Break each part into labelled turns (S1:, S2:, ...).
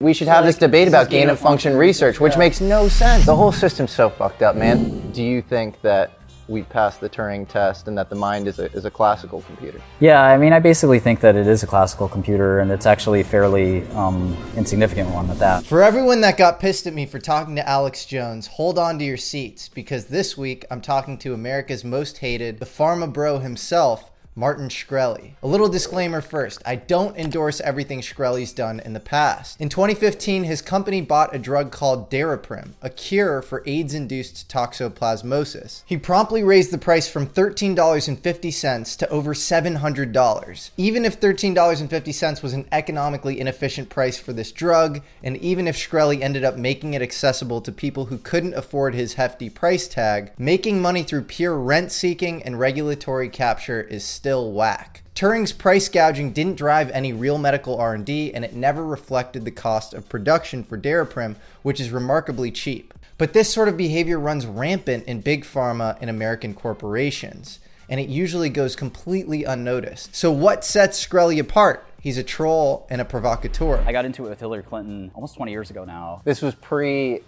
S1: we should have this debate about gain of function research, which makes no sense. The whole system's so fucked up, man. Do you think that we've passed the Turing test and that the mind is a, is a classical computer?
S2: Yeah, I mean, I basically think that it is a classical computer, and it's actually a fairly um, insignificant one at that.
S3: For everyone that got pissed at me for talking to Alex Jones, hold on to your seats because this week I'm talking to America's most hated, the pharma bro himself, Martin Shkreli. A little disclaimer first I don't endorse everything Shkreli's done in the past. In 2015, his company bought a drug called Daraprim, a cure for AIDS induced toxoplasmosis. He promptly raised the price from $13.50 to over $700. Even if $13.50 was an economically inefficient price for this drug, and even if Shkreli ended up making it accessible to people who couldn't afford his hefty price tag, making money through pure rent seeking and regulatory capture is still still whack. Turing's price gouging didn't drive any real medical R&D and it never reflected the cost of production for Daraprim, which is remarkably cheap. But this sort of behavior runs rampant in big pharma and American corporations, and it usually goes completely unnoticed. So what sets Shkreli apart? He's a troll and a provocateur.
S2: I got into it with Hillary Clinton almost 20 years ago now,
S1: This was pre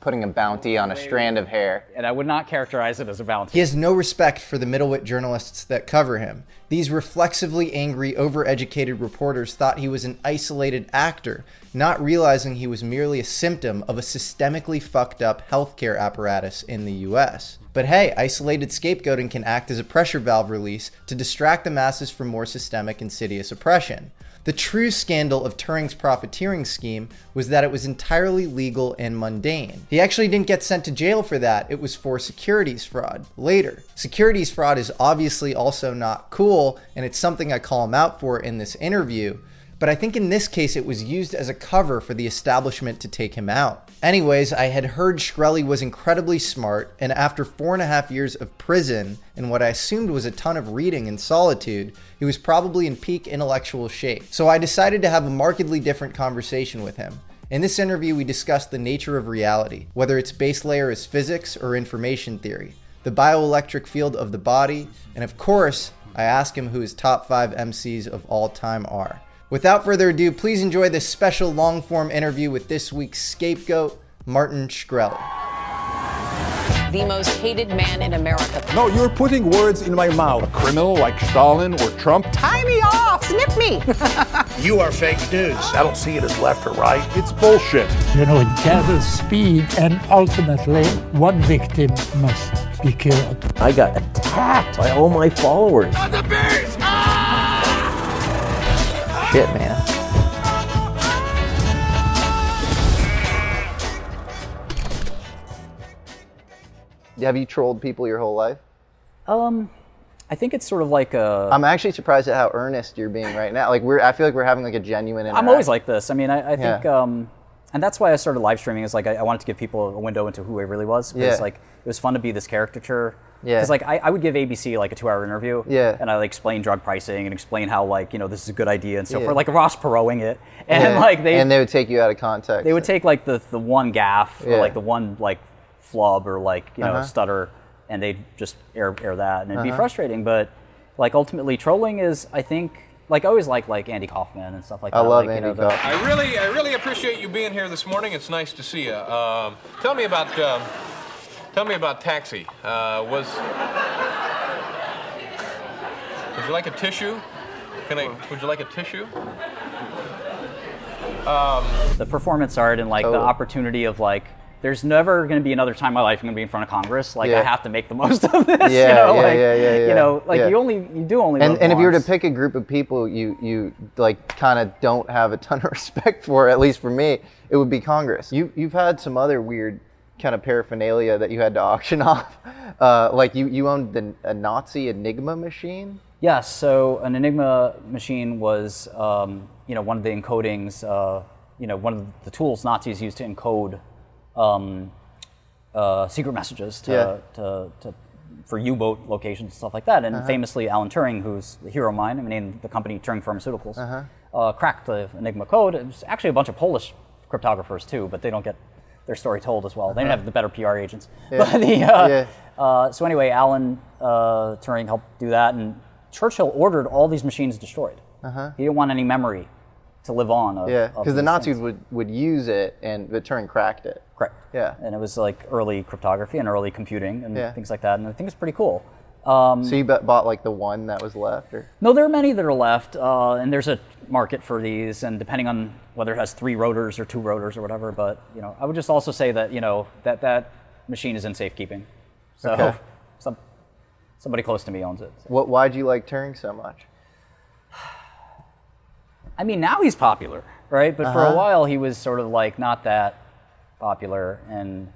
S1: putting a bounty on a strand of hair.
S2: and I would not characterize it as a bounty.
S3: He has no respect for the middlewit journalists that cover him. These reflexively angry, overeducated reporters thought he was an isolated actor, not realizing he was merely a symptom of a systemically fucked up healthcare apparatus in the US. But hey, isolated scapegoating can act as a pressure valve release to distract the masses from more systemic, insidious oppression. The true scandal of Turing's profiteering scheme was that it was entirely legal and mundane. He actually didn't get sent to jail for that, it was for securities fraud later. Securities fraud is obviously also not cool, and it's something I call him out for in this interview. But I think in this case, it was used as a cover for the establishment to take him out. Anyways, I had heard Shkreli was incredibly smart, and after four and a half years of prison and what I assumed was a ton of reading and solitude, he was probably in peak intellectual shape. So I decided to have a markedly different conversation with him. In this interview, we discussed the nature of reality, whether its base layer is physics or information theory, the bioelectric field of the body, and of course, I ask him who his top five MCs of all time are. Without further ado, please enjoy this special long form interview with this week's scapegoat, Martin Shkreli.
S4: the most hated man in America.
S5: No, you're putting words in my mouth.
S6: criminal like Stalin or Trump.
S4: Tie me off, snip me.
S7: You are fake news.
S5: I don't see it as left or right.
S6: It's bullshit.
S8: you know, it gathers speed, and ultimately, one victim must be killed.
S9: I got attacked by all my followers.
S1: Shit, man. Have you trolled people your whole life?
S2: Um, I think it's sort of like a.
S1: I'm actually surprised at how earnest you're being right now. Like we're, I feel like we're having like a genuine.
S2: I'm always like this. I mean, I, I
S1: Yeah.
S2: think, um, and that's why I started live streaming. Is like I, I wanted to give people a window into who I really was. Because
S1: Yeah.
S2: like it was fun to be this caricature.
S1: Yeah.
S2: Because like I, I would give ABC like a two-hour interview.
S1: Yeah.
S2: And I like explain drug pricing and explain how like you know this is a good idea and so
S1: Yeah.
S2: forth. Like Ross Peroting it, and
S1: Yeah.
S2: like they
S1: and they would take you out of context.
S2: they would take like the the one gaff
S1: Yeah.
S2: or like the one like flub or like you know
S1: Uh-huh.
S2: stutter, and they'd just air air that, and it'd be frustrating. But like ultimately, trolling is I think like I always like like Andy Kaufman and stuff like
S1: I
S2: that.
S1: love
S2: like, you know,
S1: Andy
S2: the-
S1: Kaufman.
S10: I really, I really appreciate you being here this morning. It's nice to see you. Um, tell me about, um, tell me about taxi. Uh, was, would you like a tissue? Can I? Would you like a tissue?
S2: the performance art and like the
S1: Totally.
S2: opportunity of like there's never going to be another time in my life I'm going to be in front of Congress. Like
S1: Yeah.
S2: I have to make the most of this.
S1: Yeah,
S2: you know?
S1: yeah,
S2: like,
S1: yeah, yeah, yeah.
S2: You know, like
S1: Yeah.
S2: you only you do only.
S1: And,
S2: live
S1: and if you were to
S2: once.
S1: pick a group of people you you like kind of don't have a ton of respect for, at least for me, it would be Congress. You you've had some other weird kind of paraphernalia that you had to auction off, uh, like you you owned the, a Nazi Enigma machine.
S2: Yes. so an Enigma machine was, um, you know, one of the encodings, uh, you know, one of the tools Nazis used to encode um, uh, secret messages to,
S1: Yeah.
S2: to, to, for U-boat locations and stuff like that.
S1: Uh-huh.
S2: And famously, Alan Turing, who's the hero of mine, I mean, the company Turing Pharmaceuticals,
S1: Uh-huh.
S2: uh cracked the Enigma code. It was actually a bunch of Polish cryptographers too, but they don't get their story told as well. They don't have the better PR agents. But the, uh,
S1: Uh-huh. Yeah.
S2: uh, so anyway, Alan uh, Turing helped do that, and Churchill ordered all these machines destroyed. He didn't want any memory to live on. Of,
S1: Uh-huh. Yeah,
S2: of
S1: because
S2: these
S1: the Nazis
S2: things.
S1: would, would use it, and but Turing cracked it.
S2: Correct.
S1: Yeah.
S2: And it was like early cryptography and early computing and
S1: Yeah.
S2: things like that. And I think it's pretty cool. Um,
S1: So you bet, bought like the one that was left, or
S2: no, there are many that are left, uh, and there's a market for these. And depending on whether it has three rotors or two rotors or whatever, but you know, I would just also say that you know that that machine is in safekeeping. So
S1: Okay.
S2: some, somebody close to me owns it. So-
S1: what? Why'd you like Turing so much?
S2: I mean, now he's popular, right? But
S1: Uh-huh.
S2: for a while, he was sort of like not that popular. And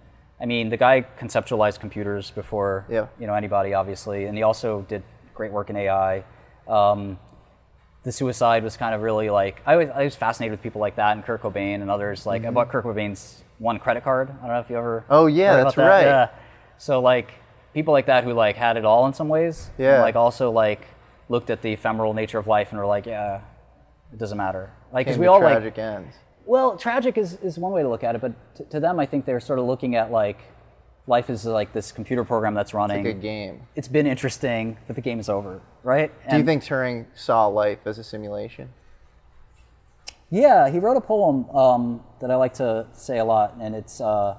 S2: I mean, the guy conceptualized computers before
S1: Yeah.
S2: you know anybody, obviously, and he also did great work in AI. Um, the suicide was kind of really like I was I was fascinated with people like that and Kurt Cobain and others. Like I bought Kurt Cobain's one credit card. I don't know if you ever.
S1: Mm-hmm. Oh, yeah,
S2: heard about
S1: that's
S2: that.
S1: right.
S2: Yeah. So like people like that who like had it all in some ways. and,
S1: Yeah.
S2: like also like looked at the ephemeral nature of life and were like, yeah, it doesn't matter. Like, because
S1: Came
S2: we
S1: to
S2: all
S1: tragic
S2: Oh, like,
S1: ends.
S2: well, tragic is, is one way to look at it, but t- to them, I think they're sort of looking at like life is like this computer program that's running.
S1: Good game.
S2: It's been interesting, but the game is over, right?
S1: Do you think Turing saw life as a simulation?
S2: Yeah, he wrote a poem um, that I like to say a lot, and it's uh,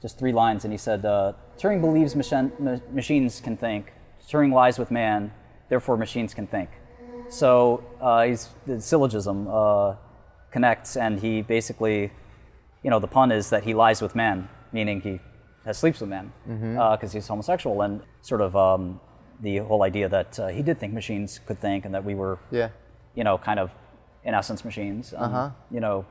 S2: just three lines. And he said, uh, "Turing believes machin- ma- machines can think. Turing lies with man, therefore machines can think." So uh, he's the syllogism uh, connects, and he basically, you know, the pun is that he lies with man, meaning he has sleeps with man because he's homosexual, and sort of um, the whole idea that uh, he did think machines could think, and that we were
S1: Yeah.
S2: you know, kind of in essence machines. Um,
S1: Uh-huh.
S2: You know,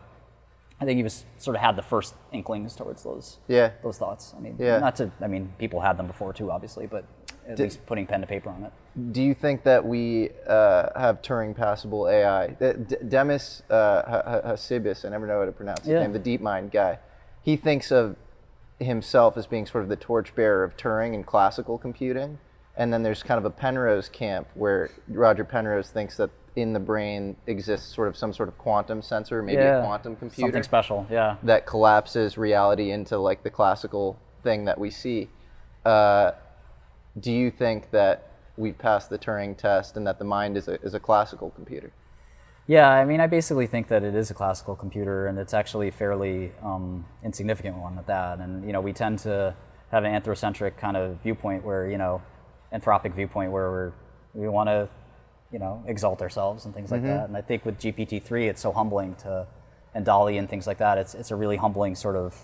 S2: I think he was sort of had the first inklings towards those
S1: Yeah.
S2: those thoughts. I mean,
S1: Yeah.
S2: not to. I mean, people had them before too, obviously, but at least putting pen to paper on it.
S1: Do you think that we uh, have Turing passable AI? D- D- Demis uh, Ha- Ha- Hassabis, I never know how to pronounce his
S2: Yeah.
S1: name, the DeepMind guy, he thinks of himself as being sort of the torchbearer of Turing in classical computing. And then there's kind of a Penrose camp where Roger Penrose thinks that in the brain exists sort of some sort of quantum sensor, maybe a quantum computer
S2: Something special. Yeah.
S1: that collapses reality into like the classical thing that we see. Uh, do you think that we've passed the Turing test and that the mind is a, is a classical computer?
S2: Yeah. I mean, I basically think that it is a classical computer, and it's actually a fairly um, insignificant one at that. And you know, we tend to have an anthrocentric kind of viewpoint where you know, anthropic viewpoint where we're, we want to you know, exalt ourselves and things like that. And I think with GPT-3, it's so humbling to, and Dolly and things like that. It's it's a really humbling sort of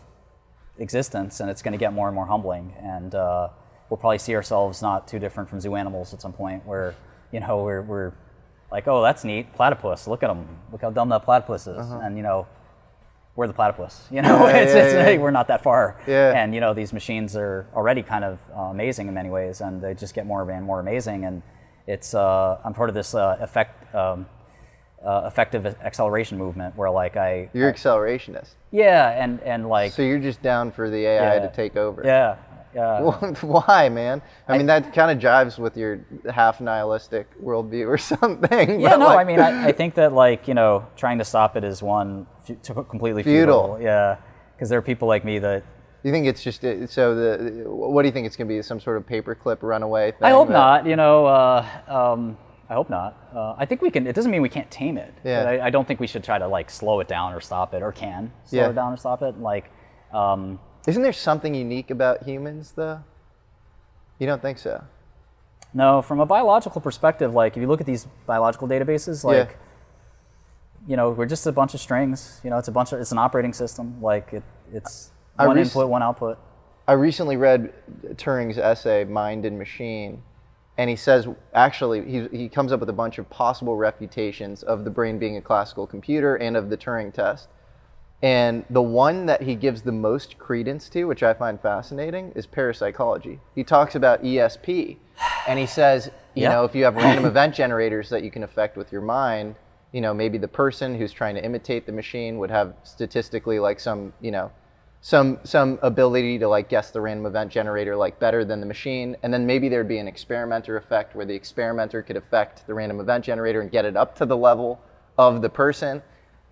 S2: existence, and it's going to get more and more humbling. And uh, we'll probably see ourselves not too different from zoo animals at some point, where you know we're we're like, oh, that's neat, platypus. Look at him. Look how dumb that platypus is. And you know, we're the platypus. You know, it's,
S1: Uh-huh. yeah,
S2: it's
S1: yeah.
S2: hey, we're not that far.
S1: Yeah.
S2: And you know, these machines are already kind of uh, amazing in many ways, and they just get more and more amazing. And it's uh, I'm part of this uh, effect. Um, uh, effective acceleration movement where like I
S1: You're accelerationist.
S2: yeah and and like
S1: So you're just down for the AI
S2: Yeah.
S1: to take over.
S2: yeah yeah
S1: Why, man? I mean, that kind of jives with your half nihilistic worldview or something.
S2: Yeah,
S1: but,
S2: no,
S1: like,
S2: I mean, I, I think that like you know, trying to stop it is one fu- to- completely futile.
S1: Futile.
S2: Yeah, because there are people like me that
S1: you think it's just uh, so the what do you think it's going to be? Some sort of paperclip runaway? Thing
S2: I hope
S1: that-
S2: not. You know, uh, um, I hope not. Uh, I think we can. It doesn't mean we can't tame it.
S1: Yeah.
S2: But I, I don't think we should try to like slow it down or stop it, or can slow
S1: Yeah.
S2: it down or stop it. Like, um,
S1: Isn't there something unique about humans, though? You don't think so?
S2: No, from a biological perspective, like if you look at these biological databases, like you know, we're just a bunch of strings. You know, it's a bunch of it's an operating system. Like it, it's
S1: I
S2: one
S1: rec-
S2: input, one output.
S1: I recently read Turing's essay "Mind and Machine," and he says actually he he comes up with a bunch of possible refutations of the brain being a classical computer and of the Turing test. And the one that he gives the most credence to, which I find fascinating, is parapsychology. He talks about ESP, and he says, you
S2: Yeah.
S1: know, if you have random event generators that you can affect with your mind, you know, maybe the person who's trying to imitate the machine would have statistically like some, you know, some some ability to like guess the random event generator like better than the machine, and then maybe there'd be an experimenter effect where the experimenter could affect the random event generator and get it up to the level of the person.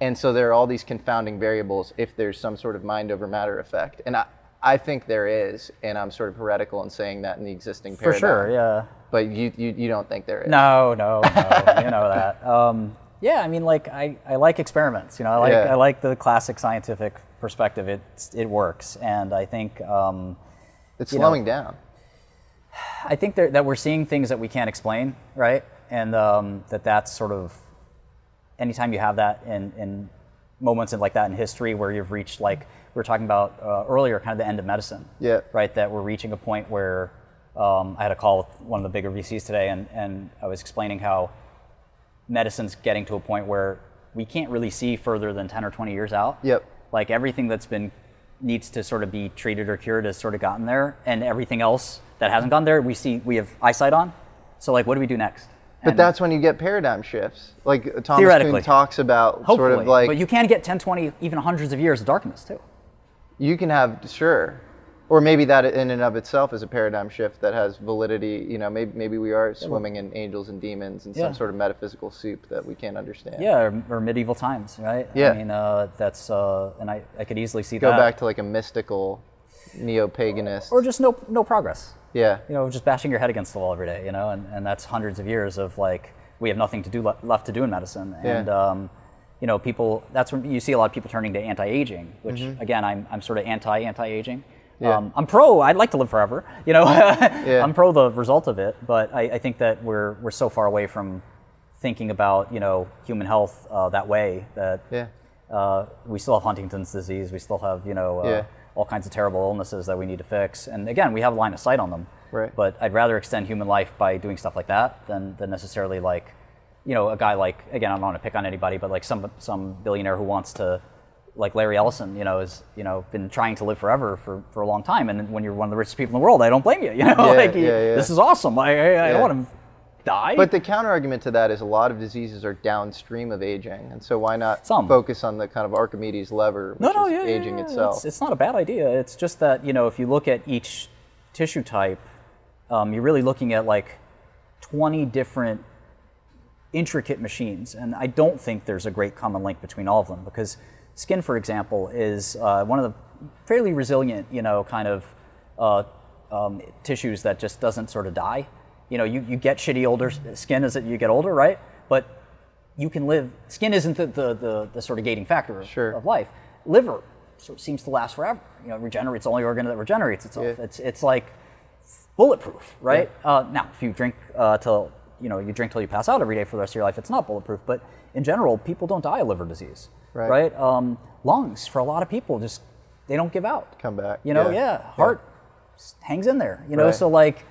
S1: And so there are all these confounding variables if there's some sort of mind over matter effect. And I, I think there is, and I'm sort of heretical in saying that in the existing
S2: For
S1: paradigm.
S2: sure, yeah.
S1: But you, you, you don't think there is.
S2: No, no, no. you know that. Um, Yeah, I mean, like I, I like experiments. You know, I like
S1: Yeah.
S2: I like the classic scientific perspective. It it works, and I think um,
S1: It's
S2: You know.
S1: slowing down.
S2: I think that, that we're seeing things that we can't explain, right? And um, that that's sort of anytime you have that in, in moments in, like that in history where you've reached like we were talking about uh, earlier, kind of the end of medicine,
S1: Yeah.
S2: right? That we're reaching a point where um, I had a call with one of the bigger VCs today, and, and I was explaining how medicine's getting to a point where we can't really see further than 10 or 20 years out.
S1: Yep.
S2: Like everything that's been needs to sort of be treated or cured has sort of gotten there, and everything else that hasn't gone there, we see we have eyesight on. So like, what do we do next?
S1: But
S2: And uh,
S1: that's when you get paradigm shifts. Like uh, Thomas Kuhn
S2: Theoretically.
S1: talks about
S2: hopefully,
S1: sort of like
S2: but you can get 10, 20, even hundreds of years of darkness too.
S1: you can have sure or maybe that in and of itself is a paradigm shift that has validity you know maybe, maybe we are swimming in angels and demons and
S2: Yeah.
S1: some sort of metaphysical soup that we can't understand
S2: Yeah, or, or medieval times, right?
S1: Yeah.
S2: I mean, uh, that's uh, and I, I could easily see
S1: go
S2: that.
S1: back to like a mystical neo-paganist
S2: or just no no progress.
S1: yeah
S2: you know, just bashing your head against the wall every day, you know, and, and that's hundreds of years of like, we have nothing to do le- left to do in medicine. And,
S1: Yeah.
S2: um, you know, people, that's when you see a lot of people turning to anti aging, which again, I'm, I'm sort of anti anti aging.
S1: Mm-hmm. Yeah.
S2: Um, I'm pro, I'd like to live forever, you know, I'm pro the result of it, but I, I think that we're, we're so far away from thinking about, you know, human health uh, that way that
S1: yeah
S2: uh, we still have Huntington's disease. We still have you know uh,
S1: Yeah.
S2: all kinds of terrible illnesses that we need to fix. And again, we have a line of sight on them.
S1: Right.
S2: But I'd rather extend human life by doing stuff like that than than necessarily like you know a guy like again I don't want to pick on anybody, but like some some billionaire who wants to like Larry Ellison, you know, has you know been trying to live forever for, for a long time. And when you're one of the richest people in the world, I don't blame you. You know, like you-
S1: yeah, yeah.
S2: this is awesome. I I, I
S1: Yeah.
S2: don't want to die.
S1: but the counter argument to that is a lot of diseases are downstream of aging and so why not
S2: Some.
S1: focus on the kind of archimedes lever which is aging itself
S2: It's, it's not a bad idea. It's just that you know, if you look at each tissue type, um, you're really looking at like 20 different intricate machines, and I don't think there's a great common link between all of them because skin, for example, is uh, one of the fairly resilient, you know, kind of uh, um, tissues that just doesn't sort of die. You know, you, you get shitty older s- skin as it- you get older, right? But you can live. Skin isn't the, the, the, the sort of gating factor of,
S1: Sure.
S2: of life. Liver sort of seems to last forever. You know, regenerates the only organ that regenerates itself.
S1: Yeah.
S2: It's it's like bulletproof, right? Uh, now, if you drink uh, till you know you drink till you pass out every day for the rest of your life, it's not bulletproof. But in general, people don't die of liver disease,
S1: Right.
S2: Um, lungs for a lot of people just they don't give out.
S1: Come back,
S2: you know?
S1: yeah.
S2: Yeah,
S1: Yeah.
S2: heart s- hangs in there, you know.
S1: Right.
S2: So like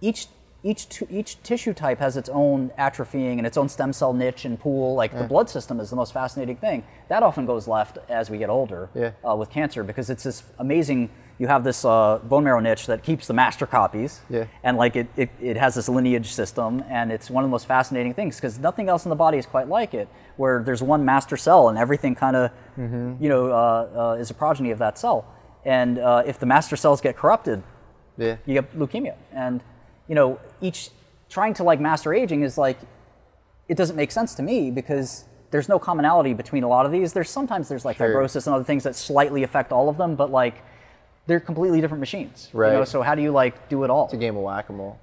S2: each each t- each tissue type has its own atrophying and its own stem cell niche and pool. Like the blood system is the most fascinating thing. That often goes left as we get older
S1: Yeah.
S2: uh, with cancer because it's this amazing. You have this uh, bone marrow niche that keeps the master copies,
S1: Yeah.
S2: and like it, it, it has this lineage system, and it's one of the most fascinating things because nothing else in the body is quite like it, where there's one master cell and everything kind of,
S1: Mm-hmm.
S2: you know, uh, uh, is a progeny of that cell. And uh, if the master cells get corrupted,
S1: yeah
S2: you get leukemia. And you know, each trying to like master aging is like it doesn't make sense to me because there's no commonality between a lot of these. There's sometimes there's like fibrosis and other things that slightly affect all of them, but like they're completely different machines. You know?
S1: Right.
S2: So how do you like do it all?
S1: it's a game of whack-a-mole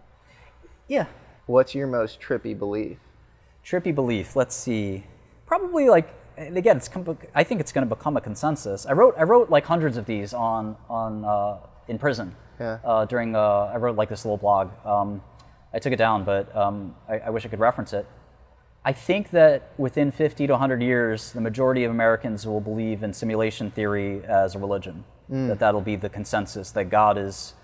S2: Yeah.
S1: what's your most trippy belief
S2: Trippy belief. Let's see. Probably like and again, it's com- I think it's going to become a consensus. I wrote I wrote like hundreds of these on on uh, in prison.
S1: Yeah.
S2: Uh, during uh, I wrote like this little blog. Um, I took it down, but um, I, I wish I could reference it. I think that within 50 to 100 years, the majority of Americans will believe in simulation theory as a religion. That that'll be the consensus that God is,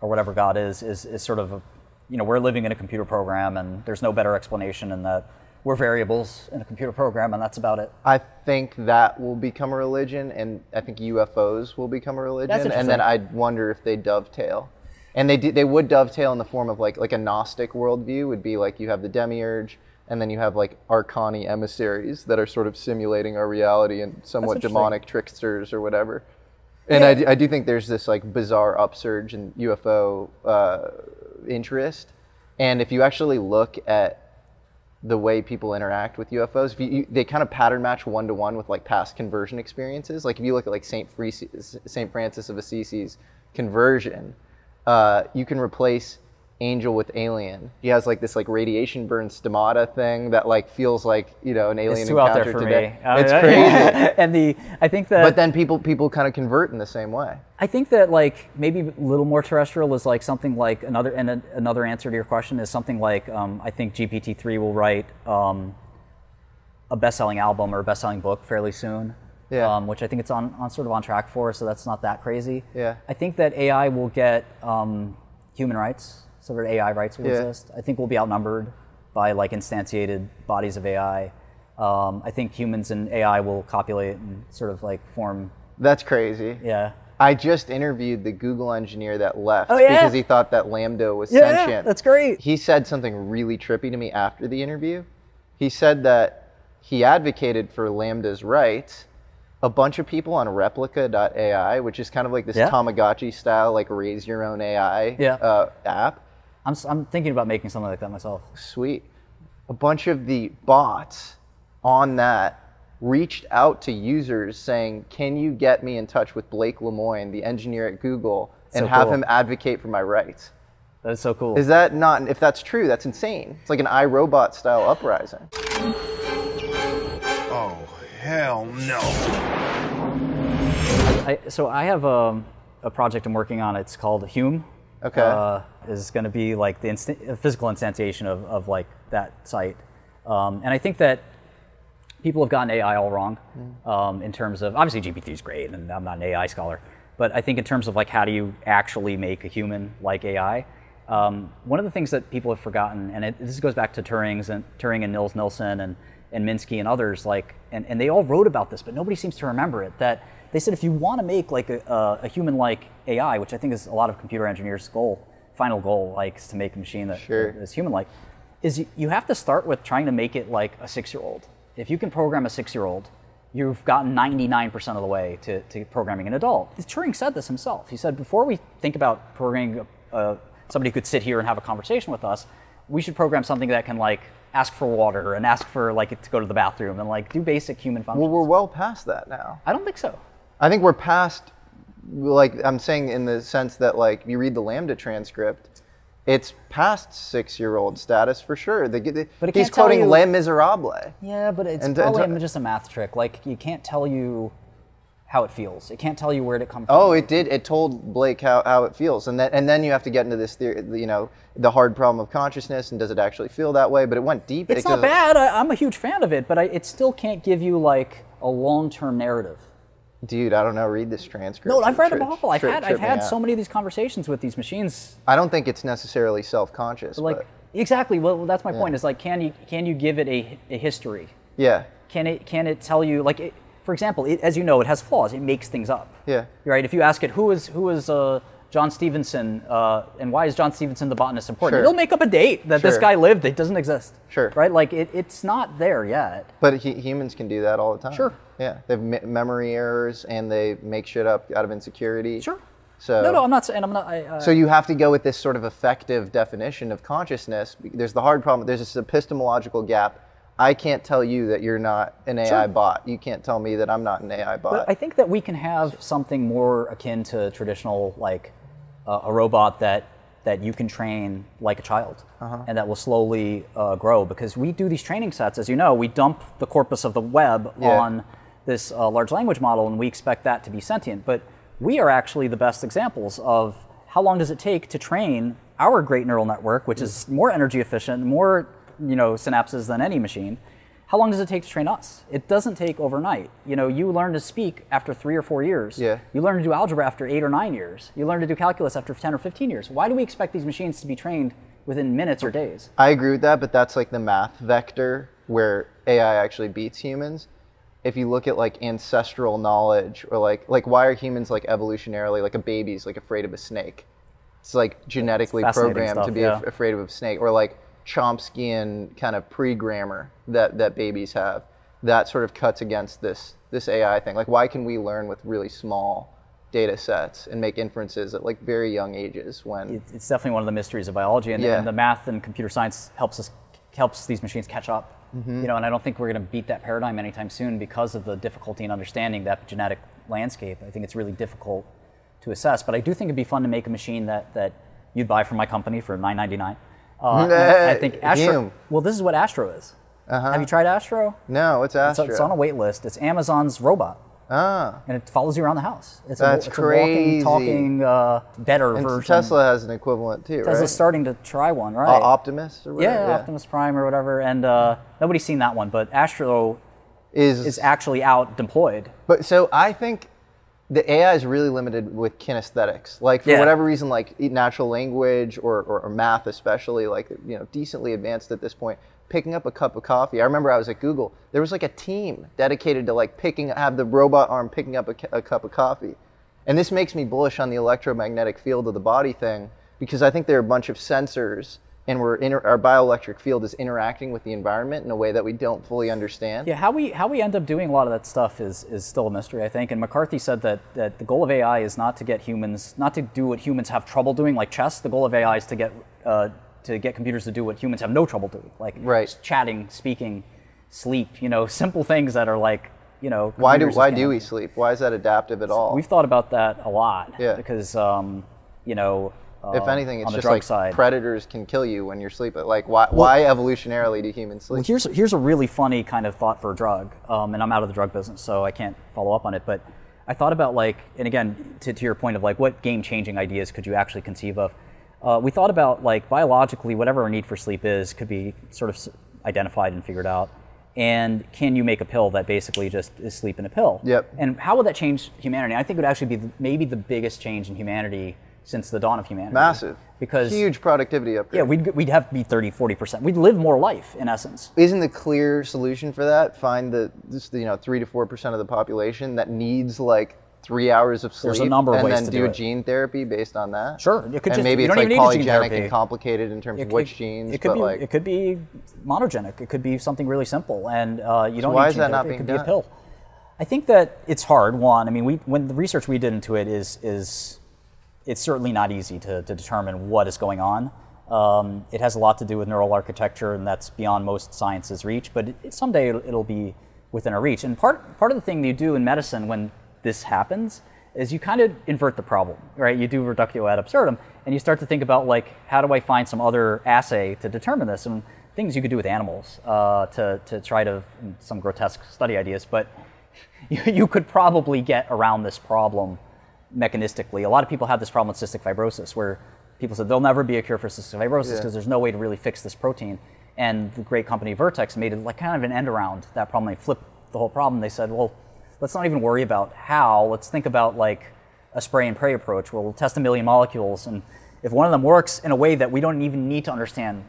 S2: or whatever God is, is, is sort of, a, you know, we're living in a computer program and there's no better explanation and that we're variables in a computer program and that's about it.
S1: I think that will become a religion, and I think UFOs will become a religion, and then
S2: interesting.
S1: I wonder if they dovetail. And they do, they would dovetail in the form of like like a Gnostic worldview would be like you have the demiurge, and then you have like Arcani emissaries that are sort of simulating our reality and somewhat
S2: interesting.
S1: demonic tricksters or whatever. And I do, I do think there's this like bizarre upsurge in UFO uh, interest, and if you actually look at the way people interact with UFOs. If you, you, they kind of pattern match one to one with like past conversion experiences. Like if you look at like Saint Free, Saint Francis of Assisi's conversion, uh, you can replace Angel with Alien. He has like this like radiation burn stomata thing that like feels like you know an alien
S2: It's too out
S1: encounter
S2: there for
S1: today.
S2: me. Uh,
S1: it's crazy.
S2: and the I think that
S1: but then people people kind of convert in the same way.
S2: I think that like maybe a little more terrestrial is like something like another and a, another answer to your question is something like um, I think GPT three will write um, a best selling album or best selling book fairly soon.
S1: Yeah.
S2: Um, which I think it's on, on sort of on track for, so that's not that crazy.
S1: Yeah.
S2: I think that AI will get um, human rights, so that AI rights will
S1: Yeah.
S2: exist. I think we'll be outnumbered by like instantiated bodies of AI. Um, I think humans and AI will copulate and sort of like form.
S1: That's crazy.
S2: Yeah.
S1: I just interviewed the Google engineer that left
S2: Oh, yeah?
S1: because he thought that Lambda was
S2: Yeah, yeah,
S1: sentient.
S2: that's great.
S1: He said something really trippy to me after the interview. He said that he advocated for Lambda's rights. A bunch of people on replica.ai, which is kind of like this
S2: Yeah.
S1: Tamagotchi style, like raise your own AI
S2: Yeah.
S1: uh, app.
S2: I'm, s- I'm thinking about making something like that myself.
S1: Sweet. A bunch of the bots on that reached out to users saying, Can you get me in touch with Blake Lemoyne, the engineer at Google, and
S2: So
S1: have
S2: cool.
S1: him advocate for my rights?
S2: That is so cool.
S1: Is that not, if that's true, that's insane. It's like an iRobot style uprising.
S2: I, so I have um, a project I'm working on. It's called Hume.
S1: Okay.
S2: Uh, is going to be like the insta- physical instantiation of, of like that site, um, and I think that people have gotten AI all wrong um, in terms of obviously GPT is great, and I'm not an AI scholar, but I think in terms of like how do you actually make a human like AI. Um, one of the things that people have forgotten, and it, this goes back to Turing's and Turing and Nils Nilsson and and Minsky and others, like, and, and they all wrote about this, but nobody seems to remember it. That they said if you want to make like a, a, a human-like AI, which I think is a lot of computer engineers' goal, final goal, like, is to make a machine that is
S1: Sure.
S2: human-like, is you, you have to start with trying to make it like a six-year-old. If you can program a six-year-old, you've gotten 99% of the way to, to programming an adult. Turing said this himself. He said before we think about programming uh, somebody who could sit here and have a conversation with us, we should program something that can like ask for water and ask for like it to go to the bathroom and like do basic human functions.
S1: Well, we're well past that now.
S2: I don't think so.
S1: I think we're past, like, I'm saying in the sense that, like, you read the Lambda transcript. It's past six-year-old status for sure. They, get-
S2: But it
S1: he's
S2: can't tell
S1: quoting
S2: you-
S1: Les Miserables.
S2: Yeah, but it's
S1: And- and
S2: probably
S1: so-
S2: just a math trick. Like you can't tell you how it feels. It can't tell you where it comes from.
S1: Oh, it did. It told Blake how, how it feels, and then and then you have to get into this theory, you know, the hard problem of consciousness, and does it actually feel that way? But it went deep.
S2: it's
S1: it
S2: not
S1: goes-
S2: bad. I, I'm a huge fan of it, but I, it still can't give you like a long-term narrative.
S1: dude. I don't know. Read this transcript.
S2: No, I've read
S1: Trip-
S2: them all. I've
S1: trip-
S2: had
S1: trip
S2: I've
S1: me
S2: had
S1: out.
S2: so many of these conversations with these machines.
S1: I don't think it's necessarily self-conscious.
S2: Like
S1: but-
S2: exactly. Well, that's my point. Is like can you can you give it a, a history?
S1: yeah,
S2: Can it can it tell you like it, for example, it, as you know, it has flaws. It makes things up.
S1: Yeah.
S2: Right. If you ask it who is who is uh, John Stevenson uh, and why is John Stevenson the botanist important?
S1: Sure.
S2: It'll make up a date that this
S1: Sure.
S2: guy lived that doesn't exist.
S1: Sure.
S2: Right. Like it, it's not there yet.
S1: but he, humans can do that all the time.
S2: Sure.
S1: Yeah, they have me- memory errors and they make shit up out of insecurity.
S2: Sure.
S1: So
S2: no, no, I'm not. s- And I'm not. I, uh,
S1: So you have to go with this sort of effective definition of consciousness. There's the hard problem. There's this epistemological gap. I can't tell you that you're not an AI bot. You can't tell me that I'm not an AI bot.
S2: But I think that we can have something more akin to traditional, like uh, a robot that that you can train like a child, and that will slowly uh, grow. Because we do these training sets, as you know, we dump the corpus of the web
S1: Yeah.
S2: on this uh, large language model, and we expect that to be sentient. But we are actually the best examples of how long does it take to train our great neural network, which is more energy efficient, more you know synapses than any machine how long does it take to train us? It doesn't take overnight. You know, you learn to speak after three or four years.
S1: Yeah.
S2: You learn to do algebra after eight or nine years. You learn to do calculus after 10 or 15 years. Why do we expect these machines to be trained within minutes or days?
S1: I agree with that, but that's like the math vector where AI actually beats humans. If you look at like ancestral knowledge or like like why are humans like evolutionarily like a baby's like afraid of a snake? It's like genetically
S2: fascinating
S1: programmed to
S2: stuff,
S1: be
S2: yeah.
S1: af- afraid of a snake or like Chomskyan kind of pre-grammar that that babies have. That sort of cuts against this this AI thing. Like why can we learn with really small data sets and make inferences at like very young ages when
S2: It- It's definitely one of the mysteries of biology, and,
S1: Yeah.
S2: and the math and computer science helps us helps these machines catch up.
S1: Mm-hmm.
S2: You know, and I don't think we're going to beat that paradigm anytime soon because of the difficulty in understanding that genetic landscape. I think it's really difficult to assess, but I do think it'd be fun to make a machine that that you'd buy from my company for nine ninety nine. Uh, and I I think Astro.
S1: Damn.
S2: Well, this is what Astro is. Have you tried Astro?
S1: No, it's
S2: It's,
S1: Astro.
S2: it's on a wait list. It's Amazon's robot. Ah. And it follows you around the house. It's
S1: That's
S2: a, it's
S1: crazy.
S2: a walking, talking, uh, better
S1: And
S2: version.
S1: Tesla has an equivalent too,
S2: Tesla's
S1: right?
S2: starting to try one, right?
S1: Uh, Optimus or whatever.
S2: yeah, Optimus Prime or whatever. And uh, nobody's seen that one, but Astro
S1: Is,
S2: is actually out deployed.
S1: But so I think the AI is really limited with kinesthetics. Like for
S2: Yeah.
S1: whatever reason, like e- natural language or, or, or math, especially like you know decently advanced at this point. Picking up a cup of coffee. I remember I was at Google. There was like a team dedicated to like picking have the robot arm picking up a, cu- a cup of coffee. And this makes me bullish on the electromagnetic field of the body thing because I think there are a bunch of sensors and we're inter- our bioelectric field is interacting with the environment in a way that we don't fully understand.
S2: Yeah, how we how we end up doing a lot of that stuff is is still a mystery, I think. And McCarthy said that that the goal of AI is not to get humans not to do what humans have trouble doing, like chess. The goal of AI is to get uh, to get computers to do what humans have no trouble doing, like
S1: Right.
S2: s- chatting, speaking, sleep. You know, simple things that are like you know.
S1: Why do
S2: computers
S1: why
S2: can't
S1: do
S2: do.
S1: we sleep? Why is that adaptive at all?
S2: We've thought about that a lot.
S1: Yeah.
S2: Because um, you know. Uh,
S1: if anything, it's
S2: on the
S1: just
S2: drug
S1: like
S2: side.
S1: predators can kill you when you're sleeping. Like, why, why evolutionarily do humans
S2: Well,
S1: sleep?
S2: here's here's a really funny kind of thought for a drug, um, and I'm out of the drug business, so I can't follow up on it. But I thought about like, and again, to, to your point of like, what game-changing ideas could you actually conceive of? Uh, we thought about like biologically, whatever our need for sleep is, could be sort of s- identified and figured out. And can you make a pill that basically just is sleep in a pill?
S1: Yep.
S2: And how would that change humanity? I think it would actually be the, maybe the biggest change in humanity since the dawn of humanity.
S1: Massive,
S2: Because
S1: huge productivity upgrade.
S2: Yeah, we'd, we'd have to be 30, 40%. We'd live more life in essence.
S1: Isn't the clear solution for that find the this, you know three to four percent of the population that needs like three hours of sleep?
S2: a number of
S1: and
S2: ways
S1: then
S2: to
S1: do,
S2: do
S1: a
S2: it.
S1: gene therapy based on that.
S2: Sure, it could
S1: and
S2: just-
S1: maybe
S2: you
S1: it's
S2: don't
S1: like
S2: even need a gene
S1: polygenic
S2: therapy.
S1: and complicated in terms of which genes,
S2: it could
S1: but
S2: be
S1: like
S2: it could be monogenic. It could be something really simple, and uh, you don't.
S1: why
S2: need
S1: is
S2: gene
S1: that not
S2: therapy,
S1: being
S2: It could be
S1: done?
S2: a pill. I think that it's hard. One, I mean, we when the research we did into it is is it's certainly not easy to, to determine what is going on. Um, it has a lot to do with neural architecture, and that's beyond most science's reach. But it, it, someday it'll, it'll be within our reach. And part part of the thing that you do in medicine when this happens is you kind of invert the problem, right? You do reductio ad absurdum, and you start to think about like how do I find some other assay to determine this, and things you could do with animals uh, to to try to some grotesque study ideas, but. You, you could probably get around this problem mechanistically. A lot of people have this problem with cystic fibrosis, where people said there'll never be a cure for cystic fibrosis because there's no way to really fix this protein. And the great company Vertex made it like kind of an end around that problem. They flipped the whole problem. They said, well, let's not even worry about how. Let's think about like a spray and pray approach where we'll test a million molecules, and if one of them works in a way that we don't even need to understand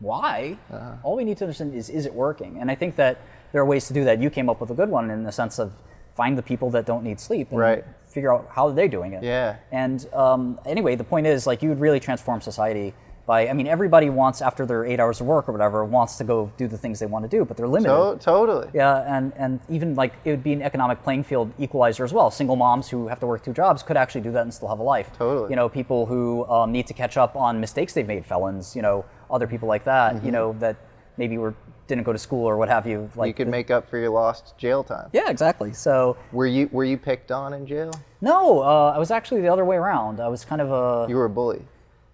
S2: why.
S1: Uh-huh.
S2: All we need to understand is is it working? And I think that there are ways to do that. You came up with a good one in the sense of find the people that don't need sleep and
S1: Right.
S2: figure out how they're doing it.
S1: Yeah.
S2: And um, anyway, the point is like you would really transform society by. I mean, everybody wants after their eight hours of work or whatever wants to go do the things they want to do, but they're limited.
S1: to- totally.
S2: Yeah, and, and even like it would be an economic playing field equalizer as well. Single moms who have to work two jobs could actually do that and still have a life.
S1: Totally.
S2: You know, people who um, need to catch up on mistakes they've made, felons, you know, other people like that, you know, that maybe were didn't go to school or what have you. Like
S1: Mm-hmm. you could
S2: the-
S1: make up for your lost jail time.
S2: Yeah, exactly. So
S1: Were you were you picked on in jail?
S2: no, uh, I was actually the other way around. I was kind of a
S1: You were a bully.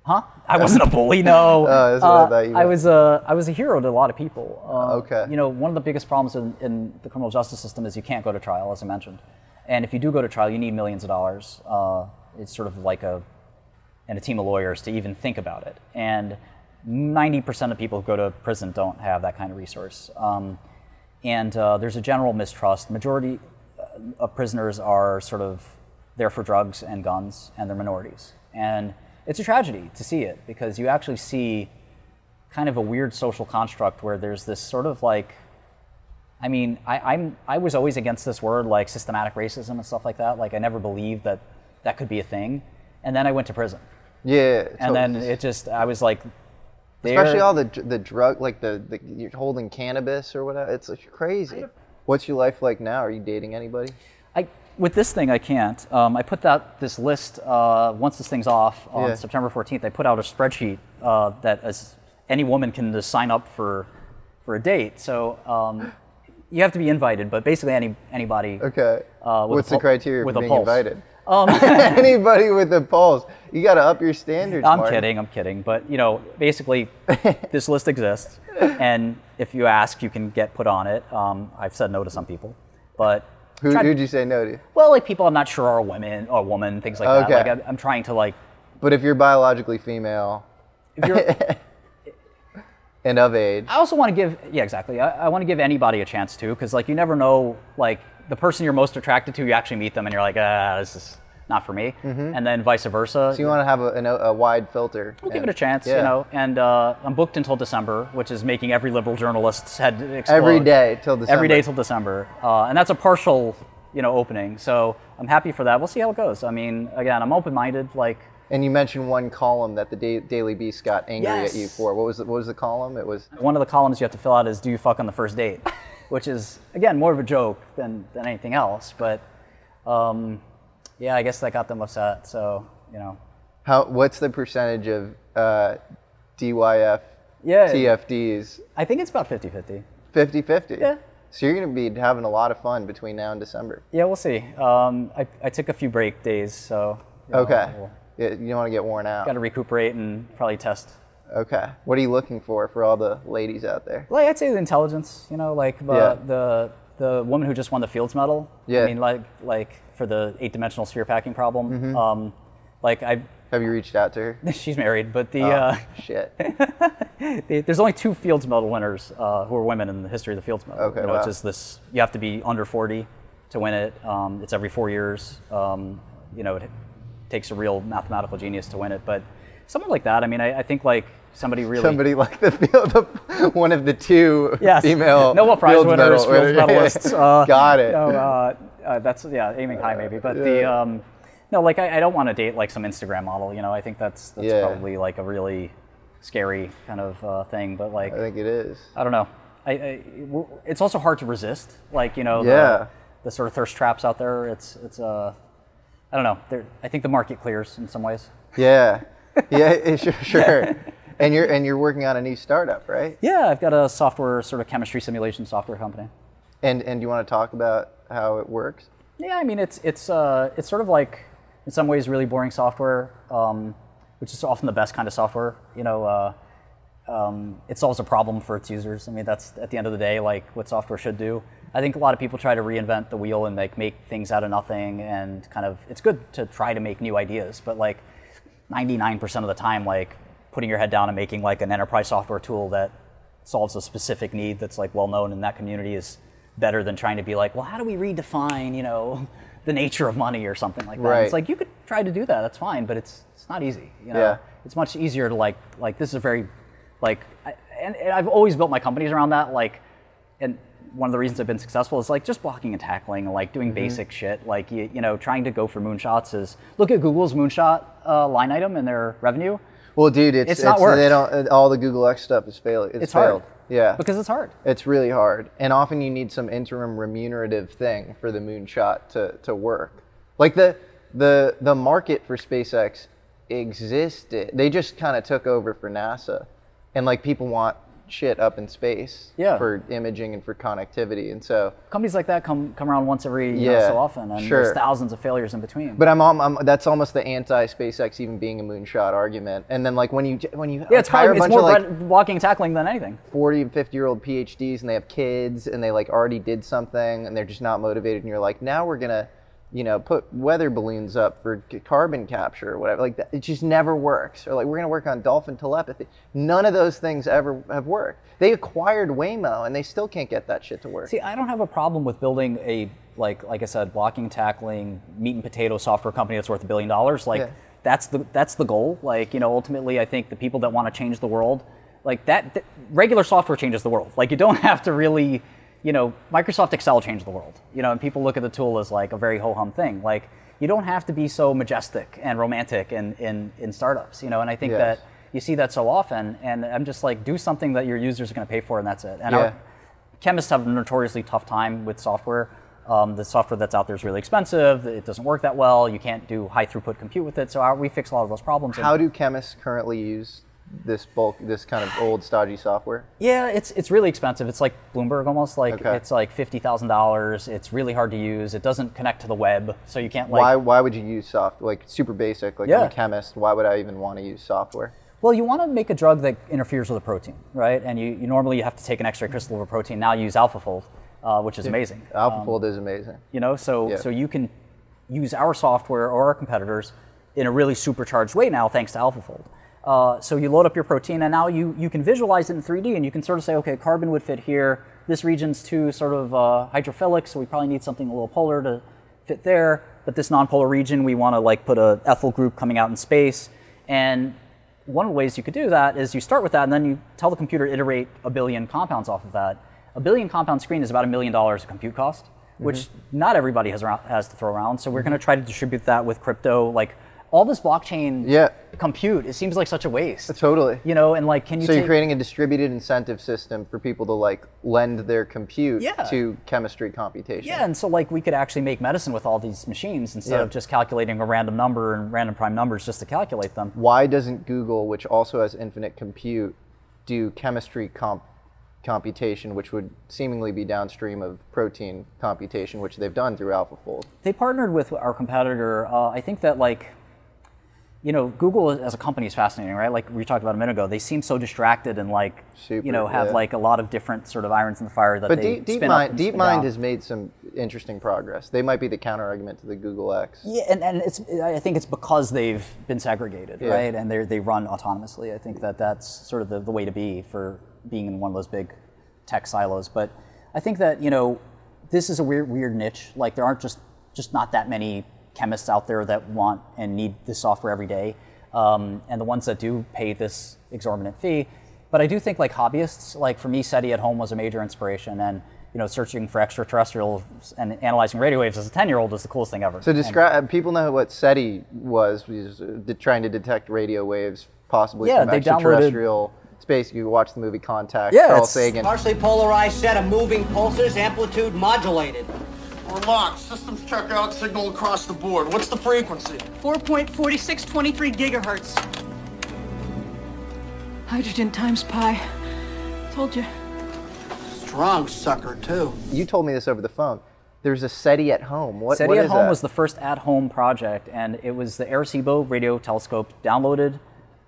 S2: huh? I wasn't a bully. No,
S1: Oh, that's what I thought you
S2: Uh, I
S1: were.
S2: was a I was a hero to a lot of people. Uh,
S1: Okay.
S2: You know, one of the biggest problems in, in the criminal justice system is you can't go to trial, as I mentioned, and if you do go to trial, you need millions of dollars. Uh, it's sort of like a and a team of lawyers to even think about it. And 90% of people who go to prison don't have that kind of resource. Um, and uh, there's a general mistrust. Majority uh, of prisoners are sort of there for drugs and guns, and they're minorities. And it's a tragedy to see it because you actually see kind of a weird social construct where there's this sort of like I mean, I, I'm I was always against this word like systematic racism and stuff like that. Like I never believed that that could be a thing. And then I went to prison,
S1: Yeah.
S2: and then
S1: totally.
S2: it just I was like, there-
S1: especially all the dr- the drug like the, the you're holding cannabis or whatever it's like crazy what's your life like now are you dating anybody
S2: I, with this thing, I can't. Um, I put out this list uh, once this thing's off on
S1: Yeah.
S2: September 14th. I put out a spreadsheet uh, that as any woman can just sign up for for a date. So um, you have to be invited, but basically any anybody.
S1: Okay.
S2: Uh, with a
S1: What's the
S2: pul-
S1: criteria
S2: with
S1: for
S2: a
S1: being
S2: pulse. Um,
S1: invited? Anybody with a pulse, you got to up your standards.
S2: I'm
S1: Martin.
S2: kidding, I'm kidding. But, you know, basically, this list exists. And if you ask, you can get put on it. Um, I've said no to some people. But,
S1: Who
S2: Tried-
S1: would you say no to?
S2: well, like people I'm not sure are women or woman, things like
S1: Okay.
S2: that. Like, I'm, I'm trying to, like,
S1: But if you're biologically female
S2: if you're,
S1: and of age,
S2: I also want to give, yeah, exactly. I, I want to give anybody a chance too, because like you never know, like the person you're most attracted to, you actually meet them and you're like, ah, this is not for me, and then vice versa.
S1: Mm-hmm. so you want to have a, an- a wide filter.
S2: We'll give it
S1: and-
S2: a chance,
S1: yeah.
S2: you know. And uh, I'm booked until December, which is making every liberal journalist's head explode.
S1: Every day till December.
S2: Every day till December, uh, and that's a partial, you know, opening. So I'm happy for that. We'll see how it goes. I mean, again, I'm open-minded. Like,
S1: And you mentioned one column that the da- Daily Beast got angry at you
S2: Yes.
S1: for. What was the, what was the column? It was
S2: one of the columns you have to fill out is do you fuck on the first date which is again more of a joke than, than anything else but um, yeah i guess that got them upset so you know
S1: how? What's the percentage of uh, DYF
S2: yeah
S1: TFDs?
S2: i think it's about 50-50
S1: 50-50.
S2: Yeah.
S1: So you're going to be having a lot of fun between now and December.
S2: yeah we'll see um, I, I took a few break days so you know,
S1: Okay.
S2: we'll-
S1: Yeah, You don't want to get worn out.
S2: gotta recuperate and probably test
S1: Okay. What are you looking for for all the ladies out there?
S2: like i'd say the intelligence you know like the
S1: Yeah.
S2: the, the woman who just won the fields medal
S1: Yeah.
S2: i mean like like for the eight-dimensional sphere packing problem
S1: Mm-hmm.
S2: um, like i
S1: Have you reached out to her?
S2: she's married but the
S1: Oh,
S2: uh,
S1: shit.
S2: They- There's only two Fields Medal winners uh, who are women in the history of the Fields Medal.
S1: Okay,
S2: you know,
S1: wow.
S2: It's just this: you have to be under 40 to win it. Um, it's every four years. Um, you know, it takes a real mathematical genius to win it. But someone like that, I mean, I, I think like somebody really.
S1: Somebody like the field of one of the two
S2: Yes.
S1: female
S2: Nobel Prize
S1: Fields
S2: winners,
S1: medal
S2: Fields
S1: winners.
S2: medalists. Uh,
S1: Got it.
S2: no, uh, uh, that's yeah, aiming high maybe. But the um, no, like I, I don't want to date like some Instagram model. You know, I think that's that's
S1: Yeah.
S2: probably like a really scary kind of uh, thing. But like.
S1: I think it is.
S2: I don't know. I, I we're- it's also hard to resist. Like you know,
S1: Yeah.
S2: the, the sort of thirst traps out there. It's it's uh, I don't know. They're, I think the market clears in some ways.
S1: Yeah. Yeah, yeah, sure, sure. And you're and you're working on a new startup, right?
S2: Yeah, I've got a software sort of chemistry simulation software company.
S1: And and do you want to talk about how it works?
S2: Yeah, I mean it's it's uh, it's sort of like in some ways really boring software, um, which is often the best kind of software. You know, uh, um, it solves a problem for its users. I mean that's at the end of the day like what software should do. I think a lot of people try to reinvent the wheel and like make things out of nothing, and kind of it's good to try to make new ideas, but like 99% of the time like putting your head down and making like an enterprise software tool that solves a specific need that's like well known in that community is better than trying to be like well how do we redefine you know the nature of money or something like that
S1: Right.
S2: it's like you could try to do that that's fine but it's it's not easy you know
S1: Yeah.
S2: it's much easier to like like this is a very like I, and, and i've always built my companies around that like and one of the reasons i've been successful is like just blocking and tackling and like doing
S1: Mm-hmm.
S2: basic shit like you, you know trying to go for moonshots is look at google's moonshot uh, line item and their revenue
S1: Well, dude, it's,
S2: It's not worked.
S1: They don't. uh, All the Google X stuff is failing. It's,
S2: it's
S1: failed.
S2: hard
S1: Yeah.
S2: because it's hard
S1: It's really hard. And often you need some interim remunerative thing for the moonshot to, to work. Like the the the market for SpaceX existed. They just kind of took over for NASA. And like people want shit up in space
S2: Yeah.
S1: for imaging and for connectivity. And so
S2: companies like that come come around once every you know,
S1: Yeah,
S2: so often, and
S1: sure.
S2: there's thousands of failures in between.
S1: but I'm, i that's almost the anti SpaceX even being a moonshot argument. And then like when you when you
S2: yeah, it's
S1: hire
S2: probably
S1: a
S2: it's
S1: bunch
S2: more
S1: of like
S2: red- blocking and tackling than anything.
S1: 40 and 50 year old PhDs and they have kids and they like already did something and they're just not motivated and you're like now we're going to you know put weather balloons up for c- carbon capture or whatever like that, it just never works or like we're going to work on dolphin telepathy none of those things ever have worked they acquired Waymo and they still can't get that shit to work
S2: See, I don't have a problem with building a like like I said, blocking tackling meat and potato software company that's worth a billion dollars. Like
S1: Yeah.
S2: that's the that's the goal. Like you know, ultimately, I think the people that want to change the world, like that, th- regular software changes the world. Like you don't have to really, you know, Microsoft Excel changed the world. You know, and people look at the tool as like a very ho hum thing. Like you don't have to be so majestic and romantic in in in startups. You know, and I think
S1: Yes.
S2: that. You see that so often, and I'm just like, do something that your users are going to pay for, and that's it. And
S1: Yeah.
S2: our, chemists have a notoriously tough time with software. Um, the software that's out there is really expensive. It doesn't work uh, that well. You can't do high throughput compute with it. So our, we fix a lot of those problems. and
S1: how do chemists currently use this bulk, this kind of old stodgy software?
S2: Yeah, it's it's really expensive. It's like Bloomberg almost. Like
S1: Okay.
S2: it's like fifty thousand dollars. It's really hard to use. It doesn't connect to the web, so you can't like.
S1: why why would you use soft like super basic like I'm
S2: Yeah.
S1: a chemist? Why would I even want to use software?
S2: Well, you want to make a drug that interferes with a protein, right? And you, you normally you have to take an X-ray crystal of a protein. Now you use AlphaFold, uh, which is amazing.
S1: AlphaFold is amazing.
S2: you know, so
S1: Yeah.
S2: so you can use our software or our competitors in a really supercharged way now, thanks to AlphaFold. Uh, so you load up your protein, and now you you can visualize it in 3D, and you can sort of say, okay, carbon would fit here. This region's too sort of uh, hydrophilic, so we probably need something a little polar to fit there. But this nonpolar region, we want to like put a ethyl group coming out in space. And one of the ways you could do that is you start with that, and then you tell the computer to iterate a billion compounds off of that. A billion compound screen is about a million dollars of compute cost, which
S1: Mm-hmm.
S2: not everybody has around, has to throw around. So we're going to try to distribute that with crypto, like. All this blockchain
S1: Yeah.
S2: compute, it seems like such a waste.
S1: Totally.
S2: You know, and like, can you
S1: so
S2: take,
S1: you're creating a distributed incentive system for people to like lend their compute
S2: Yeah.
S1: to chemistry computation.
S2: Yeah, and so like we could actually make medicine with all these machines instead
S1: Yeah.
S2: of just calculating a random number and random prime numbers just to calculate them.
S1: Why doesn't Google, which also has infinite compute, do chemistry comp computation, which would seemingly be downstream of protein computation, which they've done through AlphaFold?
S2: they partnered with our competitor. Uh, I think that like, you know, Google as a company is fascinating, right? Like we talked about a minute ago, they seem so distracted and like,
S1: Super,
S2: you know, have
S1: yeah.
S2: like a lot of different sort of irons in the fire that
S1: But
S2: they
S1: Deep
S2: spin up
S1: DeepMind,
S2: and spin
S1: DeepMind
S2: down.
S1: has made some interesting progress. They might be the counter argument to the Google X.
S2: Yeah, and, and it's I think it's because they've been segregated,
S1: Yeah.
S2: right? And they they run autonomously. I think that that's sort of the, the way to be for being in one of those big tech silos. But I think that you know this is a weird weird niche. Like there aren't just just not that many chemists out there that want and need this software every day, um, and the ones that do pay this exorbitant fee. But I do think like hobbyists, like for me, SETI at home was a major inspiration, and you know searching for extraterrestrials and analyzing radio waves as a ten year old was the coolest thing ever.
S1: So describe. People know what SETI was. Was uh, de- trying to detect radio waves, possibly
S2: Yeah,
S1: from
S2: they downloaded-
S1: extraterrestrial space. You watch the movie Contact.
S2: Yeah,
S1: Carl
S2: it's-
S1: Sagan.
S11: Partially polarized set of moving pulses, amplitude modulated.
S12: We're locked. Systems check out signal across the board. What's the frequency?
S13: 4.4623 gigahertz. Hydrogen times pi. Told you.
S12: Strong sucker, too.
S1: You told me this over the phone. There's a SETI at home. What,
S2: SETI
S1: what
S2: at
S1: is
S2: Home
S1: that?
S2: was the first at home project, and it was the Arecibo radio telescope downloaded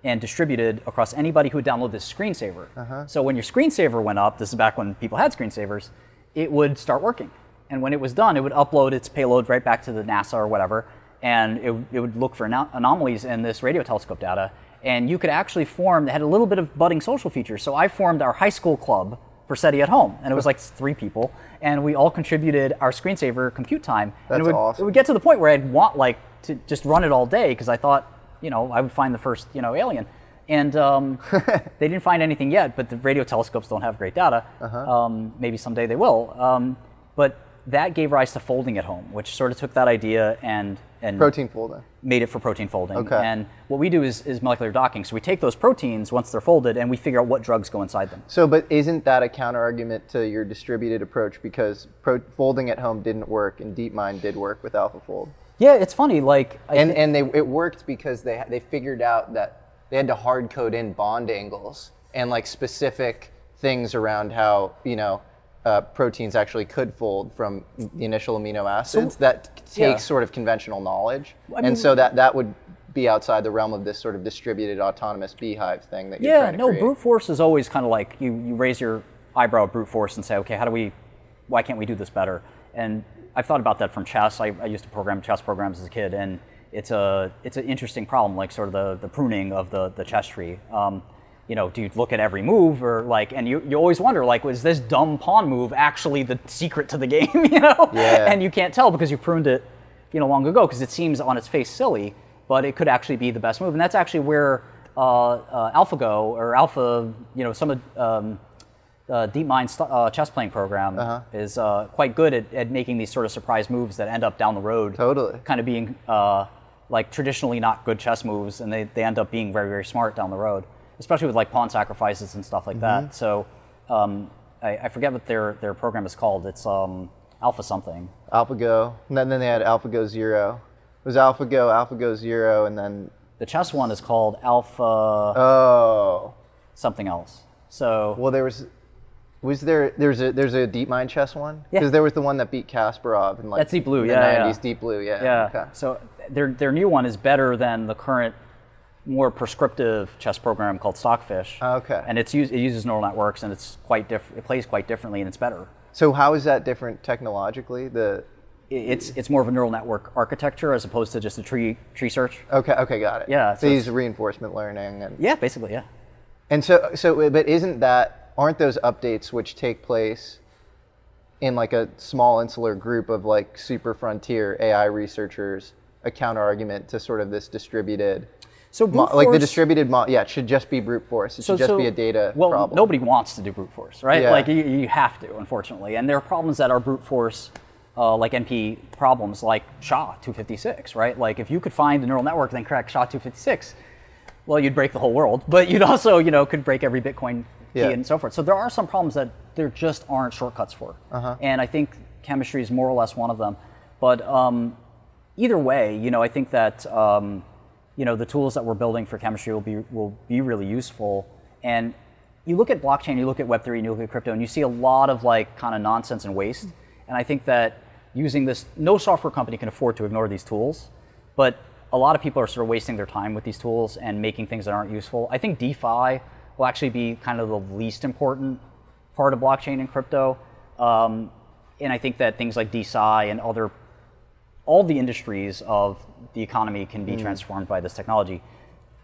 S2: and distributed across anybody who would download this screensaver.
S1: Uh-huh.
S2: So when your screensaver went up, this is back when people had screensavers, it would start working. And when it was done, it would upload its payload right back to the NASA or whatever, and it, it would look for ano- anomalies in this radio telescope data. And you could actually form, it had a little bit of budding social features. So I formed our high school club for SETI at home, and it was like three people, and we all contributed our screensaver compute time. and
S1: That's
S2: it would,
S1: awesome.
S2: It would get to the point where I'd want like to just run it all day because I thought, you know, I would find the first, you know, alien. And um, they didn't find anything yet, but the radio telescopes don't have great data.
S1: Uh-huh.
S2: Um, maybe someday they will. Um, but that gave rise to folding at home, which sort of took that idea and and
S1: protein folding.
S2: made it for protein folding.
S1: Okay.
S2: And what we do is, is molecular docking. So we take those proteins once they're folded and we figure out what drugs go inside them.
S1: So, but isn't that a counter argument to your distributed approach? Because pro- folding at home didn't work, and DeepMind did work with AlphaFold.
S2: Yeah, it's funny. Like, I
S1: and
S2: thi-
S1: and they it worked because they they figured out that they had to hard code in bond angles and like specific things around how you know uh, proteins actually could fold from the initial amino acids that takes
S2: yeah.
S1: sort of conventional knowledge
S2: I mean-
S1: and so that that would be outside the realm of this sort of distributed autonomous beehive thing that you're
S2: yeah,
S1: trying to
S2: no,
S1: create.
S2: brute force is always kind of like you, you raise your eyebrow at brute force and say, okay, how do we, why can't we do this better? And I've thought about that from chess. I, I used to program chess programs as a kid, and it's a it's an interesting problem, like sort of the, the pruning of the, the chess tree. Um, you know, do you look at every move or like, and you, you always wonder, like, was this dumb pawn move actually the secret to the game, you know?
S1: Yeah.
S2: And you can't tell because you pruned it, you know, long ago because it seems on its face silly, but it could actually be the best move. And that's actually where uh, uh, AlphaGo or Alpha, you know, some of um, uh, DeepMind's st- uh, chess playing program is uh, quite good at, at making these sort of surprise moves that end up down the road.
S1: Totally.
S2: Kind of being uh, like traditionally not good chess moves, and they, they end up being very, very smart down the road, especially with like pawn sacrifices and stuff like that. So um, I, I forget what their, their program is called. It's um, Alpha something.
S1: AlphaGo, and then, then they had AlphaGo Zero. It was AlphaGo, AlphaGo Zero, and then
S2: The chess one is called Alpha.
S1: Oh.
S2: Something else. So.
S1: Well, there was. Was there there's a there's a DeepMind chess one?
S2: Yeah.
S1: Because there was the one that beat Kasparov in like
S2: That's Deep Blue,
S1: the
S2: yeah, yeah.
S1: 90s Deep Blue, yeah.
S2: Yeah.
S1: Okay.
S2: So their their new one is better than the current more prescriptive chess program called Stockfish.
S1: Okay.
S2: And it's use, it uses neural networks and it's quite diff- it plays quite differently and it's better.
S1: So how is that different technologically? The
S2: I- It's it's more of a neural network architecture as opposed to just a tree tree search.
S1: Okay, okay, got it.
S2: Yeah,
S1: So
S2: so
S1: these reinforcement learning and
S2: Yeah, basically, yeah.
S1: And so so but isn't that aren't those updates which take place in like a small insular group of like super frontier AI researchers a counter argument to sort of this distributed
S2: So
S1: mo-
S2: brute
S1: like the
S2: force-
S1: distributed mo- yeah, it should just be brute force. It should just be a data
S2: well,
S1: problem.
S2: nobody wants to do brute force, right?
S1: Yeah.
S2: Like you, you have to, unfortunately. And there are problems that are brute force, uh, like NP problems, like SHA 256, right? Like if you could find a neural network and then crack SHA 256, well, you'd break the whole world. But you'd also, you know, could break every Bitcoin key
S1: Yeah.
S2: and so forth. So there are some problems that there just aren't shortcuts for.
S1: Uh-huh.
S2: And I think chemistry is more or less one of them. But um, either way, you know, I think that um, you know the tools that we're building for chemistry will be will be really useful. And you look at blockchain, you look at Web three, and you look at crypto, and you see a lot of like kind of nonsense and waste. And I think that using this, no software company can afford to ignore these tools, but a lot of people are sort of wasting their time with these tools and making things that aren't useful. I think DeFi will actually be kind of the least important part of blockchain and crypto. Um, and I think that things like DeSci and other all the industries of the economy can be
S14: Mm.
S2: transformed by this technology.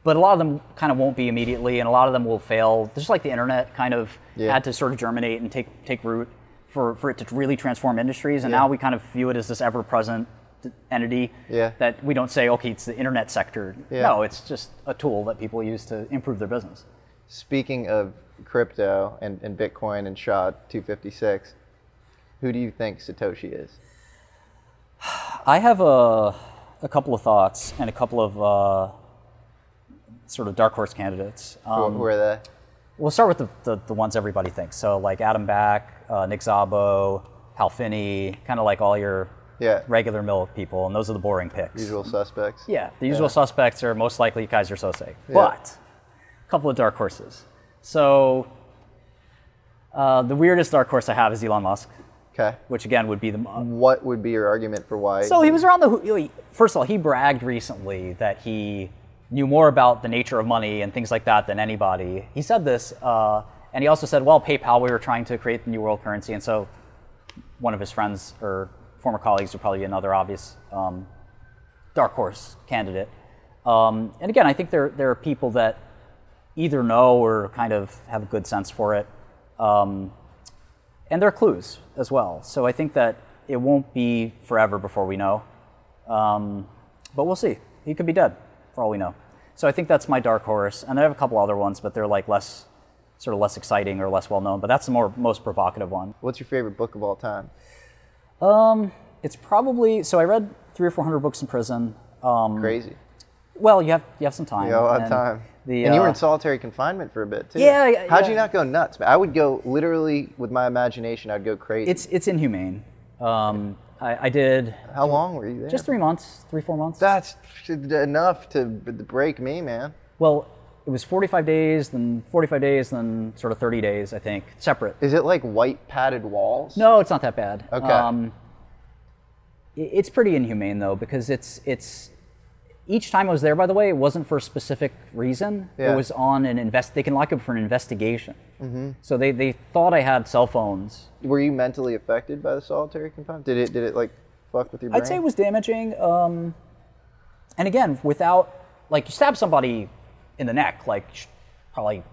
S2: But a lot of them kind of won't be immediately, and a lot of them will fail. Just like the internet kind of
S14: Yeah.
S2: had to sort of germinate and take, take root for, for it to really transform industries. And
S14: Yeah.
S2: now we kind of view it as this ever present entity
S1: Yeah.
S2: that we don't say, okay, it's the internet sector.
S1: Yeah.
S2: No, it's just a tool that people use to improve their business.
S1: Speaking of crypto and, and Bitcoin and SHA 256, who do you think Satoshi is?
S2: I have a, a couple of thoughts and a couple of uh, sort of dark horse candidates. Um,
S1: Who- who are they?
S2: We'll start with the, the, the ones everybody thinks. So like Adam Back, uh, Nick Szabo, Hal Finney, kind of like all your
S1: Yeah.
S2: regular milk people, and those are the boring picks.
S1: Usual suspects.
S2: Yeah, the usual suspects are most likely Kaiser Sose,
S1: Yeah.
S2: but a couple of dark horses. So uh, the weirdest dark horse I have is Elon Musk.
S1: Okay.
S2: Which again would be the
S1: what would be your argument for why?
S2: So he was around the. hoo- First of all, he bragged recently that he knew more about the nature of money and things like that than anybody. He said this, uh, and he also said, "Well, PayPal, we were trying to create the new world currency, and so one of his friends or former colleagues would probably be another obvious um, dark horse candidate." Um, and again, I think there there are people that either know or kind of have a good sense for it. Um, and there are clues as well. So I think that it won't be forever before we know. Um, but we'll see. He could be dead for all we know. So I think that's my dark horse. And I have a couple other ones, but they're like less, sort of less exciting or less well known. But that's the more most provocative one.
S1: What's your favorite book of all time?
S2: Um, it's probably so. I read three or four hundred books in prison. Um,
S1: Crazy.
S2: Well, you have you have some time.
S1: You know, on
S2: and
S1: time.
S2: The,
S1: and you were
S2: uh,
S1: in solitary confinement for a bit too.
S2: Yeah, yeah,
S1: How'd you
S2: yeah.
S1: not go nuts? I would go literally with my imagination. I'd go crazy.
S2: It's it's inhumane. Um, I, I did.
S1: How long were you there?
S2: Just three months, three four months.
S1: That's enough to b- break me, man.
S2: Well, it was 45 days, then 45 days, then sort of 30 days, I think, separate.
S1: Is it like white padded walls?
S2: No, it's not that bad. Um,
S1: Okay.
S2: i- it's pretty inhumane though, because it's it's each time I was there. By the way, it wasn't for a specific reason.
S14: Yeah.
S2: It was on an invest. They can lock you up for an investigation.
S1: Mhm.
S2: So they they thought I had cell phones.
S1: Were you mentally affected by the solitary confinement? Did it did it like fuck with your brain?
S2: I'd say it was damaging. Um, and again, without like you stab somebody in the neck, like sh- probably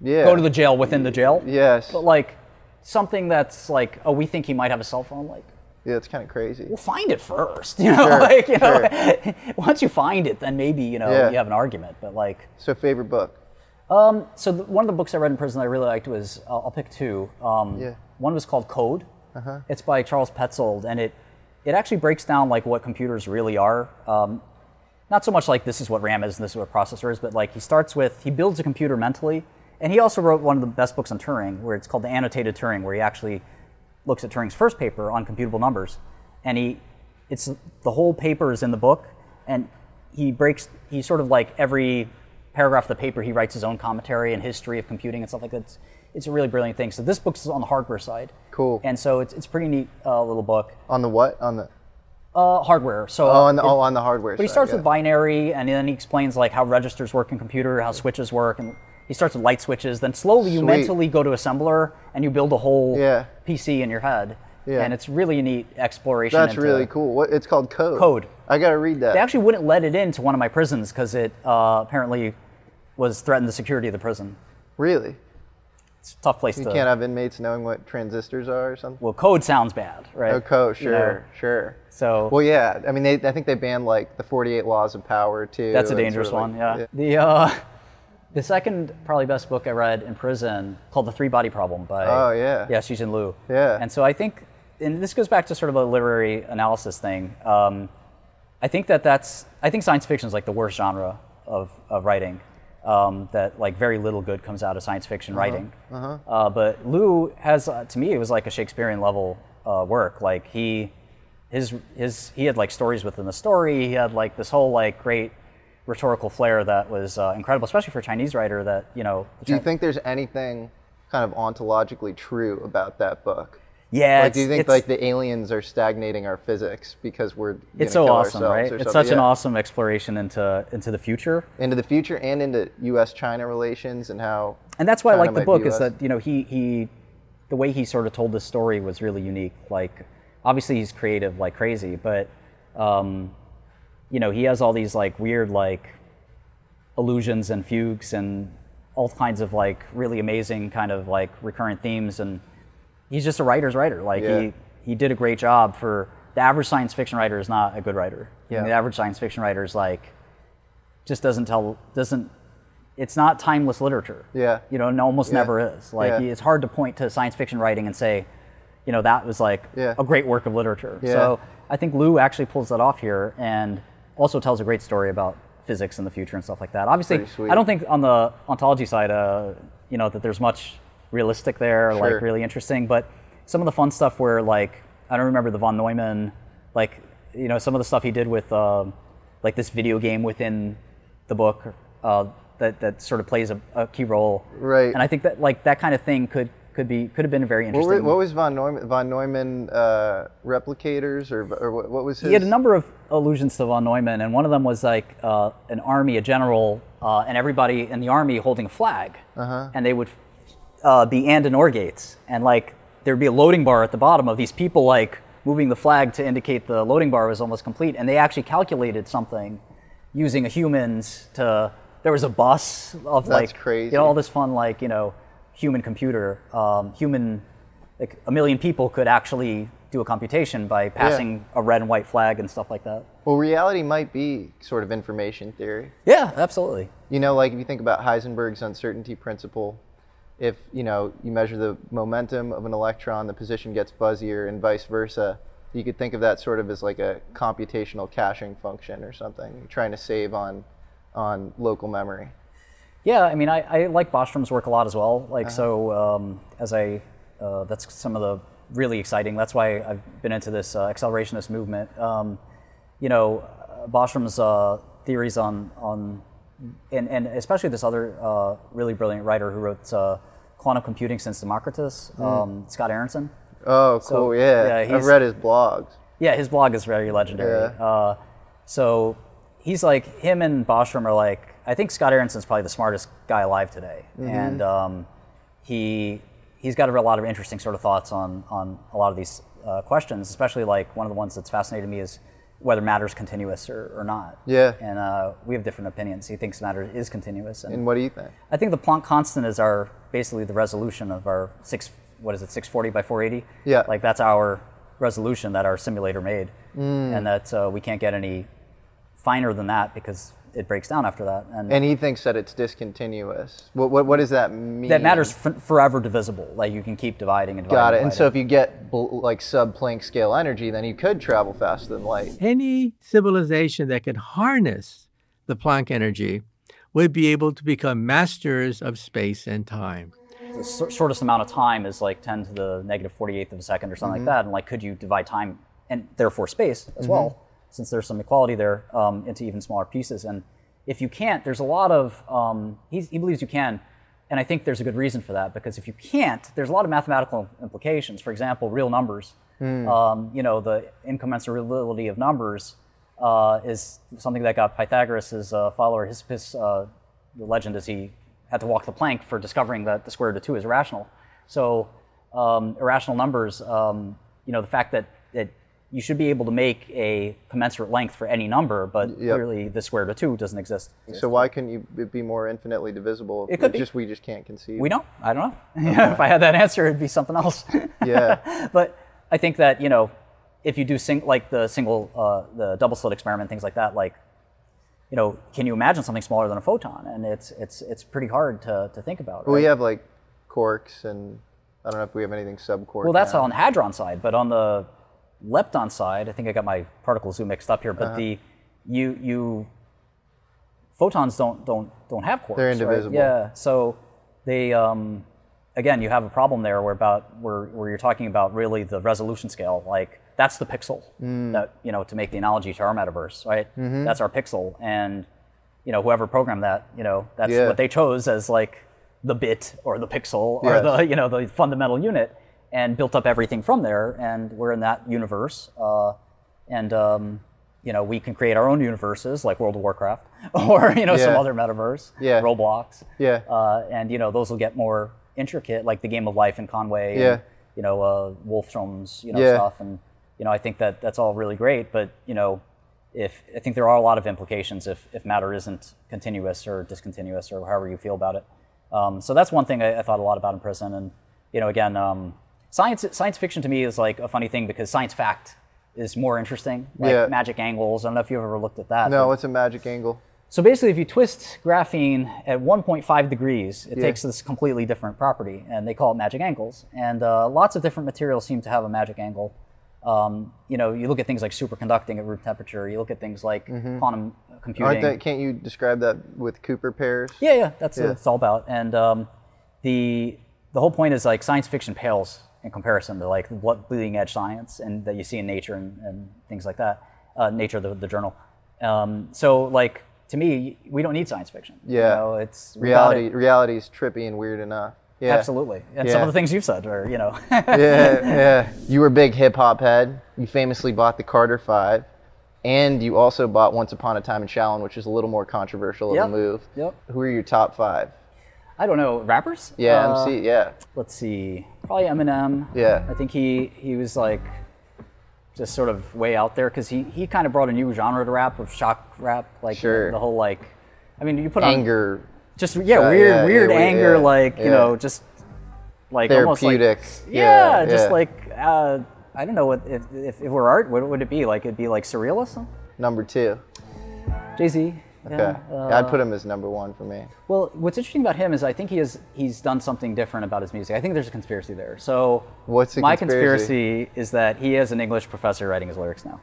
S1: yeah.
S2: go to the jail within the jail.
S1: Yes.
S2: But like something that's like, oh, we think he might have a cell phone. Like
S1: Yeah, it's kind of crazy.
S2: we'll find it first. You know, like you know, once you find it, then maybe you know
S1: Yeah.
S2: you have an argument. But like,
S1: so favorite book.
S2: Um, so the, one of the books I read in prison that I really liked was I'll I'll pick two. Um,
S1: Yeah.
S2: One was called Code.
S1: Uh-huh.
S2: It's by Charles Petzold, and it it actually breaks down like what computers really are. Um, not so much like this is what RAM is and this is what a processor is, but like he starts with he builds a computer mentally, and he also wrote one of the best books on Turing, where it's called the Annotated Turing, where he actually looks at Turing's first paper on computable numbers, and he it's the whole paper is in the book, and he breaks. He sort of like every paragraph of the paper, he writes his own commentary and history of computing and stuff like that. It's, it's a really brilliant thing. So this book's on the hardware side.
S1: Cool.
S2: And so it's, it's a pretty neat uh, little book.
S1: On the what? On the
S2: uh, hardware. So
S1: oh, on the,
S2: it-
S1: oh, on the hardware.
S2: But he
S1: side,
S2: starts
S1: yeah.
S2: with binary, and then he explains like how registers work in computer, how switches work, and he starts with light switches. Then slowly you
S1: Sweet.
S2: mentally go to assembler, and you build a whole
S1: Yeah.
S2: PC in your head.
S1: Yeah.
S2: And it's really a neat exploration.
S1: That's
S2: into-
S1: really cool. What it's called code.
S2: uh, Code.
S1: I gotta read that.
S2: They actually wouldn't let it into one of my prisons because it uh, apparently was threatened the security of the prison.
S1: really.
S2: It's a tough place
S1: You
S2: to.
S1: can't have inmates knowing what transistors are or something.
S2: well, code sounds bad, right?
S1: Oh, code.
S2: You
S1: Sure,
S2: know?
S1: sure.
S2: So.
S1: Well, yeah. I mean, they, I think they banned like the 48 laws of power too.
S2: That's a
S1: and
S2: dangerous
S1: sort of,
S2: one.
S1: like,
S2: Yeah. The uh, the second probably best book I read in prison called The Three Body Problem by
S1: Oh, yeah.
S2: yeah Susan Liu.
S1: Yeah.
S2: And so I think, and this goes back to sort of a literary analysis thing. Um, I think that that's I think science fiction is like the worst genre of of writing. Um, that like very little good comes out of science fiction writing.
S1: Uh-huh.
S2: Uh, but Lou has, uh, to me, it was like a Shakespearean level uh, work. Like he, his, his, he had like stories within the story. He had like this whole like great rhetorical flair that was uh, incredible, especially for a Chinese writer. That you know, the
S1: Do you
S2: Chi-
S1: think there's anything kind of ontologically true about that book?
S2: Yeah,
S1: Like, do
S2: it's-
S1: you think
S2: it's-
S1: like the aliens are stagnating our physics because we're gonna
S2: it's so
S1: kill
S2: awesome,
S1: ourselves
S2: right?
S1: or
S2: It's
S1: something?
S2: such an
S1: Yeah.
S2: awesome exploration into into the future.
S1: into the future and into U.S.-China relations and how.
S2: and that's why
S1: China
S2: I like the
S1: might
S2: book
S1: view
S2: is
S1: us.
S2: that you know he he the way he sort of told this story was really unique. Like obviously he's creative like crazy, but um, you know he has all these like weird like illusions and fugues and all kinds of like really amazing kind of like recurrent themes and he's just a writer's writer. Like
S1: Yeah.
S2: he he did a great job for the average science fiction writer is not a good writer.
S1: Yeah.
S2: The average science fiction writer is like just doesn't tell doesn't it's not timeless literature.
S1: Yeah.
S2: You know, and almost
S1: Yeah.
S2: never is. Like
S1: Yeah.
S2: it's hard to point to science fiction writing and say, you know, that was like
S1: Yeah.
S2: a great work of literature.
S1: Yeah.
S2: So I think Lou actually pulls that off here and also tells a great story about physics in the future and stuff like that. Obviously,
S1: Pretty sweet.
S2: I don't think on the ontology side, uh, you know, that there's much realistic there,
S1: Sure.
S2: like really interesting. But some of the fun stuff where like I don't remember the von Neumann, like you know, some of the stuff he did with um, like this video game within the book uh, that that sort of plays a, a key role.
S1: Right.
S2: And I think that like that kind of thing could could be could have been very
S1: What,
S2: interesting.
S1: were, what was von Neumann, von Neumann uh, replicators or, or what, what was his?
S2: he had a number of allusions to von Neumann, and one of them was like uh, an army, a general, uh, and everybody in the army holding a flag, uh-huh. and they would uh, be and and or gates, and like there'd be a loading bar at the bottom of these people like moving the flag to indicate the loading bar was almost complete, and they actually calculated something using a humans to. There was a bus of
S1: That's
S2: like
S1: crazy.
S2: you know, all this fun like you know human computer um, human like a million people could actually do a computation by passing a red and white flag and stuff like that.
S1: Well, reality might be sort of information theory.
S2: Yeah, absolutely.
S1: You know, like if you think about Heisenberg's uncertainty principle, if you know you measure the momentum of an electron, the position gets fuzzier, and vice versa. You could think of that sort of as like a computational caching function or something, You're trying to save on on local memory.
S2: Yeah, I mean, I, I like Bostrom's work a lot as well. Like,
S1: Uh-huh.
S2: so um, as I, uh, that's some of the really exciting. That's why I've been into this uh, accelerationist movement. Um, you know, uh, Bostrom's uh, theories on on, and, and especially this other uh, really brilliant writer who wrote uh, Quantum Computing Since Democritus, um, Scott Aaronson.
S1: Mm. Oh, cool!
S2: So, yeah,
S1: yeah, I've
S2: he's-
S1: read his blogs.
S2: Yeah, his blog is very legendary.
S1: Yeah.
S2: Uh, so he's like him and Bostrom are like I think Scott Aaronson's probably the smartest guy alive today,
S1: Mm-hmm.
S2: and um, he he's got a lot of interesting sort of thoughts on on a lot of these uh, questions, especially like one of the ones that's fascinated me is whether matter is continuous or, or not.
S1: Yeah.
S2: and uh, we have different opinions. He thinks matter is continuous, and,
S1: And what do you think?
S2: I think the Planck constant is our basically the resolution of our six. What is it? Six forty by four eighty.
S1: Yeah.
S2: Like that's our resolution that our simulator made,
S1: Mm.
S2: and that uh, we can't get any finer than that because it breaks down after that. And,
S1: And he thinks that it's discontinuous. What what, what does that mean?
S2: that matters f- forever divisible. Like you can keep dividing and dividing.
S1: Got it. And so if
S2: dividing.
S1: you get bl- like sub Planck scale energy, then you could travel faster than light.
S14: Any civilization that could harness the Planck energy would be able to become masters of space and time.
S2: the s- shortest amount of time is like ten to the negative forty eighth of a second or something
S14: Mhm.
S2: like that. And like, could you divide time and therefore space as well? since there's some equality there, um, into even smaller pieces. And if you can't, there's a lot of, um, he's, he believes you can, and I think there's a good reason for that because if you can't, there's a lot of mathematical implications. For example, real numbers.
S15: Mm.
S2: Um, you know, the incommensurability of numbers uh, is something that got Pythagoras' uh, follower. His, his uh, the legend is he had to walk the plank for discovering that the square root of two is irrational. So um, irrational numbers. Um, you know, the fact that that you should be able to make a commensurate length for any number, but clearly the square root of two doesn't exist.
S1: So why couldn't you it be more infinitely divisible?
S2: It could be.
S1: just we just can't conceive.
S2: We don't. I don't know. if I had that answer, it'd be something else.
S1: Yeah.
S2: but I think that you know, if you do sing like the single, uh, the double slit experiment, things like that, like, you know, can you imagine something smaller than a photon? And it's it's it's pretty hard to, to think about.
S1: We
S2: right?
S1: have like quarks, and I don't know if we have anything subquark.
S2: Well, that's
S1: now.
S2: on the hadron side, but on the lepton side, I think I got my particle zoo mixed up here. But
S1: Uh-huh.
S2: the you you photons don't don't don't have quarks.
S1: They're
S2: right?
S1: indivisible.
S2: Yeah. So they um, again, you have a problem there where about where where you're talking about really the resolution scale. Like that's the pixel
S15: Mm.
S2: that you know to make the analogy to our metaverse, right?
S15: Mhm.
S2: That's our pixel, and you know whoever programmed that, you know that's
S15: Yeah.
S2: what they chose as like the bit or the pixel or
S15: Yes.
S2: the you know the fundamental unit and built up everything from there and we're in that universe uh, and um, you know we can create our own universes like world of warcraft or you know some
S1: Yeah.
S2: other metaverse
S1: Yeah.
S2: roblox
S1: Yeah.
S2: uh, and you know those will get more intricate like the game of life in conway and,
S1: Yeah.
S2: you know uh, wolfstrom's you know
S1: Yeah.
S2: stuff and you know i think that that's all really great but you know if i think there are a lot of implications if, if matter isn't continuous or discontinuous or however you feel about it um, so that's one thing I, I thought a lot about in prison. And you know, again, um, science science fiction to me is like a funny thing because science fact is more interesting. Like
S1: Yeah.
S2: Magic angles. I don't know if you've ever looked at that.
S1: No,
S2: but-
S1: it's a magic angle.
S2: so basically, if you twist graphene at 1.5 degrees, it
S1: Yeah.
S2: takes this completely different property, and they call it magic angles. And uh, lots of different materials seem to have a magic angle. Um, you know, you look at things like superconducting at room temperature. You look at things like
S1: Mhm.
S2: quantum
S1: Aren't
S2: computing.
S1: that, can't you describe that with Cooper pairs?
S2: Yeah, yeah, that's
S1: Yeah.
S2: what it's all about. And um, the the whole point is like science fiction pales in comparison to like what bleeding edge science and that you see in nature and, and things like that. Uh, nature, the, the journal. Um, so like to me, we don't need science fiction. You
S1: Yeah.
S2: know, it's we got
S1: reality.
S2: it.
S1: Reality is trippy and weird enough. Yeah.
S2: Absolutely. And some
S1: Yeah.
S2: of the things you've said are, you know.
S1: yeah, yeah. You were a big hip hop head. You famously bought the Carter Five, and you also bought Once Upon a Time in Shaolin, which is a little more controversial
S2: Yep,
S1: of a move.
S2: yep.
S1: Who are your top five?
S2: I don't know, rappers?
S1: Yeah,
S2: Uh,
S1: MC. Yeah.
S2: Let's see. Probably Eminem.
S1: Yeah.
S2: I think he he was like just sort of way out there because he he kind of brought a new genre to rap of shock rap, like the-
S1: Sure.
S2: the, whole like, I mean, you put on
S1: Anger.
S2: just yeah,
S1: Uh,
S2: weird
S1: yeah,
S2: weird
S1: yeah, we-
S2: anger,
S1: yeah,
S2: like you
S1: yeah.
S2: know, just like almost like-
S1: Therapeutic.
S2: yeah, just
S1: yeah.
S2: like uh, I don't know what if, if if it were art, what would it be? Like it'd be like surrealism.
S1: number two.
S2: Jay Z.
S1: Okay.
S2: uh,
S1: I'd put him as number one for me.
S2: Well, what's interesting about him is I think he has he's done something different about his music. I think there's a conspiracy there. So
S1: What's the
S2: my
S1: conspiracy?
S2: conspiracy is that he is an English professor writing his lyrics now.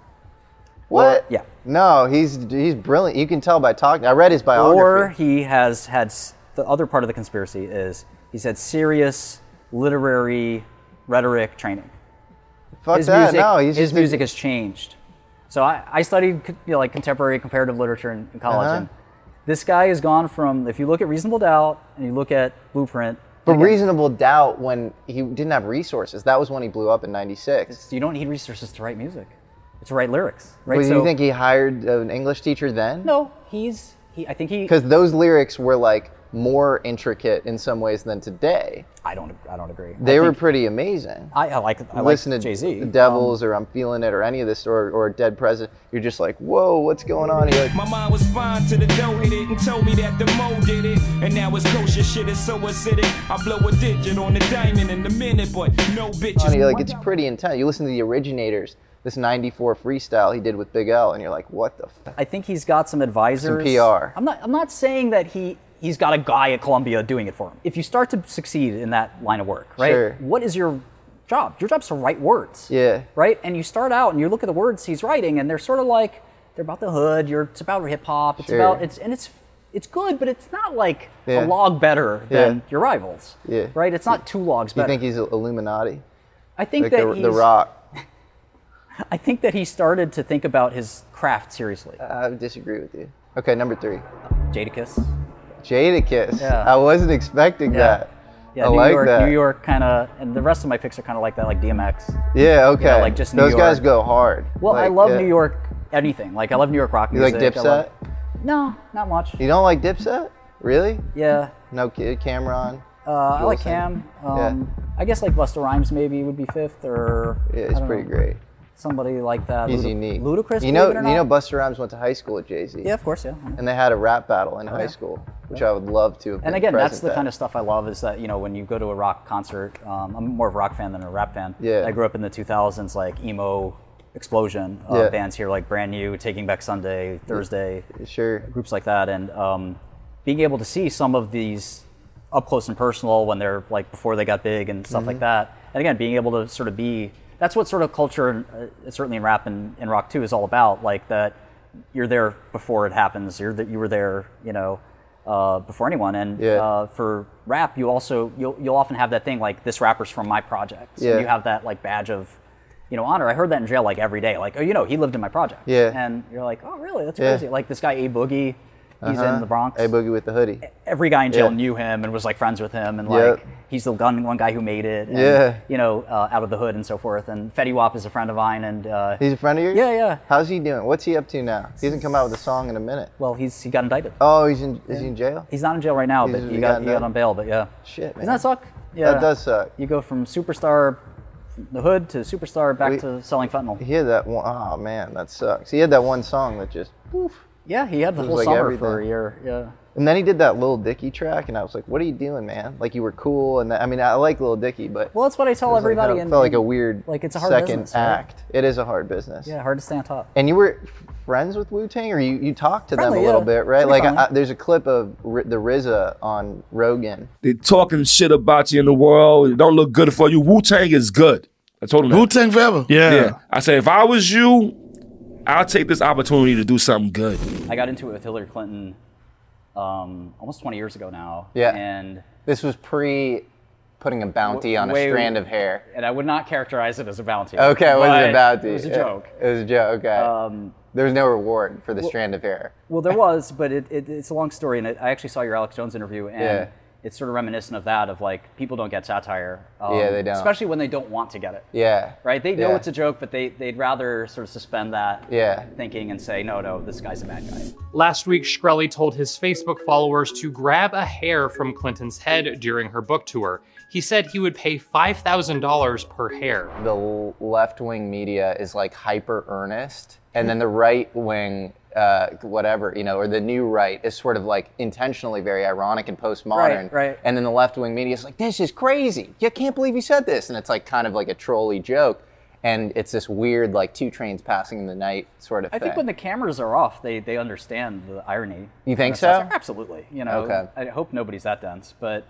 S1: What?
S2: yeah.
S1: No, he's he's brilliant. You can tell by talking. I read his biography.
S2: Or he has had s- the other part of the conspiracy is he's had serious literary rhetoric training.
S1: Fuck that, no, he's
S2: his
S1: just a-
S2: music has changed. So I, I studied co- you know, like contemporary comparative literature in, in college,
S1: Uh-huh.
S2: and this guy has gone from if you look at Reasonable Doubt and you look at Blueprint,
S1: But reasonable doubt when he didn't have resources. That was when he blew up in '96.
S2: you don't need resources to write music, to write lyrics, right?
S1: Well, do
S2: So-
S1: you think he hired an English teacher then?
S2: No, he's he. I think he.
S1: Because those lyrics were like more intricate in some ways than today.
S2: I don't. I don't agree.
S1: They
S2: I
S1: were
S2: think-
S1: pretty amazing.
S2: I, I like. I
S1: Listen
S2: like
S1: to
S2: Jay Z.
S1: The Devils or I'm Feeling It or any of this or, or Dead President. You're just like, whoa, what's going on here?
S16: My mind was fine till the dough hit it and told me that the mo did it. And now it's kosher shit is so acidic. I blow a digit on the diamond in a minute, but no bitches.
S1: Funny, like it's pretty intense. You listen to the originators, this '94 freestyle he did with Big L, and you're like, what the? F-?
S2: I think he's got some advisors.
S1: PR.
S2: I'm not. I'm not saying that he he's got a guy at Columbia doing it for him. If you start to succeed in that line of work, right?
S1: Sure.
S2: What is your job? Your job's to write words.
S1: Yeah.
S2: Right. And you start out and you look at the words he's writing, and they're sort of like they're about the hood. You're it's about hip hop. It's
S1: Sure.
S2: about it's and it's it's good, but it's not like a
S1: Yeah.
S2: log better than
S1: Yeah.
S2: your rivals.
S1: Yeah.
S2: Right. It's not two logs
S1: You
S2: better.
S1: think he's Illuminati?
S2: I think
S1: like
S2: that
S1: the, the
S2: he's-
S1: Rock.
S2: I think that he started to think about his craft seriously.
S1: I would disagree with you. Okay, number three.
S2: Jadakiss.
S1: Jadakiss.
S2: Yeah.
S1: I wasn't expecting
S2: Yeah.
S1: that.
S2: Yeah,
S1: I
S2: New
S1: like
S2: York,
S1: that.
S2: New York kind of, and the rest of my picks are kind of like that, like DMX.
S1: Yeah,
S2: You
S1: okay.
S2: know, like just New
S1: Those
S2: York.
S1: guys go hard.
S2: Well, I
S1: Like,
S2: love
S1: yeah.
S2: New York anything. Like I love New York rock
S1: You like
S2: music. I love-
S1: Dipset?
S2: No, not much.
S1: You don't like Dipset? Really?
S2: Yeah.
S1: No kid, Cameron.
S2: Uh, I like
S1: Wilson.
S2: Cam. Um, I guess like Busta Rhymes maybe would be fifth, or
S1: Yeah, he's
S2: I don't
S1: pretty
S2: know,
S1: great.
S2: Somebody like that.
S1: He's
S2: Luda-
S1: unique.
S2: Ludacris.
S1: You know,
S2: believe it or
S1: you know,
S2: not.
S1: Buster Rhymes went to high school at Jay Z.
S2: Yeah, of course, yeah.
S1: And they had a rap battle in high school, which I would love to. Have
S2: And again, that's the kind of stuff I love is that, you know, when you go to a rock concert, um, I'm more of a rock fan than a rap fan.
S1: Yeah.
S2: I grew up in the 2000s, like emo explosion uh,
S1: Yeah.
S2: bands here, like Brand New, Taking Back Sunday, Thursday.
S1: Sure.
S2: Groups like that. And um, being able to see some of these up close and personal when they're like before they got big and stuff like
S1: Mhm.
S2: that. And again, being able to sort of be that's what sort of culture, uh, certainly in rap and, and rock too, is all about. Like that you're there before it happens. You're that you were there, you know, uh, before anyone. And uh, for rap, you also you'll you'll often have that thing like this rapper's from my project.
S1: Yeah.
S2: And you have that like badge of you know honor. I heard that in jail like every day. Like oh you know he lived in my project.
S1: Yeah.
S2: And you're like oh really that's
S1: Yeah.
S2: crazy. Like this guy A Boogie, he's in the Bronx
S1: A boogie with the hoodie.
S2: every guy in jail
S1: Yeah.
S2: knew him and was like friends with him and
S1: Yep.
S2: like he's the gun one guy who made it and,
S1: Yeah.
S2: you know uh, out of the hood and so forth and Fetty Wap is a friend of mine and uh,
S1: He's a friend of yours.
S2: Yeah, yeah.
S1: How's he doing? What's he up to now? He hasn't come out with a song in a minute.
S2: Well, he's he got indicted.
S1: Oh, he's in. Is he in jail?
S2: he's not in jail right now
S1: He's-
S2: but he
S1: he
S2: got,
S1: got
S2: he got
S1: indicted.
S2: on bail but yeah
S1: Shit,
S2: doesn't
S1: man.
S2: that suck yeah
S1: That does suck.
S2: you go from superstar the hood to superstar back
S1: We-
S2: to selling fentanyl
S1: He had that one oh man, that sucks. He had that one song that just.
S2: yeah he had the
S1: It was
S2: whole
S1: like
S2: summer for a
S1: everything.
S2: year yeah
S1: And then he did that Lil Dicky track, and I was like, "What are you doing, man? Like you were cool." And that, I mean, I like Lil Dicky, but
S2: well that's what I tell
S1: It was
S2: everybody
S1: Like,
S2: and-
S1: it felt like
S2: and-
S1: a weird
S2: like it's a hard
S1: second
S2: business, right?
S1: act. It is a hard business.
S2: yeah hard to stay on top
S1: And you were friends with Wu Tang, or you, you talked to them
S2: Friendly,
S1: a little
S2: yeah.
S1: bit, right?
S2: Pretty
S1: Like,
S2: friendly.
S1: I, I, there's a clip of R- the RZA on Rogan.
S15: They talking shit about you in the world. It don't look good for you. Wu Tang is good. I told him Wu Tang forever.
S6: Yeah.
S15: I said if I was you, I'll take this opportunity to do something good.
S2: I got into it with Hillary Clinton um, almost 20 years ago now.
S1: Yeah.
S2: And
S1: This was pre putting a bounty on a
S2: way-
S1: strand of hair.
S2: And I would not characterize it as a bounty.
S1: Okay, it wasn't
S2: but
S1: a bounty.
S2: It was a
S1: Yeah,
S2: joke. Um,
S1: It, was a joke. Okay. there was no reward for the
S2: Well-
S1: strand of hair.
S2: Well, there was, but it, it, it's a long story. And it, I actually saw your Alex Jones interview, and
S1: Yeah.
S2: it's sort of reminiscent of that of like people don't get satire. um,
S1: Yeah, they don't.
S2: Especially when they don't want to get it.
S1: Yeah.
S2: Right? They know
S1: Yeah.
S2: it's a joke, but they, they'd rather sort of suspend that
S1: Yeah.
S2: thinking and say, no, no, this guy's a bad guy.
S17: Last week, Shkreli told his Facebook followers to grab a hair from Clinton's head during her book tour. He said he would pay $5,000 per hair.
S1: The left wing media is like hyper earnest, and then the right wing, uh, whatever, you know, or the new right is sort of like intentionally very ironic and postmodern.
S2: Right, right.
S1: And then the left wing media is like, this is crazy. You can't believe you said this. And it's like kind of like a trolley joke. And it's this weird, like two trains passing in the night sort of
S2: I
S1: thing.
S2: think when the cameras are off, they, they understand the irony.
S1: You
S2: And
S1: think
S2: it's like,
S1: so?
S2: Absolutely. You know,
S1: Okay.
S2: I hope nobody's that dense, but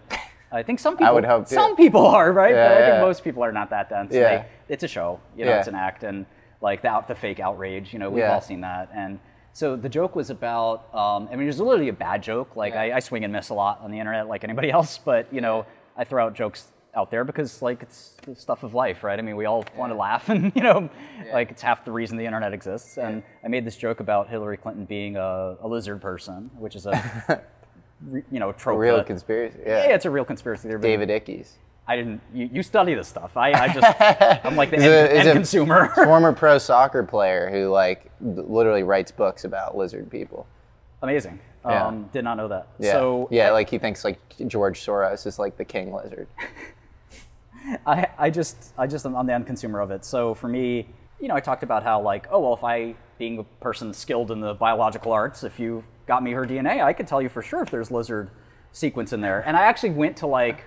S2: I think some people.
S1: would hope too.
S2: some people are right.
S1: Yeah,
S2: but I think
S1: yeah.
S2: most people are not that dense.
S1: Yeah.
S2: They- it's a show. You know,
S1: Yeah.
S2: it's an act, and like the out, the fake outrage. You know, we've
S1: Yeah.
S2: all seen that. And so the joke was about. Um, I mean, it was literally a bad joke. Like I, I swing and miss a lot on the internet, like anybody else. But you know, I throw out jokes out there because like it's the stuff of life, right? I mean, we all want to laugh, and you know, like it's half the reason the internet exists. And I made this joke about Hillary Clinton being a, a lizard person, which is a re- you know trope.
S1: real
S2: that-
S1: conspiracy.
S2: Yeah.
S1: Yeah.
S2: it's a real conspiracy theory. but-
S1: David Ickeys.
S2: I didn't. You, you study this stuff. I, I just. I'm like the
S1: He's
S2: end,
S1: a- he's
S2: end
S1: a
S2: consumer.
S1: former pro soccer player who like literally writes books about lizard people.
S2: Amazing.
S1: Yeah.
S2: Um, did not know that.
S1: Yeah.
S2: So
S1: yeah, like he thinks like George Soros is like the king lizard.
S2: I, I just I just am I'm the end consumer of it. So for me, you know, I talked about how like, oh well, if I being a person skilled in the biological arts, if you got me her DNA, I could tell you for sure if there's lizard sequence in there. And I actually went to like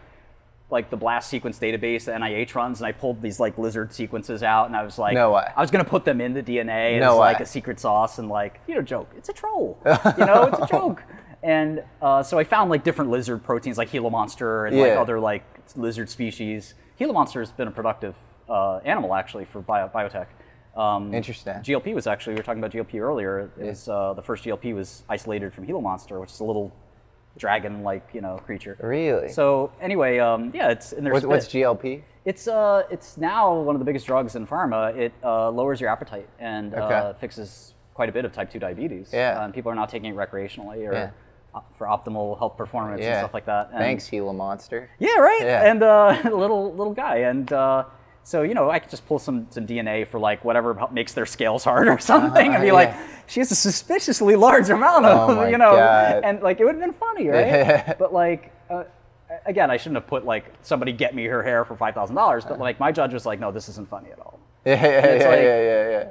S2: like the blast sequence database that NIH runs, and I pulled these like lizard sequences out, and I was like,
S1: No way.
S2: I was gonna put them in the DNA as
S1: No way.
S2: like a secret sauce, and like, you know, joke. It's a troll. you know, it's a joke. And uh, so I found like different lizard proteins, like Gila monster and like
S1: Yeah.
S2: other like lizard species. Gila monster has been a productive uh, animal actually for bio- biotech. Um,
S1: Interesting.
S2: GLP was actually we were talking about GLP earlier. It was uh, the first GLP was isolated from Gila monster, which is a little dragon-like, you know, creature.
S1: Really?
S2: So anyway, um, yeah, it's in their
S1: What's-
S2: spit.
S1: what's GLP?
S2: It's uh, it's now one of the biggest drugs in pharma. It uh, lowers your appetite and uh,
S1: Okay.
S2: fixes quite a bit of type two diabetes.
S1: Yeah.
S2: And people are now taking it recreationally or
S1: Yeah.
S2: op- for optimal health performance and
S1: Yeah.
S2: stuff like that. And
S1: Thanks, Gila Monster.
S2: Yeah, right.
S1: Yeah.
S2: And uh, little little guy, and uh, so you know, I could just pull some some DNA for like whatever h- makes their scales hard or something, and be
S1: Uh-huh, yeah.
S2: like, she has a suspiciously large amount of,
S1: Oh my
S2: you know,
S1: God.
S2: and like it would have been funny, right? But like. Uh, Again, I shouldn't have put like somebody get me her hair for five thousand dollars,
S1: Uh-huh.
S2: but like my judge was like, no, this isn't funny at all.
S1: Yeah,
S2: And
S1: yeah,
S2: it's
S1: yeah,
S2: like-
S1: yeah, yeah, yeah.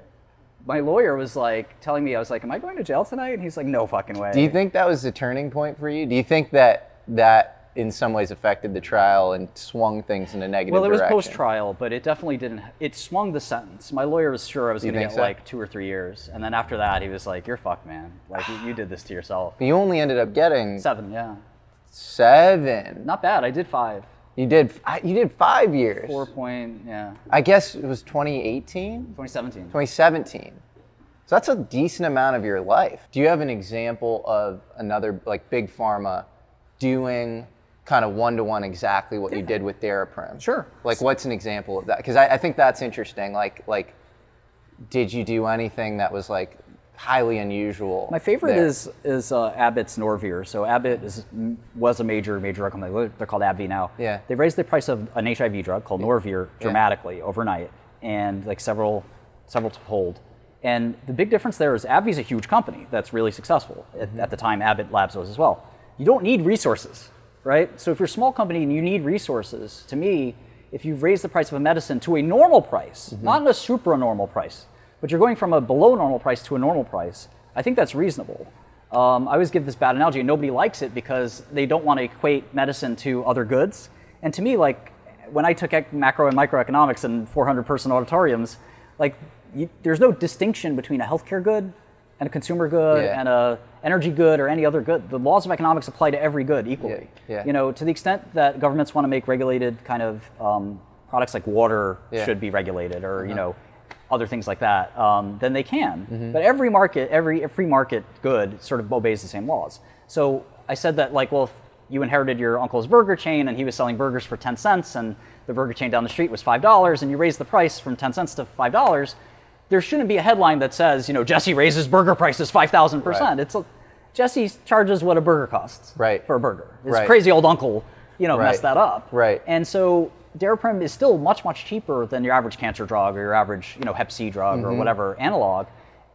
S2: My lawyer was like telling me, I was like, am I going to jail tonight? And he's like, no fucking way.
S1: Do you think that was the turning point for you? Do you think that that in some ways affected the trial and swung things in a negative
S2: Well, it was
S1: direction?
S2: post trial, but it definitely didn't. It swung the sentence. My lawyer was sure I was
S1: You
S2: going to
S1: think
S2: get
S1: so?
S2: like two or three years, and then after that, he was like, "You're fucked, man. Like you, you did this to yourself."
S1: You only ended up getting
S2: Seven, yeah,
S1: seven.
S2: not bad. I did five.
S1: You did. I- You did five years.
S2: Four point, yeah,
S1: I guess it was 2018,
S2: 2017.
S1: 2017. So that's a decent amount of your life. Do you have an example of another like big pharma doing kind of one to one exactly what you did with Daraprim? Sure. Like what's an example of that? Because I, I think that's interesting. Like like, did you do anything that was like highly unusual?
S2: My favorite
S1: there?
S2: is is uh, Abbott's Norvir. So Abbott is, was a major major drug company. They're called AbbVie now.
S1: Yeah.
S2: They raised the price of an HIV drug called Norvir
S1: Yeah.
S2: dramatically overnight, and like several several to hold. And the big difference there is AbbVie's a huge company that's really successful. At,
S1: Mm-hmm.
S2: at the time, Abbott Labs was as well. You don't need resources, right? So if you're a small company and you need resources, to me, if you've raised the price of a medicine to a normal price,
S1: Mm-hmm.
S2: not a supra normal price, but you're going from a below normal price to a normal price, I think that's reasonable. Um, I always give this bad analogy, and nobody likes it because they don't want to equate medicine to other goods. And to me, like when I took ec- macro and microeconomics in 400 person auditoriums, like you, there's no distinction between a healthcare good and a consumer good
S1: Yeah.
S2: and a energy good or any other good. The laws of economics apply to every good equally.
S1: Yeah, yeah.
S2: You know, to the extent that governments want to make regulated kind of um, products like water
S1: Yeah. Uh-huh.
S2: should be regulated or you know other things like that, um, then they can.
S1: Mm-hmm.
S2: But every market, every free market good sort of obeys the same laws. So I said that like, well, if you inherited your uncle's burger chain and he was selling burgers for 10 cents and the burger chain down the street was $5 and you raised the price from 10 cents to $5, there shouldn't be a headline that says, you know, Jesse raises burger prices 5,000%.
S1: Right.
S2: It's like, Jesse charges what a burger costs
S1: Right.
S2: for a burger. His
S1: Right.
S2: crazy old uncle, you know, messed
S1: Right.
S2: that up.
S1: Right.
S2: And so Daraprim is still much, much cheaper than your average cancer drug or your average, you know, Hep C drug or
S1: Mhm.
S2: whatever analog.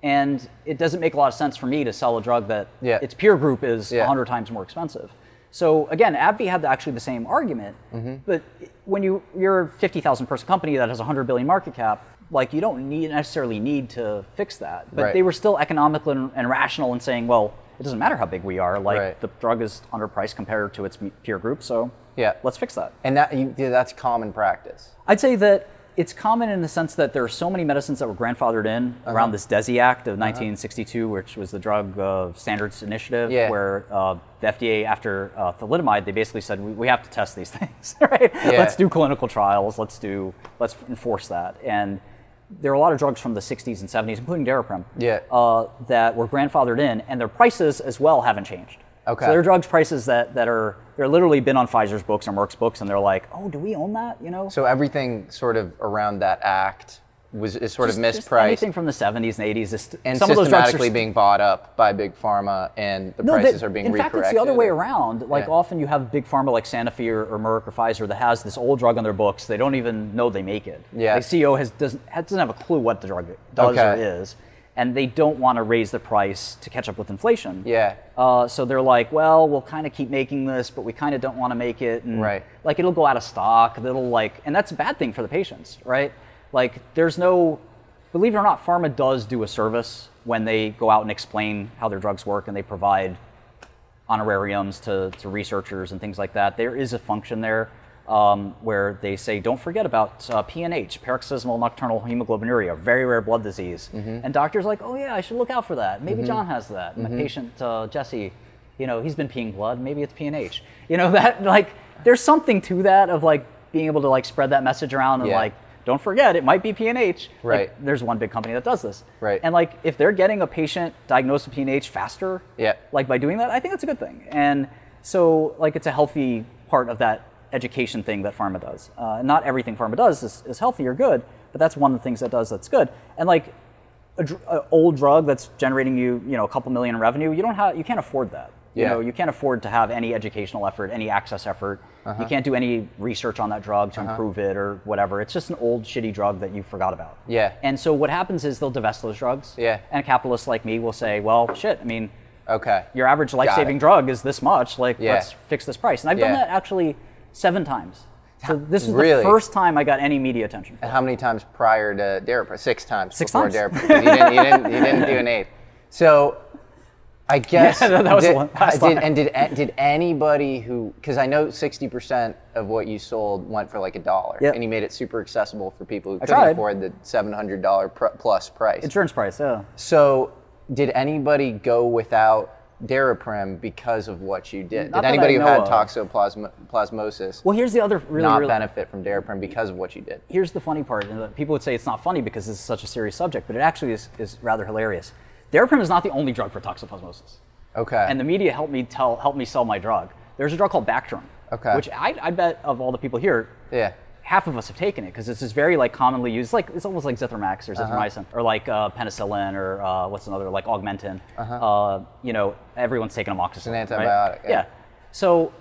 S2: And it doesn't make a lot of sense for me to sell a drug that
S1: Yeah.
S2: its peer group is a
S1: Yeah.
S2: 100 times more expensive. So again, AbbVie had actually the same argument,
S1: Mm-hmm.
S2: but when you you're a 50,000 person company that has a 100 billion market cap, like you don't need necessarily need to fix that. But
S1: Right.
S2: they were still economical and, and rational in saying, well, it doesn't matter how big we are. Like
S1: Right.
S2: the drug is underpriced compared to its m- peer group, so
S1: yeah.
S2: let's fix that.
S1: And that you, yeah, that's common practice.
S2: I'd say that it's common in the sense that there are so many medicines that were grandfathered in
S1: Uh-huh.
S2: around this DESI Act of 1962, which was the Drug uh, Standards Initiative,
S1: Yeah.
S2: where uh, the FDA, after uh, thalidomide, they basically said we, we have to test these things, right?
S1: Yeah.
S2: Let's do clinical trials. Let's do let's enforce that. And there are a lot of drugs from the 60s and 70s, including Daraprim,
S1: Yeah.
S2: uh, that were grandfathered in, and their prices as well haven't changed.
S1: Okay.
S2: So there are drugs prices that, that are they're literally been on Pfizer's books and Merck's books, and they're like, oh, do we own that? You know.
S1: So everything sort of around that act was is sort of
S2: Just
S1: mispriced.
S2: anything from the 70s and 80s. Is
S1: and
S2: some of those drugs are
S1: systematically
S2: st-
S1: being bought up by big pharma, and the
S2: No,
S1: prices
S2: they-
S1: are being
S2: In fact, it's the other
S1: recorrected.
S2: way around. Like
S1: Yeah.
S2: often you have big pharma like Sanofi or, or Merck or Pfizer that has this old drug on their books. They don't even know they make it.
S1: Yeah.
S2: The CEO has doesn't has, doesn't have a clue what the drug does
S1: Okay.
S2: or is, and they don't want to raise the price to catch up with inflation.
S1: Yeah.
S2: Uh, so they're like, well, we'll kind of keep making this, but we kind of don't want to make it. And
S1: Right.
S2: Like it'll go out of stock. It'll like, and that's a bad thing for the patients, right? Like there's no, believe it or not, pharma does do a service when they go out and explain how their drugs work and they provide honorariums to, to researchers and things like that. There is a function there um, where they say, don't forget about uh, PNH, paroxysmal nocturnal hemoglobinuria, very rare blood disease. And doctors like, oh yeah, I should look out for that. Maybe
S1: Mhm.
S2: John has that. My
S1: Mhm.
S2: patient uh, Jesse, you know, he's been peeing blood. Maybe it's PNH. You know that like there's something to that of like being able to like spread that message around and
S1: Yeah.
S2: like don't forget it might be PNH. Like,
S1: Right.
S2: there's one big company that does this.
S1: Right.
S2: And like if they're getting a patient diagnosed with PNH faster,
S1: Yeah.
S2: like by doing that, I think that's a good thing. And So, like, it's a healthy part of that education thing that pharma does. Uh, not everything pharma does is, is healthy or good, but that's one of the things that does that's good. And like, a, dr- a old drug that's generating you, you know, a couple million in revenue, you don't have, you can't afford that. You
S1: Yeah.
S2: know, you can't afford to have any educational effort, any access effort.
S1: Uh-huh.
S2: You can't do any research on that drug to
S1: Uh-huh.
S2: improve it or whatever. It's just an old shitty drug that you forgot about.
S1: Yeah.
S2: And so what happens is they'll divest those drugs.
S1: Yeah.
S2: And capitalists like me will say, well, shit, I mean,
S1: okay.
S2: Your average life-saving
S1: it.
S2: drug is this much. Like,
S1: Yeah.
S2: let's fix this price. And I've done
S1: Yeah.
S2: that actually seven times. So this is the
S1: Really?
S2: first time I got any media attention.
S1: And how many times prior to Darapro? Six times.
S2: Six
S1: before
S2: times.
S1: Darapro. 'cause You didn't, you, didn't, you didn't do an eighth. So I guess
S2: that- that was
S1: did,
S2: the one- last
S1: did-
S2: time.
S1: and did a- did anybody who because I know sixty percent of what you sold went for like a dollar,
S2: Yep.
S1: and you made it super accessible for people who
S2: I
S1: couldn't
S2: tried.
S1: afford the seven hundred dollar pr- plus price
S2: insurance price. Yeah.
S1: So did anybody go without? Daraprim because of what you did.
S2: Not that
S1: did
S2: I
S1: anybody who
S2: know
S1: had
S2: of.
S1: toxoplasmosis
S2: Well, here's the other really,
S1: not
S2: really
S1: benefit from Daraprim because of what you did?
S2: here's the funny part. and that People would say it's not funny because this is such a serious subject, but it actually is, is rather hilarious. Daraprim is not the only drug for toxoplasmosis.
S1: Okay.
S2: And the media helped me tell, helped me sell my drug. There's a drug called Bactrim.
S1: Okay.
S2: Which I, I bet of all the people here,
S1: yeah.
S2: half of us have taken it because it's this very like commonly used. It's like it's almost like Zithromax or
S1: Uh-huh.
S2: Zithromycin or like uh, penicillin or uh, what's another like Augmentin.
S1: Uh-huh.
S2: Uh, you know, everyone's taking amoxicillin. It's an
S1: antibiotic, yeah.
S2: So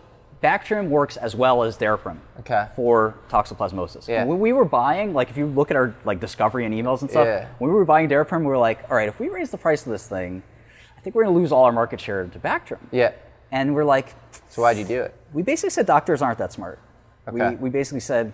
S2: Bactrim works as well as Daraprim.
S1: Okay.
S2: For toxoplasmosis.
S1: Yeah.
S2: And when we were buying, like if you look at our like discovery and emails and stuff,
S1: Yeah.
S2: when we were buying Daraprim, we were like, all right, if we raise the price of this thing, I think we're gonna lose all our market share to Bactrim.
S1: Yeah.
S2: And we're like,
S1: So why'd you do it?
S2: we basically said doctors aren't that smart.
S1: Okay.
S2: We, we basically said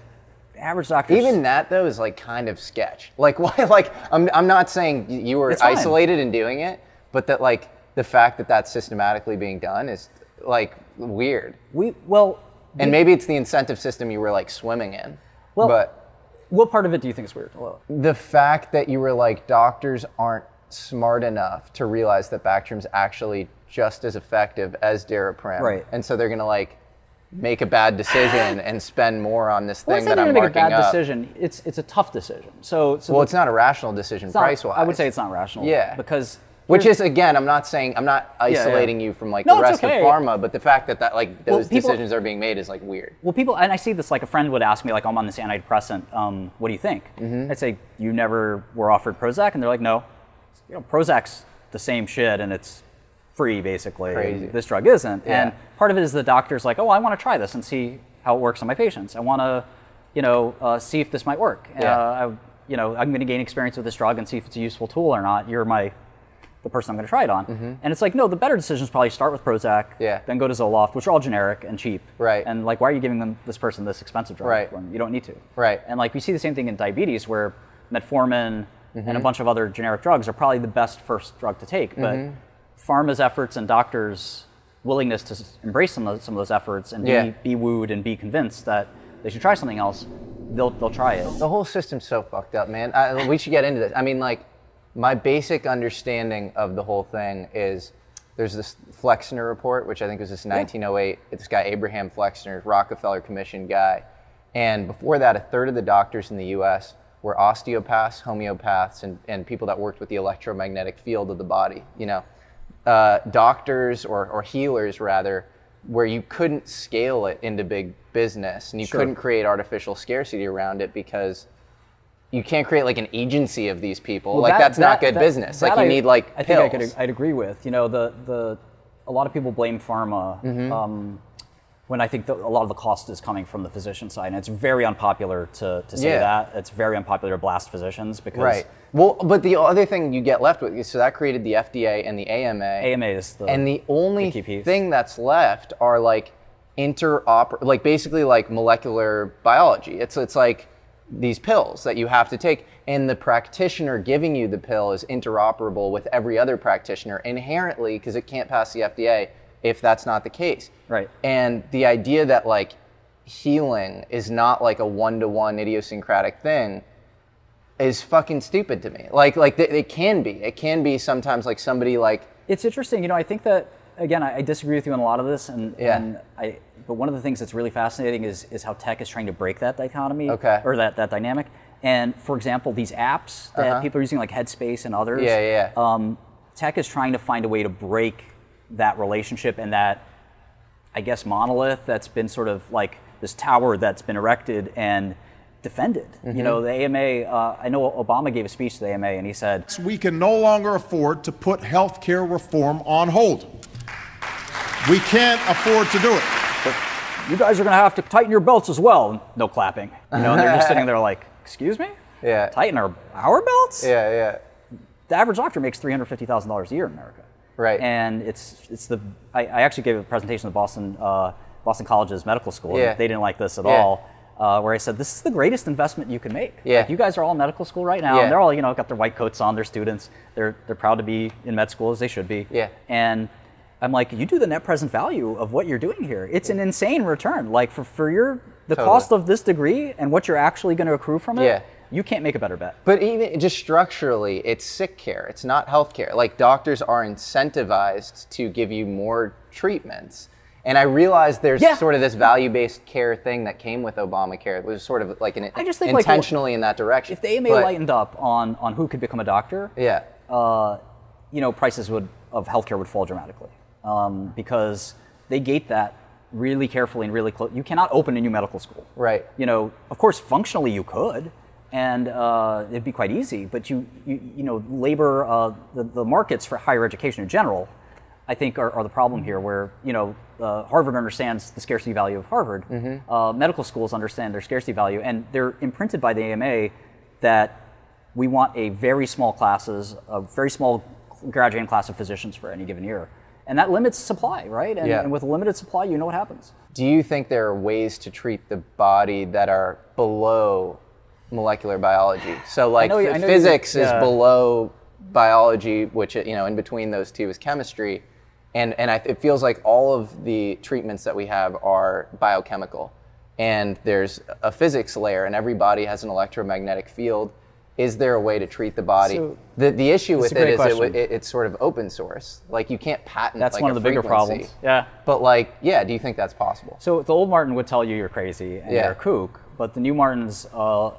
S2: average doctors.
S1: Even that though is like kind of sketch. Like why? Like I'm, I'm not saying y- you were
S2: It's fine.
S1: isolated in doing it, but that like the fact that that's systematically being done is like weird.
S2: We well,
S1: and
S2: we-
S1: maybe it's the incentive system you were like swimming in.
S2: Well,
S1: but
S2: what part of it do you think is weird?
S1: The fact that you were like doctors aren't smart enough to realize that Bactrim's actually just as effective as Daraprim.
S2: Right.
S1: And so they're gonna like make a bad decision and spend more on this
S2: Well,
S1: thing
S2: it's not
S1: that I'm
S2: even
S1: marking
S2: a bad
S1: up.
S2: decision. It's it's a tough decision. So, so
S1: well,
S2: the-
S1: it's not a rational decision
S2: it's not-
S1: price wise.
S2: I would say it's not rational.
S1: Yeah.
S2: Because
S1: Which
S2: here's-
S1: is again, I'm not saying I'm not
S2: Yeah, yeah.
S1: isolating you from like
S2: No,
S1: the
S2: it's
S1: rest
S2: okay.
S1: of pharma, but the fact that that like
S2: Well,
S1: those
S2: people-
S1: decisions are being made is like weird.
S2: well, people and I see this like a friend would ask me like I'm on this antidepressant. Um, what do you think?
S1: Mm-hmm.
S2: I'd say you never were offered Prozac, and they're like, no, you know, Prozac's the same shit, and it's free basically. and
S1: Crazy.
S2: This drug isn't,
S1: Yeah.
S2: and part of it is the doctor's like, oh, I want to try this and see how it works on my patients. I want to, you know, uh, see if this might work.
S1: Yeah.
S2: Uh, I, you know, I'm going to gain experience with this drug and see if it's a useful tool or not. You're my the person I'm going to try it on. And it's like, no, the better decision is probably start with Prozac,
S1: Mm-hmm. Yeah.
S2: then go to Zoloft, which are all generic and cheap.
S1: Right.
S2: And like, why are you giving them this person this expensive drug
S1: Right.
S2: when you don't need to?
S1: Right.
S2: And like, we see the same thing in diabetes where metformin and a
S1: Mhm.
S2: bunch of other generic drugs are probably the best first drug to take. But
S1: Mhm.
S2: pharma's efforts and doctors' willingness to s- embrace some of, those, some of those efforts and
S1: Yeah.
S2: be, be wooed and be convinced that they should try something else, they'll, they'll try it.
S1: The whole system's so fucked up, man. I, we should get into this. I mean, like, my basic understanding of the whole thing is there's this Flexner report, which I think was this 1908. This guy, Abraham Flexner, Rockefeller Commission guy. And before that, a third of the doctors in the US were osteopaths, homeopaths, and, and people that worked with the electromagnetic field of the body, you know uh, doctors or, or healers rather where you couldn't scale it into big business and you
S2: Sure.
S1: couldn't create artificial scarcity around it because you can't create like an agency of these people
S2: Well,
S1: like
S2: that-
S1: that's not
S2: that-
S1: good
S2: that-
S1: business like
S2: that
S1: you
S2: I-
S1: need like
S2: I
S1: pills.
S2: think I could, I'd agree with. You know, the the a lot of people blame pharma
S1: Mhm.
S2: um, when I think that a lot of the cost is coming from the physician side, and it's very unpopular to, to say
S1: Yeah.
S2: that. It's very unpopular to blast physicians because
S1: right well but the other thing you get left with is so that created the fda and the ama
S2: AMA is the
S1: and the only
S2: key piece.
S1: thing that's left are like interoper like basically like molecular biology it's it's like these pills that you have to take and the practitioner giving you the pill is interoperable with every other practitioner inherently because it can't pass the FDA if that's not the case
S2: right
S1: and the idea that like healing is not like a one-to-one idiosyncratic thing is fucking stupid to me like like th- it can be it can be sometimes like somebody like
S2: It's interesting. You know, I think that again, I, I disagree with you on a lot of this, and
S1: Yeah.
S2: and I. But one of the things that's really fascinating is is how tech is trying to break that dichotomy,
S1: Okay.
S2: or that that dynamic. And for example, these apps that
S1: Uh-huh.
S2: people are using, like Headspace and others.
S1: Yeah, yeah,
S2: Um, tech is trying to find a way to break that relationship and that I guess, monolith that's been sort of like this tower that's been erected and defended. You
S1: Mm-hmm.
S18: Mhm.
S2: know, the AMA, uh, I know Obama gave a speech to the AMA and he said,
S6: We can no longer afford to put health care reform on hold. We can't afford to do it.
S2: you guys are going to have to tighten your belts as well. No clapping. You know, and they're just sitting there like, excuse me?
S1: Yeah.
S2: Tighten our, our belts?
S1: Yeah, yeah.
S2: The average doctor makes $350,000 a year in America. Right. And it's, it's the, I, I actually gave a presentation to Boston, uh, Boston College's medical school. and
S1: Yeah.
S2: They didn't like this at
S1: Yeah.
S2: all. Uh, where I said, this is the greatest investment you can make.
S1: Yeah.
S2: Like, you guys are all in medical school right now,
S1: Yeah.
S2: and they're all, you know, got their white coats on, they're students. They're, they're proud to be in med school as they should be. Yeah. And I'm like, you do the net present value of what you're doing here. It's an insane return. Like for, for your the
S1: Totally.
S2: cost of this degree and what you're actually going to accrue from it.
S1: Yeah.
S2: You can't make a better bet.
S1: But even just structurally, it's sick care. It's not health care. Like doctors are incentivized to give you more treatments. And I realize there's sort of this value-based care thing that came with Obamacare. It was sort of like an
S2: I just think, like,
S1: intentionally in that direction.
S2: If the AMA
S1: But-
S2: lightened up on on who could become a doctor,
S1: yeah,
S2: uh, you know, prices would of healthcare would fall dramatically um, because they gate that really carefully and really close. You cannot open a new medical school.
S1: Right.
S2: You know, of course, functionally you could, and uh, it'd be quite easy. But you, you, you know, labor uh, the, the markets for higher education in general, I think, are, are the problem here. Where you know, uh, Harvard understands the scarcity value of Harvard. Uh, medical schools understand their scarcity value, and they're imprinted by the AMA that we want a very small classes, a very small graduating class of physicians for any given year. And that limits supply, right? And,
S1: Yeah.
S2: and with limited supply, you know what happens.
S1: Do you think there are ways to treat the body that are below molecular biology? So, like
S2: know you-
S1: ph-
S2: I know you-
S1: physics is
S2: yeah.
S1: below biology, which you know, in between those two is chemistry, and and I, it feels like all of the treatments that we have are biochemical, and there's a physics layer, and every body has an electromagnetic field. Is there a way to treat the body?
S2: So-
S1: the, the issue
S2: That's
S1: with
S2: a
S1: it
S2: great
S1: is it,
S2: question.
S1: w- it, it's sort of open source. Like you can't patent.
S2: That's
S1: like,
S2: one
S1: a
S2: of the bigger
S1: frequency.
S2: problems. Yeah.
S1: But like, yeah, do you think that's possible?
S2: So the old Martin would tell you you're crazy and
S1: Yeah.
S2: you're a kook, but the new Martin's uh, a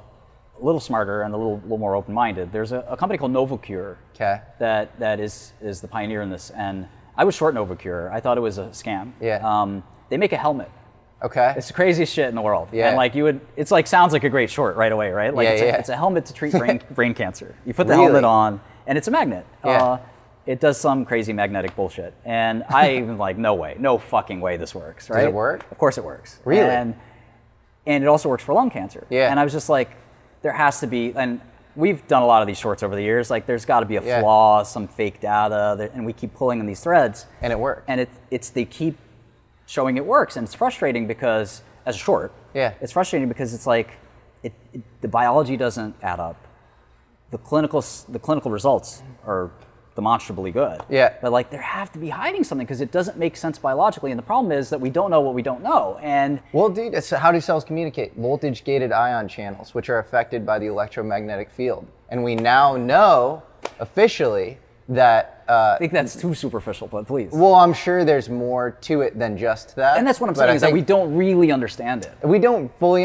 S2: little smarter and a little, little more open-minded. There's a, a company called Novocure
S1: Okay.
S2: that that is is the pioneer in this, and I was short Novocure. I thought it was a scam. Yeah. Um, they make a helmet.
S1: Okay.
S2: It's the craziest shit in the world.
S1: Yeah.
S2: And like you would, it's like sounds like a great short right away, right? Like
S1: Yeah,
S2: it's,
S1: yeah.
S2: A, it's a helmet to treat brain, brain cancer. You put the
S1: Really?
S2: helmet on, and it's a magnet.
S1: Yeah.
S2: Uh, it does some crazy magnetic bullshit, and I even like no way, no fucking way this works,
S1: Does
S2: right?
S1: it work?
S2: Of course it works.
S1: Really?
S2: And and it also works for lung cancer.
S1: Yeah.
S2: And I was just like, there has to be, and we've done a lot of these shorts over the years. Like, there's got to be a
S1: Yeah.
S2: flaw, some fake data, there- and we keep pulling in these threads.
S1: And it works.
S2: And it, it's they keep showing it works, and it's frustrating because as a short, yeah, it's frustrating because it's like, it, it, the biology doesn't add up. The clinical s- the clinical results are demonstrably good.
S1: Yeah.
S2: But like, there have to be hiding something because it doesn't make sense biologically, and the problem is that we don't know what we don't know, and
S1: Well, dude, it's how do cells communicate? Voltage gated ion channels, which are affected by the electromagnetic field. And we now know officially that. Uh, I
S2: think that's too superficial, but please.
S1: Well, I'm sure there's more to it than just that.
S2: And that's what I'm
S1: but I
S2: saying is that we
S1: think
S2: don't really understand it.
S1: we don't fully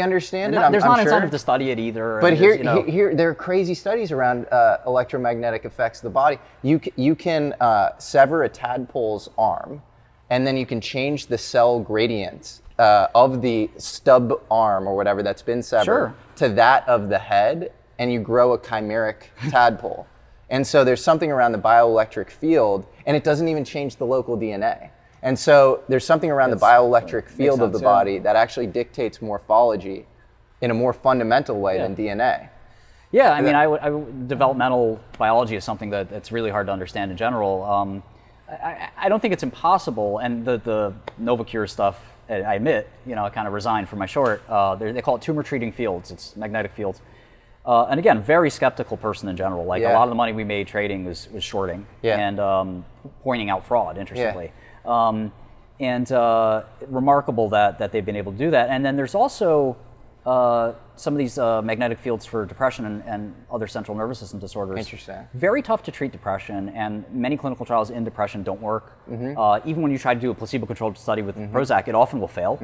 S2: And
S1: understand it.
S2: not-
S1: I'm-
S2: there's
S1: I'm
S2: not
S1: sure.
S2: incentive to study it either.
S1: But
S2: and
S1: here,
S2: there's, you know-
S1: he- here, there are crazy studies around uh, electromagnetic effects of the body. You c- you can uh, sever a tadpole's arm, and then you can change the cell gradient uh, of the stub arm or whatever that's been severed
S2: Sure.
S1: to that of the head, and you grow a chimeric tadpole. And so there's something around the bioelectric field, and it doesn't even change the local DNA. And so there's something around the bioelectric field of the
S2: sense, yeah.
S1: body that actually dictates morphology in a more fundamental way than DNA.
S2: yeah, I mean, I would- I would- developmental biology is something that, that's really hard to understand in general. Um, I- I, I don't think it's impossible, and the, the Novacure stuff, I I admit, you know, I kind of resigned from my short. Uh, they're- they call it tumor treating fields, it's magnetic fields. Uh, and again, very skeptical person in general. Like a
S1: Yeah.
S2: lot of the money we made trading was, was shorting
S1: Yeah.
S2: and um, pointing out fraud, interestingly. Um, and uh, remarkable that, that they've been able to do that. And then there's also uh, some of these uh, magnetic fields for depression and, and other central nervous system disorders.
S1: Interesting.
S2: Very tough to treat depression, and many clinical trials in depression don't work.
S1: Mhm.
S2: Uh, even when you try to do a placebo-controlled study with Prozac, it often will fail,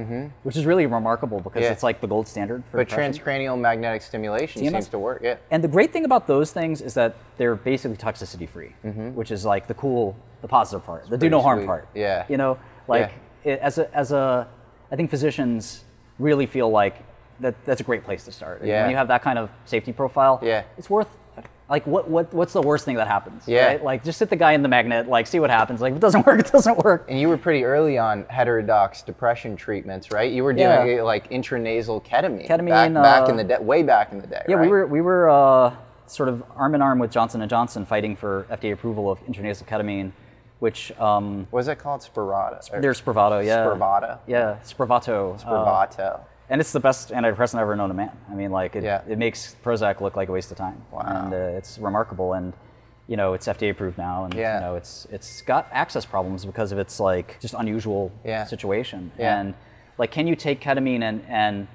S2: which is really remarkable because
S1: Mm-hmm. Yeah.
S2: it's like the gold standard for
S1: But
S2: depression.
S1: transcranial magnetic stimulation
S2: TMS?
S1: seems to work. Yeah.
S2: And the great thing about those things is that they're basically toxicity free, which is like the cool, the positive part, the do
S1: Mm-hmm. pretty
S2: no harm
S1: sweet.
S2: part.
S1: Yeah.
S2: You know, like it, as a as a, I think physicians really feel like that that's a great place to start.
S1: Yeah.
S2: When you have that kind of safety profile,
S1: Yeah.
S2: it's worth. Like what, what what's the worst thing that happens?
S1: Yeah.
S2: right? Like just sit the guy in the magnet, like see what happens. Like if it doesn't work, it doesn't work.
S1: And you were pretty early on heterodox depression treatments, right? You were doing
S2: Yeah.
S1: uh, like intranasal ketamine, back,
S2: Ketamine,
S1: back
S2: uh,
S1: in the day, way back in the day.
S2: Yeah, we
S1: right?
S2: were we were uh, sort of arm in arm with Johnson and Johnson fighting for FDA approval of intranasal ketamine, which um,
S1: was that called Spravato?
S2: There's Spravato, yeah.
S1: Spravato.
S2: Yeah, Spravato. uh,
S1: Spravato.
S2: and it's the best antidepressant I've ever known to man. I mean, like it, it makes Prozac look like a waste of time. Wow. And uh, it's remarkable, and you know it's FDA approved now, and
S1: Yeah.
S2: you know it's it's got access problems because of its like just unusual
S1: Yeah.
S2: situation.
S1: Yeah.
S2: And like, can you take ketamine and and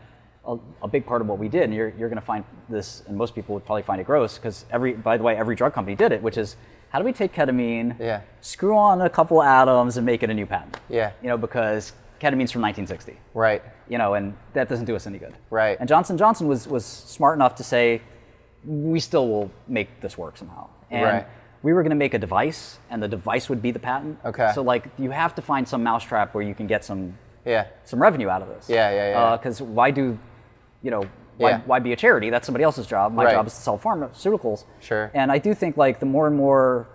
S2: a, a big part of what we did, and you're, you're going to find this, and most people would probably find it gross because every, by the way, every drug company did it, which is how do we take ketamine,
S1: Yeah.
S2: screw on a couple atoms, and make it a new patent?
S1: Yeah.
S2: You know, because ketamine's from 1960
S1: Right.
S2: you know, and that doesn't do us any good.
S1: Right.
S2: And Johnson Johnson was was smart enough to say, we still will make this work somehow. And
S1: Right.
S2: we were going to make a device, and the device would be the patent.
S1: Okay.
S2: So like, you have to find some mousetrap where you can get some
S1: Yeah.
S2: some revenue out of this.
S1: Yeah, yeah, yeah.
S2: Because why do, you know, why,
S1: Yeah.
S2: why be a charity? That's somebody else's job. My
S1: Right.
S2: job is to sell pharmaceuticals.
S1: Sure.
S2: And I do think like the more and more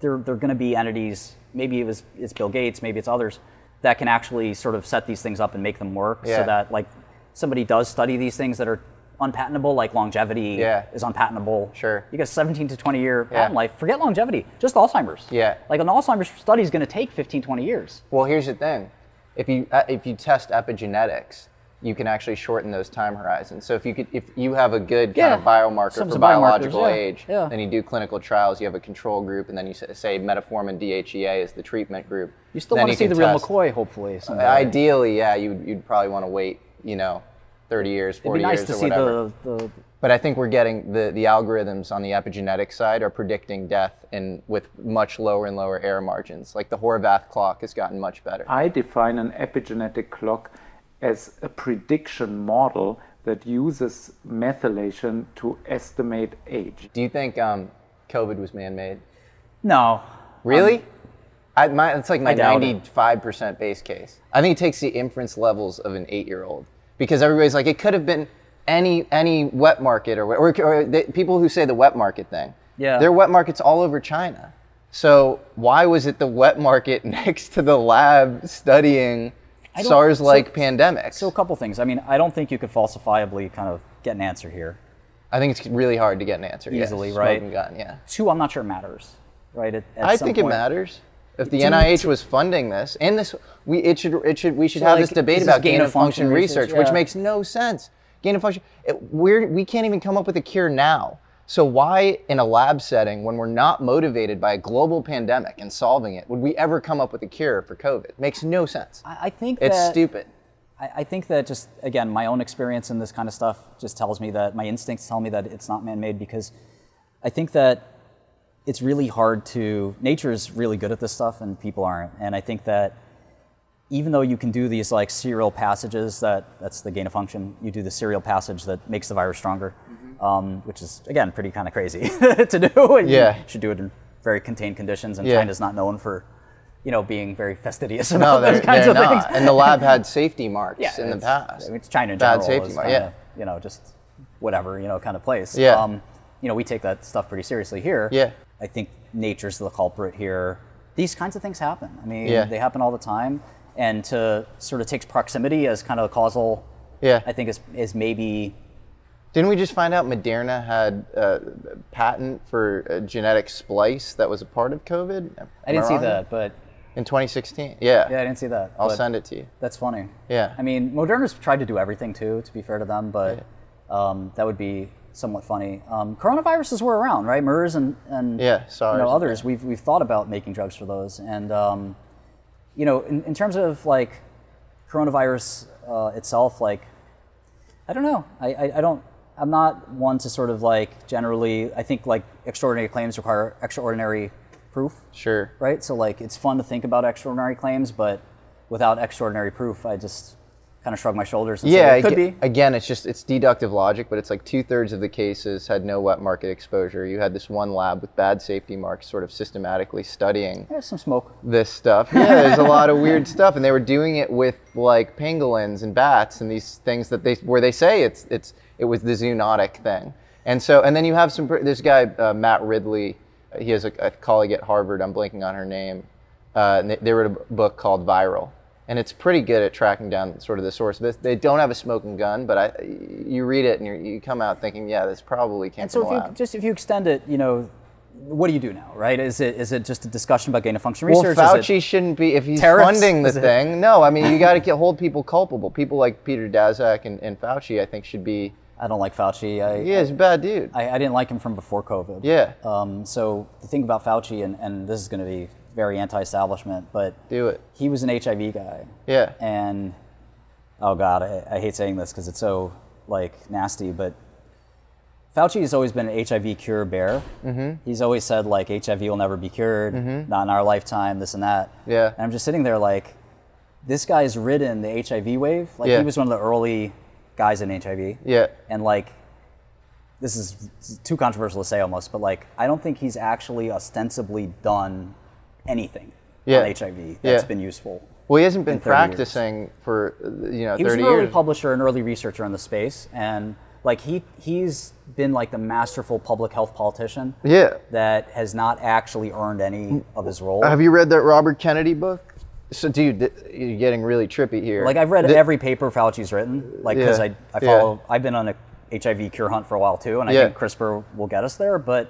S2: there there are going to be entities. Maybe it was it's Bill Gates. Maybe it's others that can actually sort of set these things up and make them work
S1: Yeah.
S2: so that like somebody does study these things that are unpatentable like longevity
S1: Yeah.
S2: is unpatentable
S1: Sure.
S2: you got 17 to 20 year
S1: Yeah.
S2: patent life forget longevity just alzheimer's
S1: Yeah.
S2: like an alzheimer's study is going to take 15 20 years
S1: Well, here's the thing: if you uh, if you test epigenetics, you can actually shorten those time horizons. So if you could, if you have a good kind of
S2: Yeah.
S1: biomarker
S2: Some-
S1: for
S2: some biomarkers,
S1: biological
S2: yeah,
S1: age,
S2: yeah.
S1: then you do clinical trials. You have a control group, and then you s- say metformin DHEA is the treatment group.
S2: you still
S1: then
S2: want to see
S1: can
S2: the real
S1: test.
S2: mccoy hopefully someday.
S1: Ideally, yeah, you'd, you'd probably want to wait, you know, 30 years,
S2: It'd
S1: 40
S2: be nice
S1: years
S2: to
S1: or
S2: see
S1: whatever.
S2: the, the
S1: But I think we're getting the, the algorithms on the epigenetic side are predicting death and with much lower and lower error margins. Like the Horvath clock has gotten much better.
S18: I define an epigenetic clock as a prediction model that uses methylation to estimate age.
S1: Do you think um, COVID was man made?
S2: no.
S1: Really? Um, I, my, it's like my
S2: I doubt it.
S1: 95% base case. I think it takes the inference levels of an eight year old because everybody's like, it could have been any any wet market or, or, or the, people who say the wet market thing.
S2: Yeah.
S1: There are wet markets all over China. So why was it the wet market next to the lab studying
S2: I don't-
S1: SARS like
S2: so-
S1: pandemics?
S2: So a couple things. I mean, I don't think you could falsifiably kind of get an answer here
S1: I think it's really hard to get an answer. yes.
S2: easily,
S1: Smoke
S2: right?
S1: and gun, yeah.
S2: Two, I'm not sure it matters, right? At, at
S1: I
S2: some
S1: think
S2: point.
S1: it matters. If the
S2: To me,
S1: NIH
S2: to-
S1: was funding this, and this, we it should it should we should
S2: So,
S1: have
S2: like,
S1: this debate
S2: this is
S1: about
S2: gain
S1: gain
S2: of
S1: of function,
S2: function
S1: research,
S2: research,
S1: which
S2: yeah.
S1: makes no sense. Gain of function, it, we're, we can't even come up with a cure now. So why, in a lab setting, when we're not motivated by a global pandemic and solving it, would we ever come up with a cure for COVID? Makes no sense.
S2: I, I think
S1: it's
S2: that-
S1: stupid.
S2: I, I think that just again, my own experience in this kind of stuff just tells me that my instincts tell me that it's not man-made because I think that it's really hard to. Nature is really good at this stuff, and people aren't. And I think that even though you can do these like serial passages that that's the gain of function you do the serial passage that makes the virus stronger
S1: Mm-hmm.
S2: um, which is again pretty kind of crazy to do and
S1: Yeah.
S2: you should do it in very contained conditions and
S1: Yeah.
S2: china's not known for you know being very fastidious
S1: No,
S2: about
S1: they're,
S2: those kinds
S1: they're
S2: of
S1: not.
S2: things
S1: And the lab had safety marks
S2: yeah,
S1: in the
S2: it's-
S1: past.
S2: I mean, it's China in
S1: Bad
S2: general
S1: safety
S2: is
S1: mark,
S2: kinda,
S1: yeah.
S2: you know, just whatever, you know, kind of place. Um,
S1: Yeah.
S2: you know, we take that stuff pretty seriously here.
S1: Yeah.
S2: I think nature's the culprit here. These kinds of things happen. I mean,
S1: Yeah.
S2: they happen all the time. And to sort of takes proximity as kind of a causal,
S1: Yeah.
S2: I think is, is maybe
S1: Didn't we just find out Moderna had a patent for a genetic splice that was a part of COVID? Am
S2: I didn't see
S1: wrong?
S2: that, but
S1: In 2016, yeah.
S2: yeah, I didn't see that.
S1: I'll
S2: but
S1: send it to you.
S2: That's funny.
S1: Yeah.
S2: I mean, Moderna's tried to do everything too, to be fair to them, but um, that would be somewhat funny. Um, coronaviruses were around, right? MERS and, and
S1: Yeah, SARS
S2: you know,
S1: and
S2: others. We've, we've thought about making drugs for those. And, um, you know, in, in terms of like coronavirus uh, itself, like, I don't know. I, I, I don't, I'm not one to sort of like generally, I think like extraordinary claims require extraordinary proof
S1: Sure.
S2: right? So like it's fun to think about extraordinary claims, but without extraordinary proof, I just kind of shrug my shoulders and
S1: yeah,
S2: say, it could
S1: aga-
S2: be.
S1: again, it's just it's deductive logic, but it's like two thirds of the cases had no wet market exposure. You had this one lab with bad safety marks, sort of systematically studying
S2: There's some smoke.
S1: this stuff. Yeah, there's a lot of weird stuff, and they were doing it with like pangolins and bats and these things that they where they say it's it's it was the zoonotic thing. And so, and then you have some. pr- This guy uh, Matt Ridley, uh, he has a, a colleague at Harvard. I'm blanking on her name. Uh, and they, they wrote a b- book called Viral, and it's pretty good at tracking down sort of the source. They, they don't have a smoking gun, but I, you read it and you're, you come out thinking, yeah, this probably came
S2: And
S1: from
S2: so
S1: a
S2: if
S1: lab.
S2: you just if you extend it, you know, what do you do now, right? Is it is it just a discussion about gain of function research?
S1: Well,
S2: Is
S1: Fauci
S2: it-
S1: shouldn't be if he's
S2: tariffs?
S1: funding the
S2: Is it-
S1: thing. No, I mean you got to hold people culpable. People like Peter Daszak and, and Fauci, I think, should be.
S2: I don't like Fauci. I,
S1: Yeah, he's a bad dude.
S2: I, I didn't like him from before COVID.
S1: Yeah.
S2: Um, so the thing about Fauci, and, and this is going to be very anti-establishment, but
S1: do it.
S2: He was an HIV guy.
S1: Yeah.
S2: And oh god, I, I hate saying this because it's so like nasty, but Fauci has always been an HIV cure bear.
S1: Mhm.
S2: He's always said like HIV will never be cured,
S1: Mhm.
S2: not in our lifetime, this and that.
S1: Yeah.
S2: And I'm just sitting there like, this guy's ridden the HIV wave. Like
S1: Yeah.
S2: he was one of the early guys in HIV.
S1: Yeah.
S2: And like, this is too controversial to say almost, but like, I don't think he's actually ostensibly done anything
S1: Yeah.
S2: on HIV that's
S1: Yeah.
S2: been useful.
S1: Well, he hasn't been
S2: in 30 years.
S1: practicing for uh, you know
S2: He was
S1: 30
S2: an early
S1: years.
S2: publisher and early researcher in the space, and like he he's been like the masterful public health politician.
S1: Yeah.
S2: That has not actually earned any of his role.
S1: Have you read that Robert Kennedy book? So, dude, th- you're getting really trippy here.
S2: Like I've read
S1: Th-
S2: every paper Fauci's written, like because
S1: Yeah.
S2: I, I
S1: Yeah.
S2: follow. I've been on a HIV cure hunt for a while too, and I
S1: Yeah.
S2: think CRISPR will get us there. But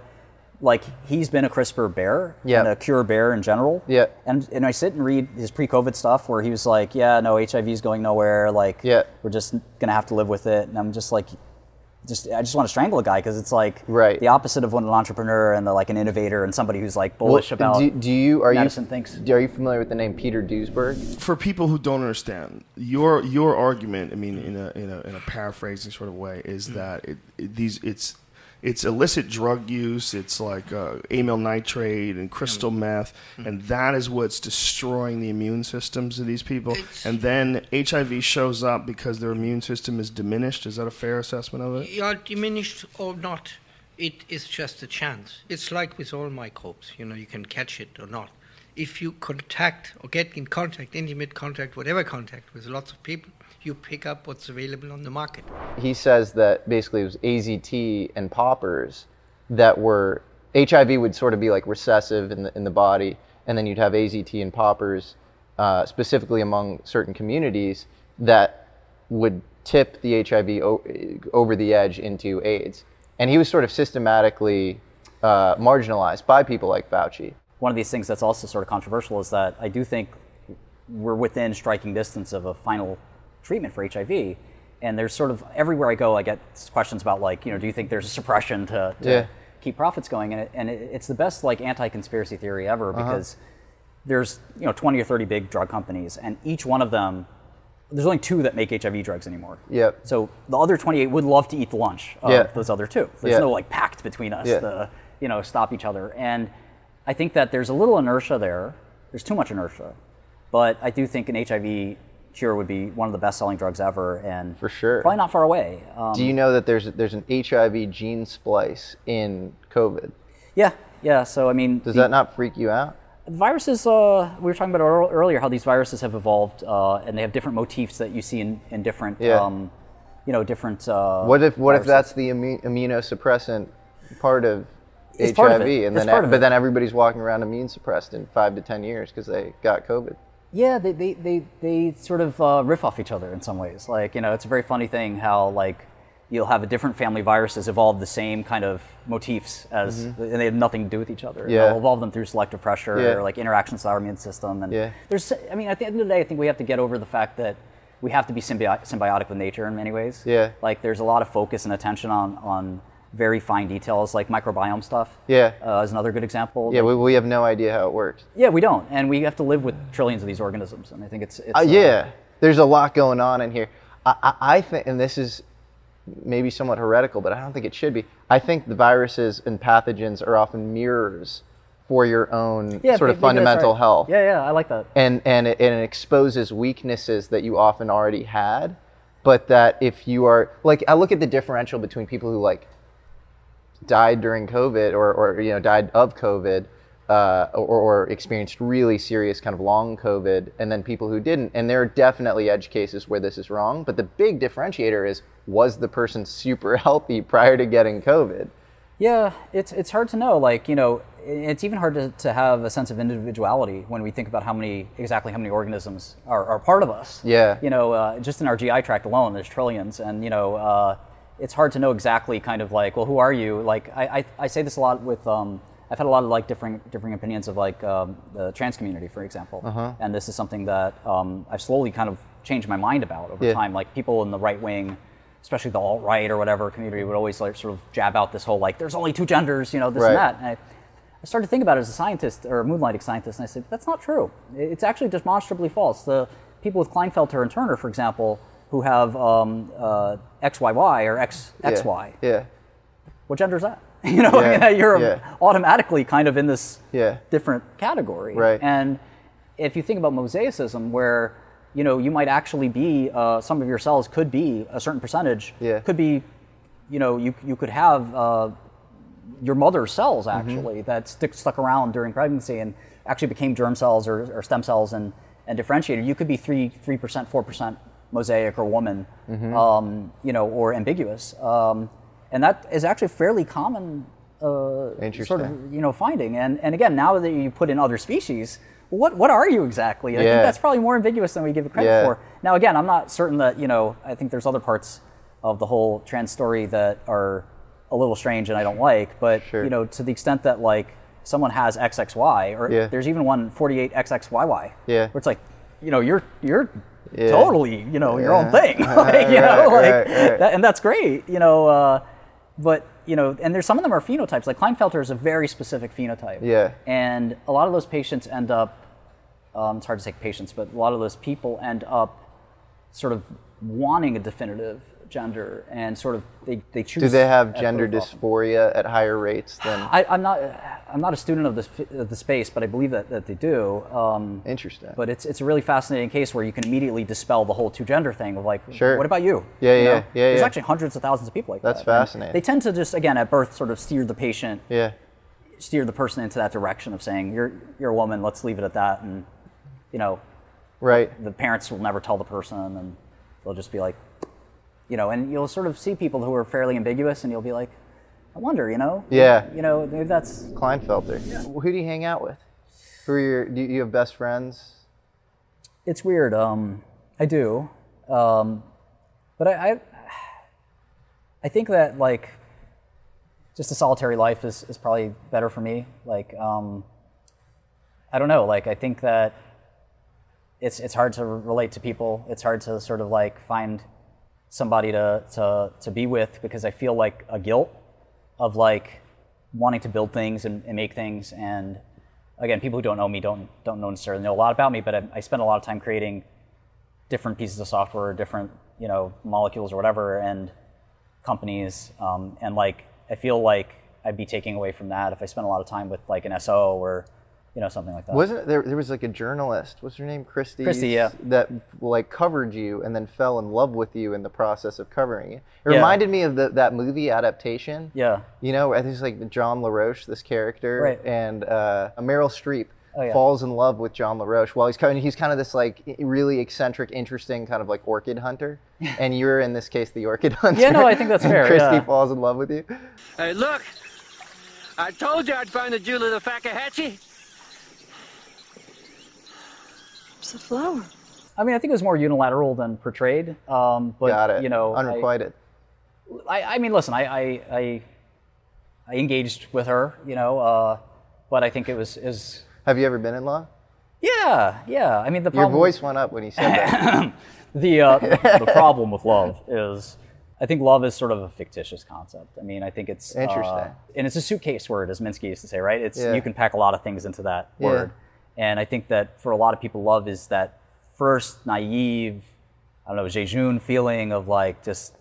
S2: like he's been a CRISPR bear
S1: Yeah.
S2: and a cure bear in general.
S1: Yeah.
S2: And and I sit and read his pre-COVID stuff where he was like, yeah, no, HIV is going nowhere. Like
S1: Yeah.
S2: we're just gonna have to live with it. And I'm just like. Just, I just want to strangle a guy because it's like
S1: Right.
S2: the opposite of what an entrepreneur and the, like an innovator and somebody who's like bullish
S1: Well,
S2: about.
S1: Do, do you are
S2: medicine
S1: you
S2: thinks.
S1: Are you familiar with the name Peter Duisberg?
S19: For people who don't understand your your argument, I mean, in a in a, in a paraphrasing sort of way, is that it, it- these it's it's illicit drug use, it's like uh, amyl nitrate and crystal meth, and that is what's destroying the immune systems of these people. and then HIV shows up because their immune system is diminished. Is that a fair assessment of it?
S20: You are diminished or not, it is just a chance. It's like with all microbes, you know, you can catch it or not. If you contact or get in contact, intimate contact, whatever contact with lots of people, you pick up what's available on the market.
S1: he says that basically it was AZT and poppers that were HIV would sort of be like recessive in the in the body, and then you'd have AZT and poppers uh, specifically among certain communities that would tip the HIV o- over the edge into AIDS. And he was sort of systematically uh, marginalized by people like Fauci.
S2: one of these things that's also sort of controversial is that I do think we're within striking distance of a final treatment for HIV. And there's sort of everywhere I go, I get questions about like, you know, do you think there's a suppression to, to
S1: Yeah.
S2: keep profits going? And, it, and it, it's the best like anti-conspiracy theory ever
S1: Uh-huh.
S2: because there's you know 20 or 30 big drug companies, and each one of them, there's only two that make HIV drugs anymore.
S1: Yep.
S2: So the other 28 would love to eat the lunch of
S1: Yeah.
S2: those other two. There's
S1: Yeah.
S2: no like pact between us
S1: Yeah.
S2: to you know stop each other. And I think that there's a little inertia there. There's too much inertia, but I do think an HIV cure would be one of the best-selling drugs ever, and for
S1: sure,
S2: probably not far away. Um,
S1: Do you know that there's there's an HIV gene splice in COVID?
S2: Yeah, yeah. So I mean,
S1: Does
S2: the-
S1: that not freak you out?
S2: Viruses, uh, we were talking about earl- earlier how these viruses have evolved, uh, and they have different motifs that you see in, in different,
S1: Yeah.
S2: um, you know, different. Uh,
S1: What if what if
S2: viruses.
S1: that's the immu- immunosuppressant part of
S2: It's
S1: HIV,
S2: part of it.
S1: and
S2: It's
S1: then e,
S2: part of
S1: but
S2: it.
S1: then everybody's walking around immune suppressed in five to ten years because they got COVID.
S2: Yeah, they, they, they, they sort of uh, riff off each other in some ways. Like, you know, it's a very funny thing how, like, you'll have a different family viruses evolve the same kind of motifs as,
S1: Mhm.
S2: and they have nothing to do with each other.
S1: Yeah.
S2: They'll evolve them through selective pressure
S1: Yeah.
S2: or, like, interactions with our immune system. And
S1: Yeah.
S2: there's, I mean, at the end of the day, I think we have to get over the fact that we have to be symbiotic, symbiotic with nature in many ways.
S1: Yeah.
S2: Like, there's a lot of focus and attention on, on very fine details, like microbiome stuff.
S1: Yeah.
S2: Uh, is another good example.
S1: Yeah, we, we have no idea how it works.
S2: Yeah, we don't, and we have to live with trillions of these organisms, and I think it's. it's
S1: Uh,
S2: uh,
S1: yeah, there's a lot going on in here. I, I, I think, and this is maybe somewhat heretical, but I don't think it should be. I think the viruses and pathogens are often mirrors for your own
S2: Yeah, be- be
S1: sort
S2: good,
S1: of fundamental
S2: sorry.
S1: health.
S2: Yeah, yeah, I like that.
S1: And and it, and it exposes weaknesses that you often already had, but that if you are like I look at the differential between people who like died during COVID or, or you know died of COVID uh, or, or experienced really serious kind of long COVID, and then people who didn't. And there are definitely edge cases where this is wrong. But the big differentiator is was the person super healthy prior to getting COVID?
S2: Yeah, it's it's hard to know. Like you know, i- it's even hard to, to have a sense of individuality when we think about how many exactly how many organisms are, are part of us.
S1: Yeah.
S2: You know, uh, just in our GI tract alone, there's trillions, and you know, uh, it's hard to know exactly kind of like, well, who are you? Like I, I, I say this a lot with. Um, I've had a lot of like differing differing opinions of like um, the trans community, for example,
S1: Uh-huh.
S2: and this is something that um, I've slowly kind of changed my mind about over
S1: Yeah.
S2: time. Like people in the right wing, especially the alt right or whatever community, would always like sort of jab out this whole like there's only two genders, you know, this and
S1: Right.
S2: that. And I, I started to think about it as a scientist or a moonlighting scientist, and I said that's not true. It- It's actually demonstrably false. The people with Kleinfelter and Turner, for example, who have um, uh, XYY or X,
S1: Yeah.
S2: XY,
S1: Yeah.
S2: what gender is that? You know, I
S1: Yeah,
S2: mean, that you're
S1: yeah.
S2: automatically kind of in this
S1: Yeah.
S2: different category.
S1: Right.
S2: And if you think about mosaicism, where you know you might actually be uh, some of your cells could be a certain percentage.
S1: Yeah.
S2: Could be, you know, you you could have uh, your mother's cells
S1: Mm-hmm.
S2: actually that stick stuck around during pregnancy and actually became germ cells or, or stem cells and and differentiated. You could be three three percent, four percent mosaic or woman,
S1: Mhm.
S2: um, you know, or ambiguous. Um, and that is actually fairly common uh, sort
S1: Interesting.
S2: of you know finding. And and again, now that you put in other species, what what are you exactly? I
S1: Yeah.
S2: think that's probably more ambiguous than we give it credit
S1: Yeah.
S2: for. Now again, I'm not certain that you know. I think there's other parts of the whole trans story that are a little strange and I don't like. But you know, to the extent that like someone has XXY, or
S1: Yeah.
S2: there's even one 48XXYY,
S1: Yeah.
S2: where it's like, you know, you're you're
S1: Yeah.
S2: totally you know your own
S1: Yeah.
S2: thing, like, you
S1: Right,
S2: know, like
S1: right, right.
S2: that- and that's great, you know. Uh, but you know, and there's some of them are phenotypes. Like Klinefelter is a very specific phenotype.
S1: Yeah.
S2: And a lot of those patients end up. Um, it's hard to say patients, but a lot of those people end up sort of wanting a definitive gender and sort of they, they choose.
S1: Do they have
S2: at
S1: gender
S2: birth often.
S1: dysphoria at higher rates than?
S2: I, I'm not. I'm not a student of the f- of the space, but I believe that, that they do. Um,
S1: Interesting.
S2: But it's it's a really fascinating case where you can immediately dispel the whole two gender thing of like,
S1: Sure.
S2: What about you?
S1: Yeah,
S2: You
S1: yeah,
S2: know?
S1: yeah,
S2: There's
S1: yeah.
S2: actually hundreds of thousands of people like
S1: That's
S2: that. And
S1: fascinating.
S2: They tend to just again at birth sort of steer the patient,
S1: yeah.
S2: steer the person into that direction of saying you're you're a woman. Let's leave it at that, and you know,
S1: Right.
S2: the parents will never tell the person, and they'll just be like, you know, and you'll sort of see people who are fairly ambiguous, and you'll be like, I wonder, you know,
S1: Yeah.
S2: you know, maybe that's
S1: Kleinfelter. Who do you hang out with? Who are your? Do you have best friends?
S2: it's weird. Um, I do, um, but I, I, I think that like, just a solitary life is, is probably better for me. Like, um, I don't know. Like, I think that it's it's hard to relate to people. It's hard to sort of like find somebody to to to be with because I feel like a guilt of like wanting to build things and, and make things and again people who don't know me don't don't know necessarily know a lot about me but I, I spend a lot of time creating different pieces of software different you know molecules or whatever and companies um, and like I feel like I'd be taking away from that if I spent a lot of time with like an SO or you know something like that
S1: Wasn't there? There was like a journalist. What's her name? Christie.
S2: Christie, yeah.
S1: That like covered you and then fell in love with you in the process of covering you. It
S2: Yeah.
S1: reminded me of the, that movie adaptation.
S2: Yeah.
S1: You know, I think it's like John LaRoche, this character,
S2: Right.
S1: and uh, Meryl Streep
S2: Oh, yeah.
S1: falls in love with John LaRoche while he's kind he's kind of this like really eccentric, interesting kind of like orchid hunter, and you're in this case the orchid hunter.
S2: Yeah, no, I think that's
S1: And
S2: fair,
S1: Christie
S2: yeah.
S1: falls in love with you.
S21: Hey, look! I told you I'd find the jewel of the Fakahatchee.
S13: It's a flower.
S2: I mean, I think it was more unilateral than portrayed. Um, but
S1: Got it.
S2: you know, I-
S1: Unrequited.
S2: I, I mean, listen, I, I, I, I engaged with her, you know, uh, but I think it was is.
S1: Have you ever been in love?
S2: Yeah, yeah. I mean, the
S1: Your
S2: problem,
S1: voice went up when he said that.
S2: the uh, the problem with love is, I think love is sort of a fictitious concept. I mean, I think it's uh,
S1: Interesting.
S2: and it's a suitcase word, as Minsky used to say, right? It's
S1: Yeah.
S2: you can pack a lot of things into that
S1: Yeah.
S2: word, and I think that for a lot of people, love is that first naive, I don't know, jejun feeling of like just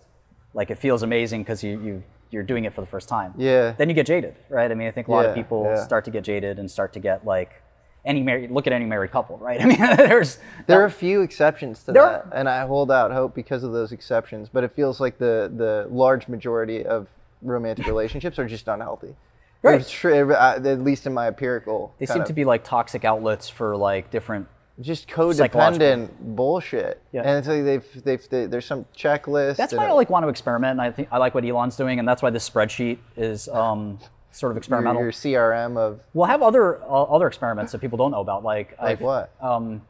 S2: like it feels amazing because you you you're doing it for the first time.
S1: Yeah.
S2: Then you get jaded, right? I mean, I think a lot of
S1: Yeah,
S2: people
S1: yeah.
S2: start to get jaded and start to get like any married. Look at any married couple, right? I mean, there's
S1: there are a few exceptions to
S2: There
S1: that, and I hold out hope because of those exceptions. But it feels like the the large majority of romantic relationships are just unhealthy.
S2: Right.
S1: It's tr- uh, at least in my empirical.
S2: they
S1: kind
S2: seem
S1: of-
S2: to be like toxic outlets for like different
S1: just
S2: psychological-
S1: codependent bullshit.
S2: Yeah.
S1: And it's like they've, they've, they there's some checklist.
S2: That's
S1: and
S2: why I like want to experiment. And I think I like what Elon's doing, and that's why this spreadsheet is um, sort of
S1: your,
S2: experimental.
S1: your CRM of
S2: We'll have other uh, other experiments that people don't know about. Like
S1: Like what?
S2: Um,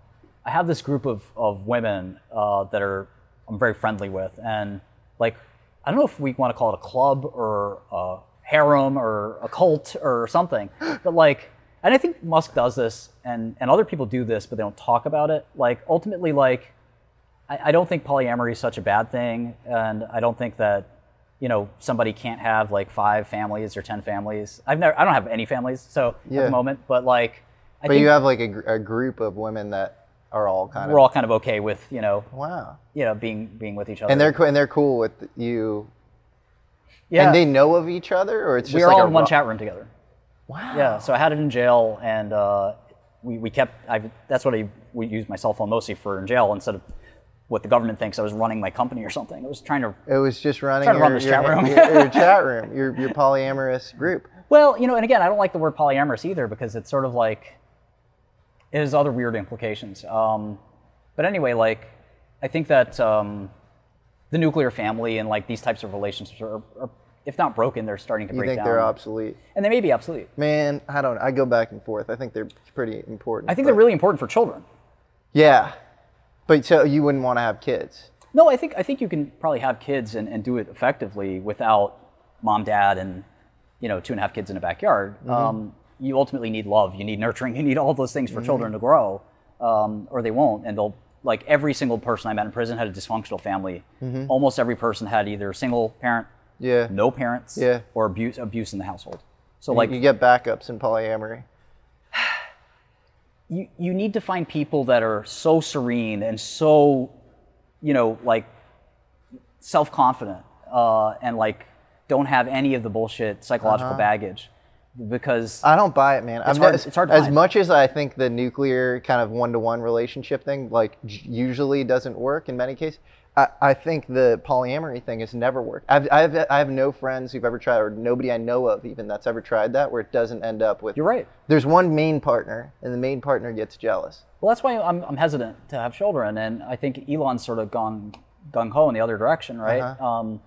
S2: I have this group of of women uh, that are I'm very friendly with, and like I don't know if we want to call it a club or a harem or a cult or something, but like. And I think Musk does this, and, and other people do this, but they don't talk about it. Like ultimately, like I, I don't think polyamory is such a bad thing, and I don't think that you know somebody can't have like five families or ten families. I've never, I don't have any families, so at
S1: Yeah.
S2: the moment, but like, I
S1: but you have like a, gr- a group of women that are all kind
S2: we're
S1: of
S2: all kind of okay with you know,
S1: wow,
S2: you know, being being with each other,
S1: and they're co- and they're cool with you.
S2: Yeah.
S1: And they know of each other, or it's just
S2: we were
S1: like
S2: all
S1: a
S2: in one
S1: ro-
S2: chat room together.
S1: Wow.
S2: Yeah, so I had it in jail, and uh, we, we kept. I that's what I we used my cell phone mostly for in jail instead of what the government thinks I was running my company or something. I was trying to
S1: It was just running
S2: Trying to
S1: your,
S2: run this
S1: your,
S2: chat room.
S1: your, your chat room, your, your polyamorous group.
S2: Well, you know, and again, I don't like the word polyamorous either because it's sort of like it has other weird implications. Um, but anyway, like I think that um, the nuclear family and like these types of relationships are, are if not broken, they're starting to
S1: You
S2: break
S1: think
S2: down.
S1: they're obsolete?
S2: And they may be obsolete.
S1: Man, I don't. know. I go back and forth. I think they're pretty important.
S2: I think
S1: but-
S2: they're really important for children.
S1: Yeah, but so you wouldn't want to have kids.
S2: No, I think I think you can probably have kids and, and do it effectively without mom, dad, and you know two and a half kids in a backyard.
S1: Mhm.
S2: Um, you ultimately need love, you need nurturing, you need all those things for
S1: Mhm.
S2: children to grow, um, or they won't, and they'll like every single person I met in prison had a dysfunctional family.
S1: Mhm.
S2: Almost every person had either a single parent,
S1: yeah,
S2: no parents,
S1: Yeah.
S2: or abuse abuse in the household. So
S1: You-
S2: like
S1: you get backups in polyamory.
S2: you, you need to find people that are so serene and so, you know, like self confident uh, and like don't have any of the bullshit psychological
S1: Uh-huh.
S2: baggage because
S1: I don't buy it, man.
S2: It's
S1: I've
S2: hard-
S1: never-
S2: it's hard to
S1: as
S2: find.
S1: much as I think the nuclear kind of one-to-one relationship thing, like j- usually doesn't work in many cases. I, I think the polyamory thing has never worked. I've, I've I have no friends who've ever tried, or nobody I know of even that's ever tried that, where it doesn't end up with. You're
S2: right.
S1: There's one main partner, and the main partner gets jealous.
S2: Well, that's why I'm, I'm hesitant to have children, and I think Elon's sort of gone gung ho in the other direction, right?
S1: Uh-huh.
S2: Um,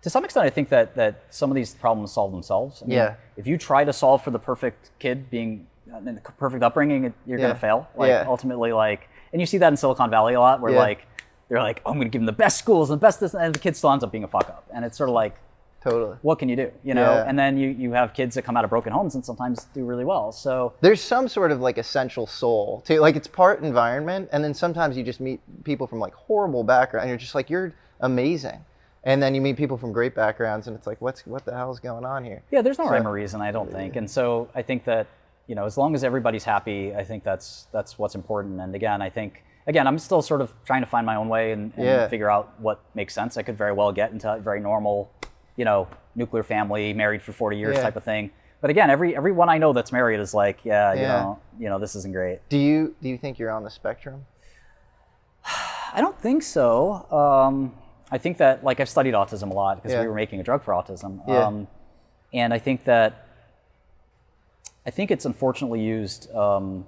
S2: to some extent, I think that that some of these problems solve themselves. I mean,
S1: Yeah.
S2: If you try to solve for the perfect kid being I mean, the perfect upbringing, it- you're
S1: Yeah.
S2: gonna fail. Like
S1: Yeah.
S2: ultimately, like, and you see that in Silicon Valley a lot, where
S1: Yeah.
S2: like they're like, I'm gonna give them the best schools and the best this, and the kid still ends up being a fuck up, and it's sort of like.
S1: Totally.
S2: What can you do? You know,
S1: Yeah.
S2: and then you, you have kids that come out of broken homes and sometimes do really well. So
S1: There's some sort of like essential soul to like it's part environment, and then sometimes you just meet people from like horrible background, and you're just like you're amazing, and then you meet people from great backgrounds, and it's like what's what the hell's going on here?
S2: Yeah, there's no
S1: So-
S2: rhyme or reason, I don't think. And so I think that you know, as long as everybody's happy, I think that's that's what's important. And again, I think again, I'm still sort of trying to find my own way and, and
S1: Yeah.
S2: figure out what makes sense. I could very well get into a very normal, you know, nuclear family, married for 40 years
S1: Yeah.
S2: type of thing. But again, every everyone I know that's married is like, yeah, you
S1: Yeah.
S2: know, you know, this isn't great.
S1: Do you do you think you're on the spectrum?
S2: I don't think so. Um, I think that, like, I've studied autism a lot because
S1: Yeah.
S2: we were making a drug for autism.
S1: Yeah.
S2: Um, and I think that, I think it's unfortunately used, um,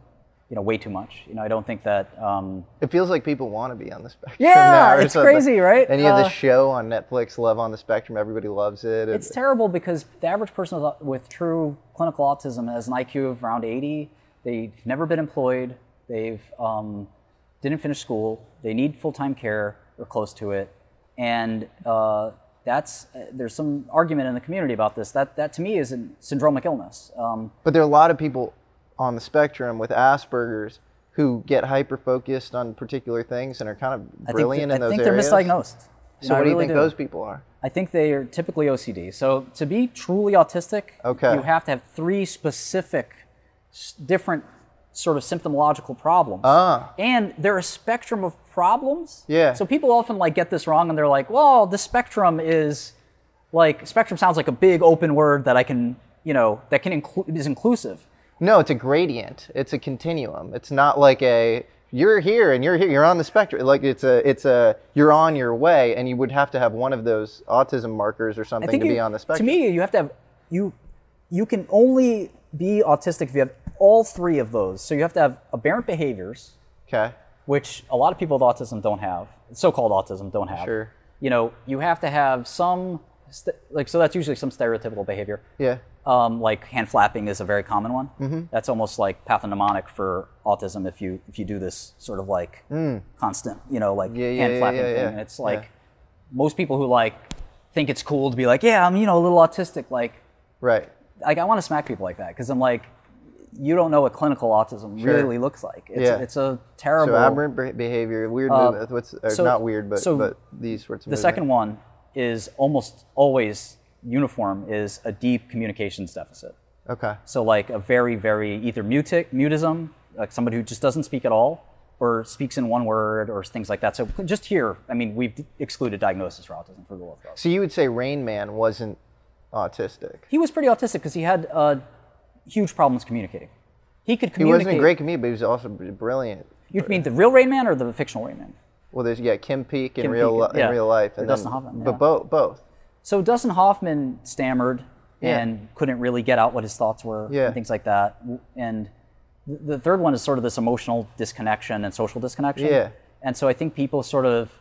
S2: you know, way too much. You know, I don't think that. Um,
S1: It feels like people want to be on the spectrum.
S2: Yeah,
S1: now or
S2: it's
S1: something.
S2: crazy, right?
S1: And you have
S2: Uh,
S1: this show on Netflix, Love on the Spectrum. Everybody loves it.
S2: it's terrible because the average person with, with true clinical autism has an IQ of around 80. They've never been employed. They've um, didn't finish school. They need full-time care or close to it. And uh, that's uh, there's some argument in the community about this. That that to me is a syndromic illness. Um,
S1: But there are a lot of people on the spectrum with Asperger's who get hyper focused on particular things and are kind of
S2: I think
S1: brilliant
S2: th-
S1: in those
S2: I think they're
S1: areas.
S2: misdiagnosed. You
S1: So
S2: know, I
S1: what do you
S2: really
S1: think those people are?
S2: I think they are typically OCD. So to be truly autistic,
S1: Okay.
S2: you have to have three specific, s- different sort of symptomological problems.
S1: Ah.
S2: And they're a spectrum of problems.
S1: Yeah.
S2: So people often like get this wrong, and they're like, "Well, the spectrum is Like spectrum sounds like a big open word that I can, you know, that can include is inclusive.
S1: No, it's a gradient. It's a continuum. It's not like a you're here and you're here. You're on the spectrum. Like it's a it's a you're on your way, and you would have to have one of those autism markers or something to
S2: you,
S1: be on the
S2: To
S1: spectrum.
S2: me, you have to have you. You can only be autistic if you have all three of those. So you have to have aberrant behaviors.
S1: Okay.
S2: Which a lot of people with autism don't have. So-called autism don't have.
S1: Sure.
S2: You know, you have to have some st- like so that's usually some stereotypical behavior.
S1: yeah.
S2: Um, like hand flapping is a very common one.
S1: Mhm.
S2: That's almost like pathognomonic for autism if you if you do this sort of like
S1: Mm.
S2: constant, you know, like
S1: yeah,
S2: hand
S1: yeah,
S2: flapping
S1: yeah, yeah.
S2: thing. And it's like
S1: Yeah.
S2: most people who like think it's cool to be like, yeah, I'm you know a little autistic. Like,
S1: right.
S2: Like I want to smack people like that because I'm like, you don't know what clinical autism
S1: Sure.
S2: really looks like. It's,
S1: Yeah.
S2: it's a terrible.
S1: So aberrant beh- behavior, weird
S2: Uh,
S1: movement. What's or
S2: so-
S1: not weird, but
S2: so
S1: but these sorts of.
S2: the second one is almost always uniform is a deep communications deficit.
S1: Okay.
S2: So like a very very either muti- mutism, like somebody who just doesn't speak at all, or speaks in one word, or things like that. So just here, I mean, we've excluded diagnosis for autism for the love of God.
S1: So you would say Rain Man wasn't autistic.
S2: He was pretty autistic because he had uh, huge problems communicating. He could
S1: He
S2: communicate.
S1: wasn't a great comedian, but he was also br- brilliant.
S2: You mean the real Rain Man or the fictional Rain Man?
S1: Well, there's yeah, Kim Peek in
S2: Kim
S1: real
S2: Peek,
S1: li-
S2: yeah.
S1: in real life,
S2: Or
S1: and
S2: Dustin
S1: then,
S2: Hoffman, yeah.
S1: But both both.
S2: So Dustin Hoffman stammered
S1: Yeah.
S2: and couldn't really get out what his thoughts were
S1: Yeah.
S2: and things like that. And th- the third one is sort of this emotional disconnection and social disconnection.
S1: Yeah.
S2: And so I think people sort of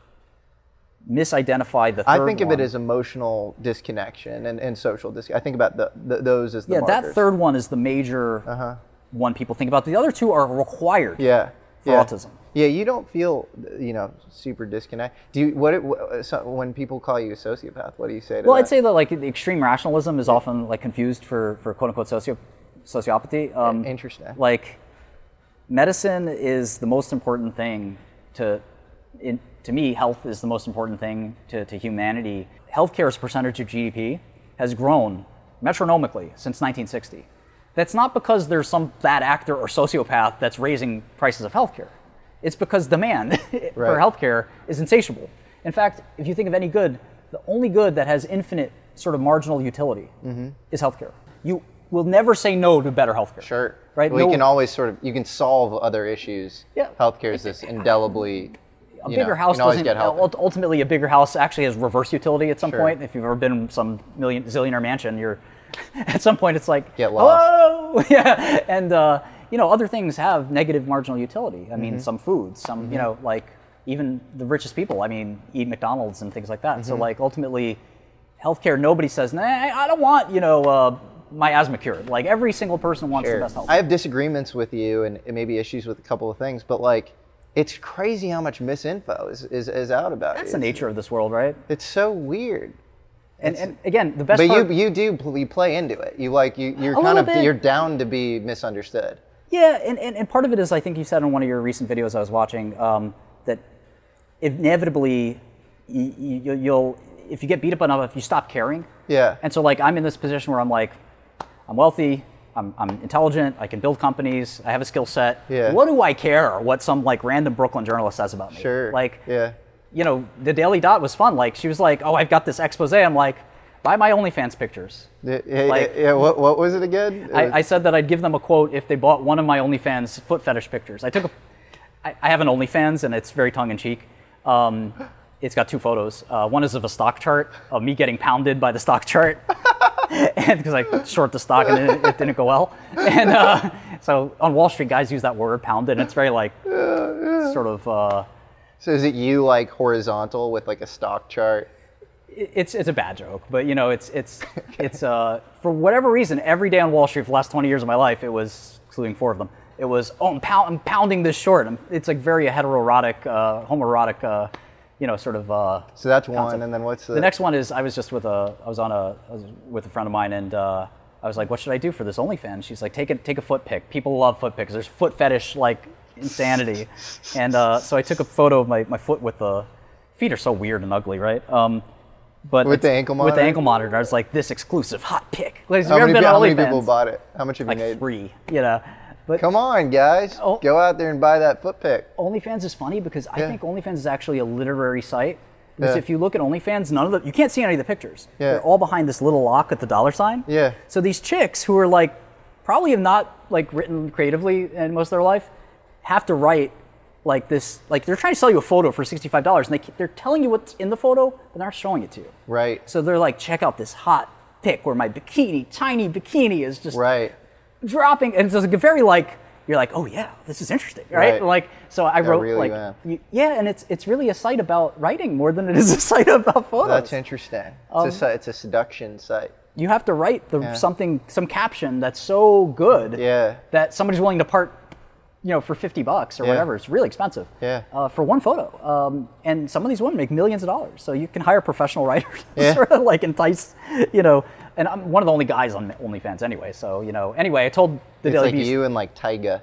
S2: misidentify the third
S1: I think of
S2: one.
S1: it as emotional disconnection and, and social disc. I think about the, the those as the
S2: yeah, that
S1: markers. Uh-huh.
S2: third one is the major one people think about. The other two are required
S1: yeah
S2: for
S1: yeah.
S2: autism.
S1: Yeah, you don't feel you know super disconnect. Do you what it, wh- so when people call you a sociopath? What do you say to
S2: Well,
S1: that?
S2: I'd say that like the extreme rationalism is often like confused for for quote unquote socio sociopathy. Um,
S1: Interesting.
S2: Like medicine is the most important thing to in, to me. Health is the most important thing to, to humanity. Healthcare as a percentage of GDP has grown metronomically since 1960. That's not because there's some bad actor or sociopath that's raising prices of healthcare. It's because demand for
S1: Right.
S2: healthcare is insatiable. In fact, if you think of any good, the only good that has infinite sort of marginal utility
S1: Mhm.
S2: is healthcare. You will never say no to better healthcare. Sure. Right?
S1: Well,
S2: No-
S1: you can always sort of you can solve other issues.
S2: Yeah.
S1: healthcare is this indelibly.
S2: a
S1: you
S2: bigger
S1: know,
S2: house
S1: you can always
S2: doesn't
S1: get help.
S2: ult- ultimately a bigger house actually has reverse utility at some
S1: Sure.
S2: point. If you've ever been in some million zillionaire mansion, you're at some point it's like
S1: Get lost.
S2: Hello? yeah, and uh, you know other things have negative marginal utility. I mean,
S1: Mhm.
S2: some foods, some you
S1: Mhm.
S2: know like even the richest people. I mean, eat McDonald's and things like that. So
S1: Mhm.
S2: like ultimately, healthcare. Nobody says, nah, I don't want you know uh, my asthma cured. Like every single person wants
S1: Sure.
S2: the best health.
S1: I have disagreements with you and and maybe issues with a couple of things, but like, it's crazy how much misinfo is, is, is out about
S2: That's
S1: you.
S2: the nature of this world, right?
S1: It's so weird.
S2: And,
S1: It's-
S2: and again, the best
S1: but
S2: part,
S1: you you do pl- you play into it. You like you you're
S2: A
S1: kind
S2: little
S1: of
S2: bit.
S1: you're down to be misunderstood.
S2: Yeah, and, and, and part of it is I think you said in one of your recent videos I was watching um, that inevitably you, you, you'll if you get beat up enough if you stop caring.
S1: Yeah.
S2: And so like I'm in this position where I'm like, I'm wealthy, I'm, I'm intelligent, I can build companies, I have a skill set.
S1: Yeah.
S2: What do I care what some like random Brooklyn journalist says about me? Sure. Like
S1: yeah.
S2: You know, the Daily Dot was fun. Like she was like, oh, I've got this expose. I'm like, buy my OnlyFans pictures.
S1: Yeah, yeah,
S2: Like-
S1: yeah, what what was it again? Uh, It was-
S2: I, I said that I'd give them a quote if they bought one of my OnlyFans foot fetish pictures. I took a, I, I have an OnlyFans and it's very tongue in cheek. Um, it's got two photos. Uh, one is of a stock chart of me getting pounded by the stock chart because I short the stock and it, it didn't go well. And uh, so on Wall Street, guys use that word pounded. And it's very like sort of. Uh,
S1: so is it you like horizontal with like a stock chart?
S2: it- it's it's a bad joke, but you know, it's it's it's uh for whatever reason, every day on Wall Street for the last 20 years of my life, it was including four of them. It was oh, I'm, pound, I'm pounding this short. I'm, it's like very heteroerotic, uh, homoerotic, uh, you know, sort of. Uh,
S1: so that's one,
S2: concept.
S1: and then what's the,
S2: The next one is I was just with a I was on a I was with a friend of mine and uh, I was like, what should I do for this OnlyFans? She's like, take a take a foot pic. People love foot pics. There's foot fetish like insanity, and uh, so I took a photo of my, my foot with the feet are so weird and ugly, right? Um, but
S1: With the
S2: it's-
S1: ankle
S2: With
S1: monitor?
S2: the ankle monitor, I was like, this exclusive hot pick. Like,
S1: How many,
S2: been
S1: pe-
S2: on
S1: how many
S2: OnlyFans?
S1: people bought it? How much have you
S2: Like
S1: made?
S2: Three. Oh. You know.
S1: Come on, guys. Go out there and buy that foot pick.
S2: Oh. OnlyFans is funny because I
S1: Yeah.
S2: think OnlyFans is actually a literary site Because
S1: Yeah.
S2: if you look at OnlyFans, none of the you can't see any of the pictures.
S1: Yeah.
S2: They're all behind this little lock at the dollar sign.
S1: Yeah.
S2: So these chicks who are like probably have not like written creatively in most of their life have to write like this like they're trying to sell you a photo for $65 and they, they're telling you what's in the photo but they're not showing it to you
S1: right
S2: so they're like check out this hot pic where my bikini tiny bikini is just
S1: right
S2: dropping and it's just very like you're like oh yeah this is interesting right,
S1: Right.
S2: like so i
S1: Yeah,
S2: wrote
S1: really, uh,
S2: like
S1: yeah.
S2: y- yeah and it's it's really a site about writing more than it is a site about photos
S1: That's interesting. It's,
S2: Oh. Um,
S1: a, si- it's a seduction site.
S2: you have to write the
S1: Yeah.
S2: something some caption that's so good yeah. that somebody's willing to part you know for 50 bucks or
S1: Yeah.
S2: whatever it's really expensive
S1: Yeah.
S2: uh, for one photo um, and some of these women make millions of dollars so you can hire professional writers
S1: Yeah.
S2: to sort of like entice you know and i'm one of the only guys on onlyfans anyway so you know anyway i told the
S1: it's
S2: daily
S1: like
S2: beast
S1: you and like Tyga.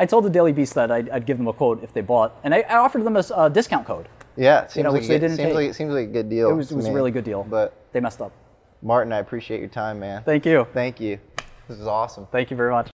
S2: i told the daily beast that i'd, I'd give them a quote if they bought and i, I offered them a s- a discount code
S1: Yeah, it seems,
S2: You know,
S1: like,
S2: which
S1: a
S2: they
S1: good,
S2: didn't
S1: seems
S2: take.
S1: like it seems like a good deal.
S2: It was-
S1: to
S2: it was a
S1: me.
S2: really good deal,
S1: But
S2: they messed up
S1: Martin, I appreciate your time, man.
S2: Thank you.
S1: Thank you. This is awesome.
S2: Thank you very much.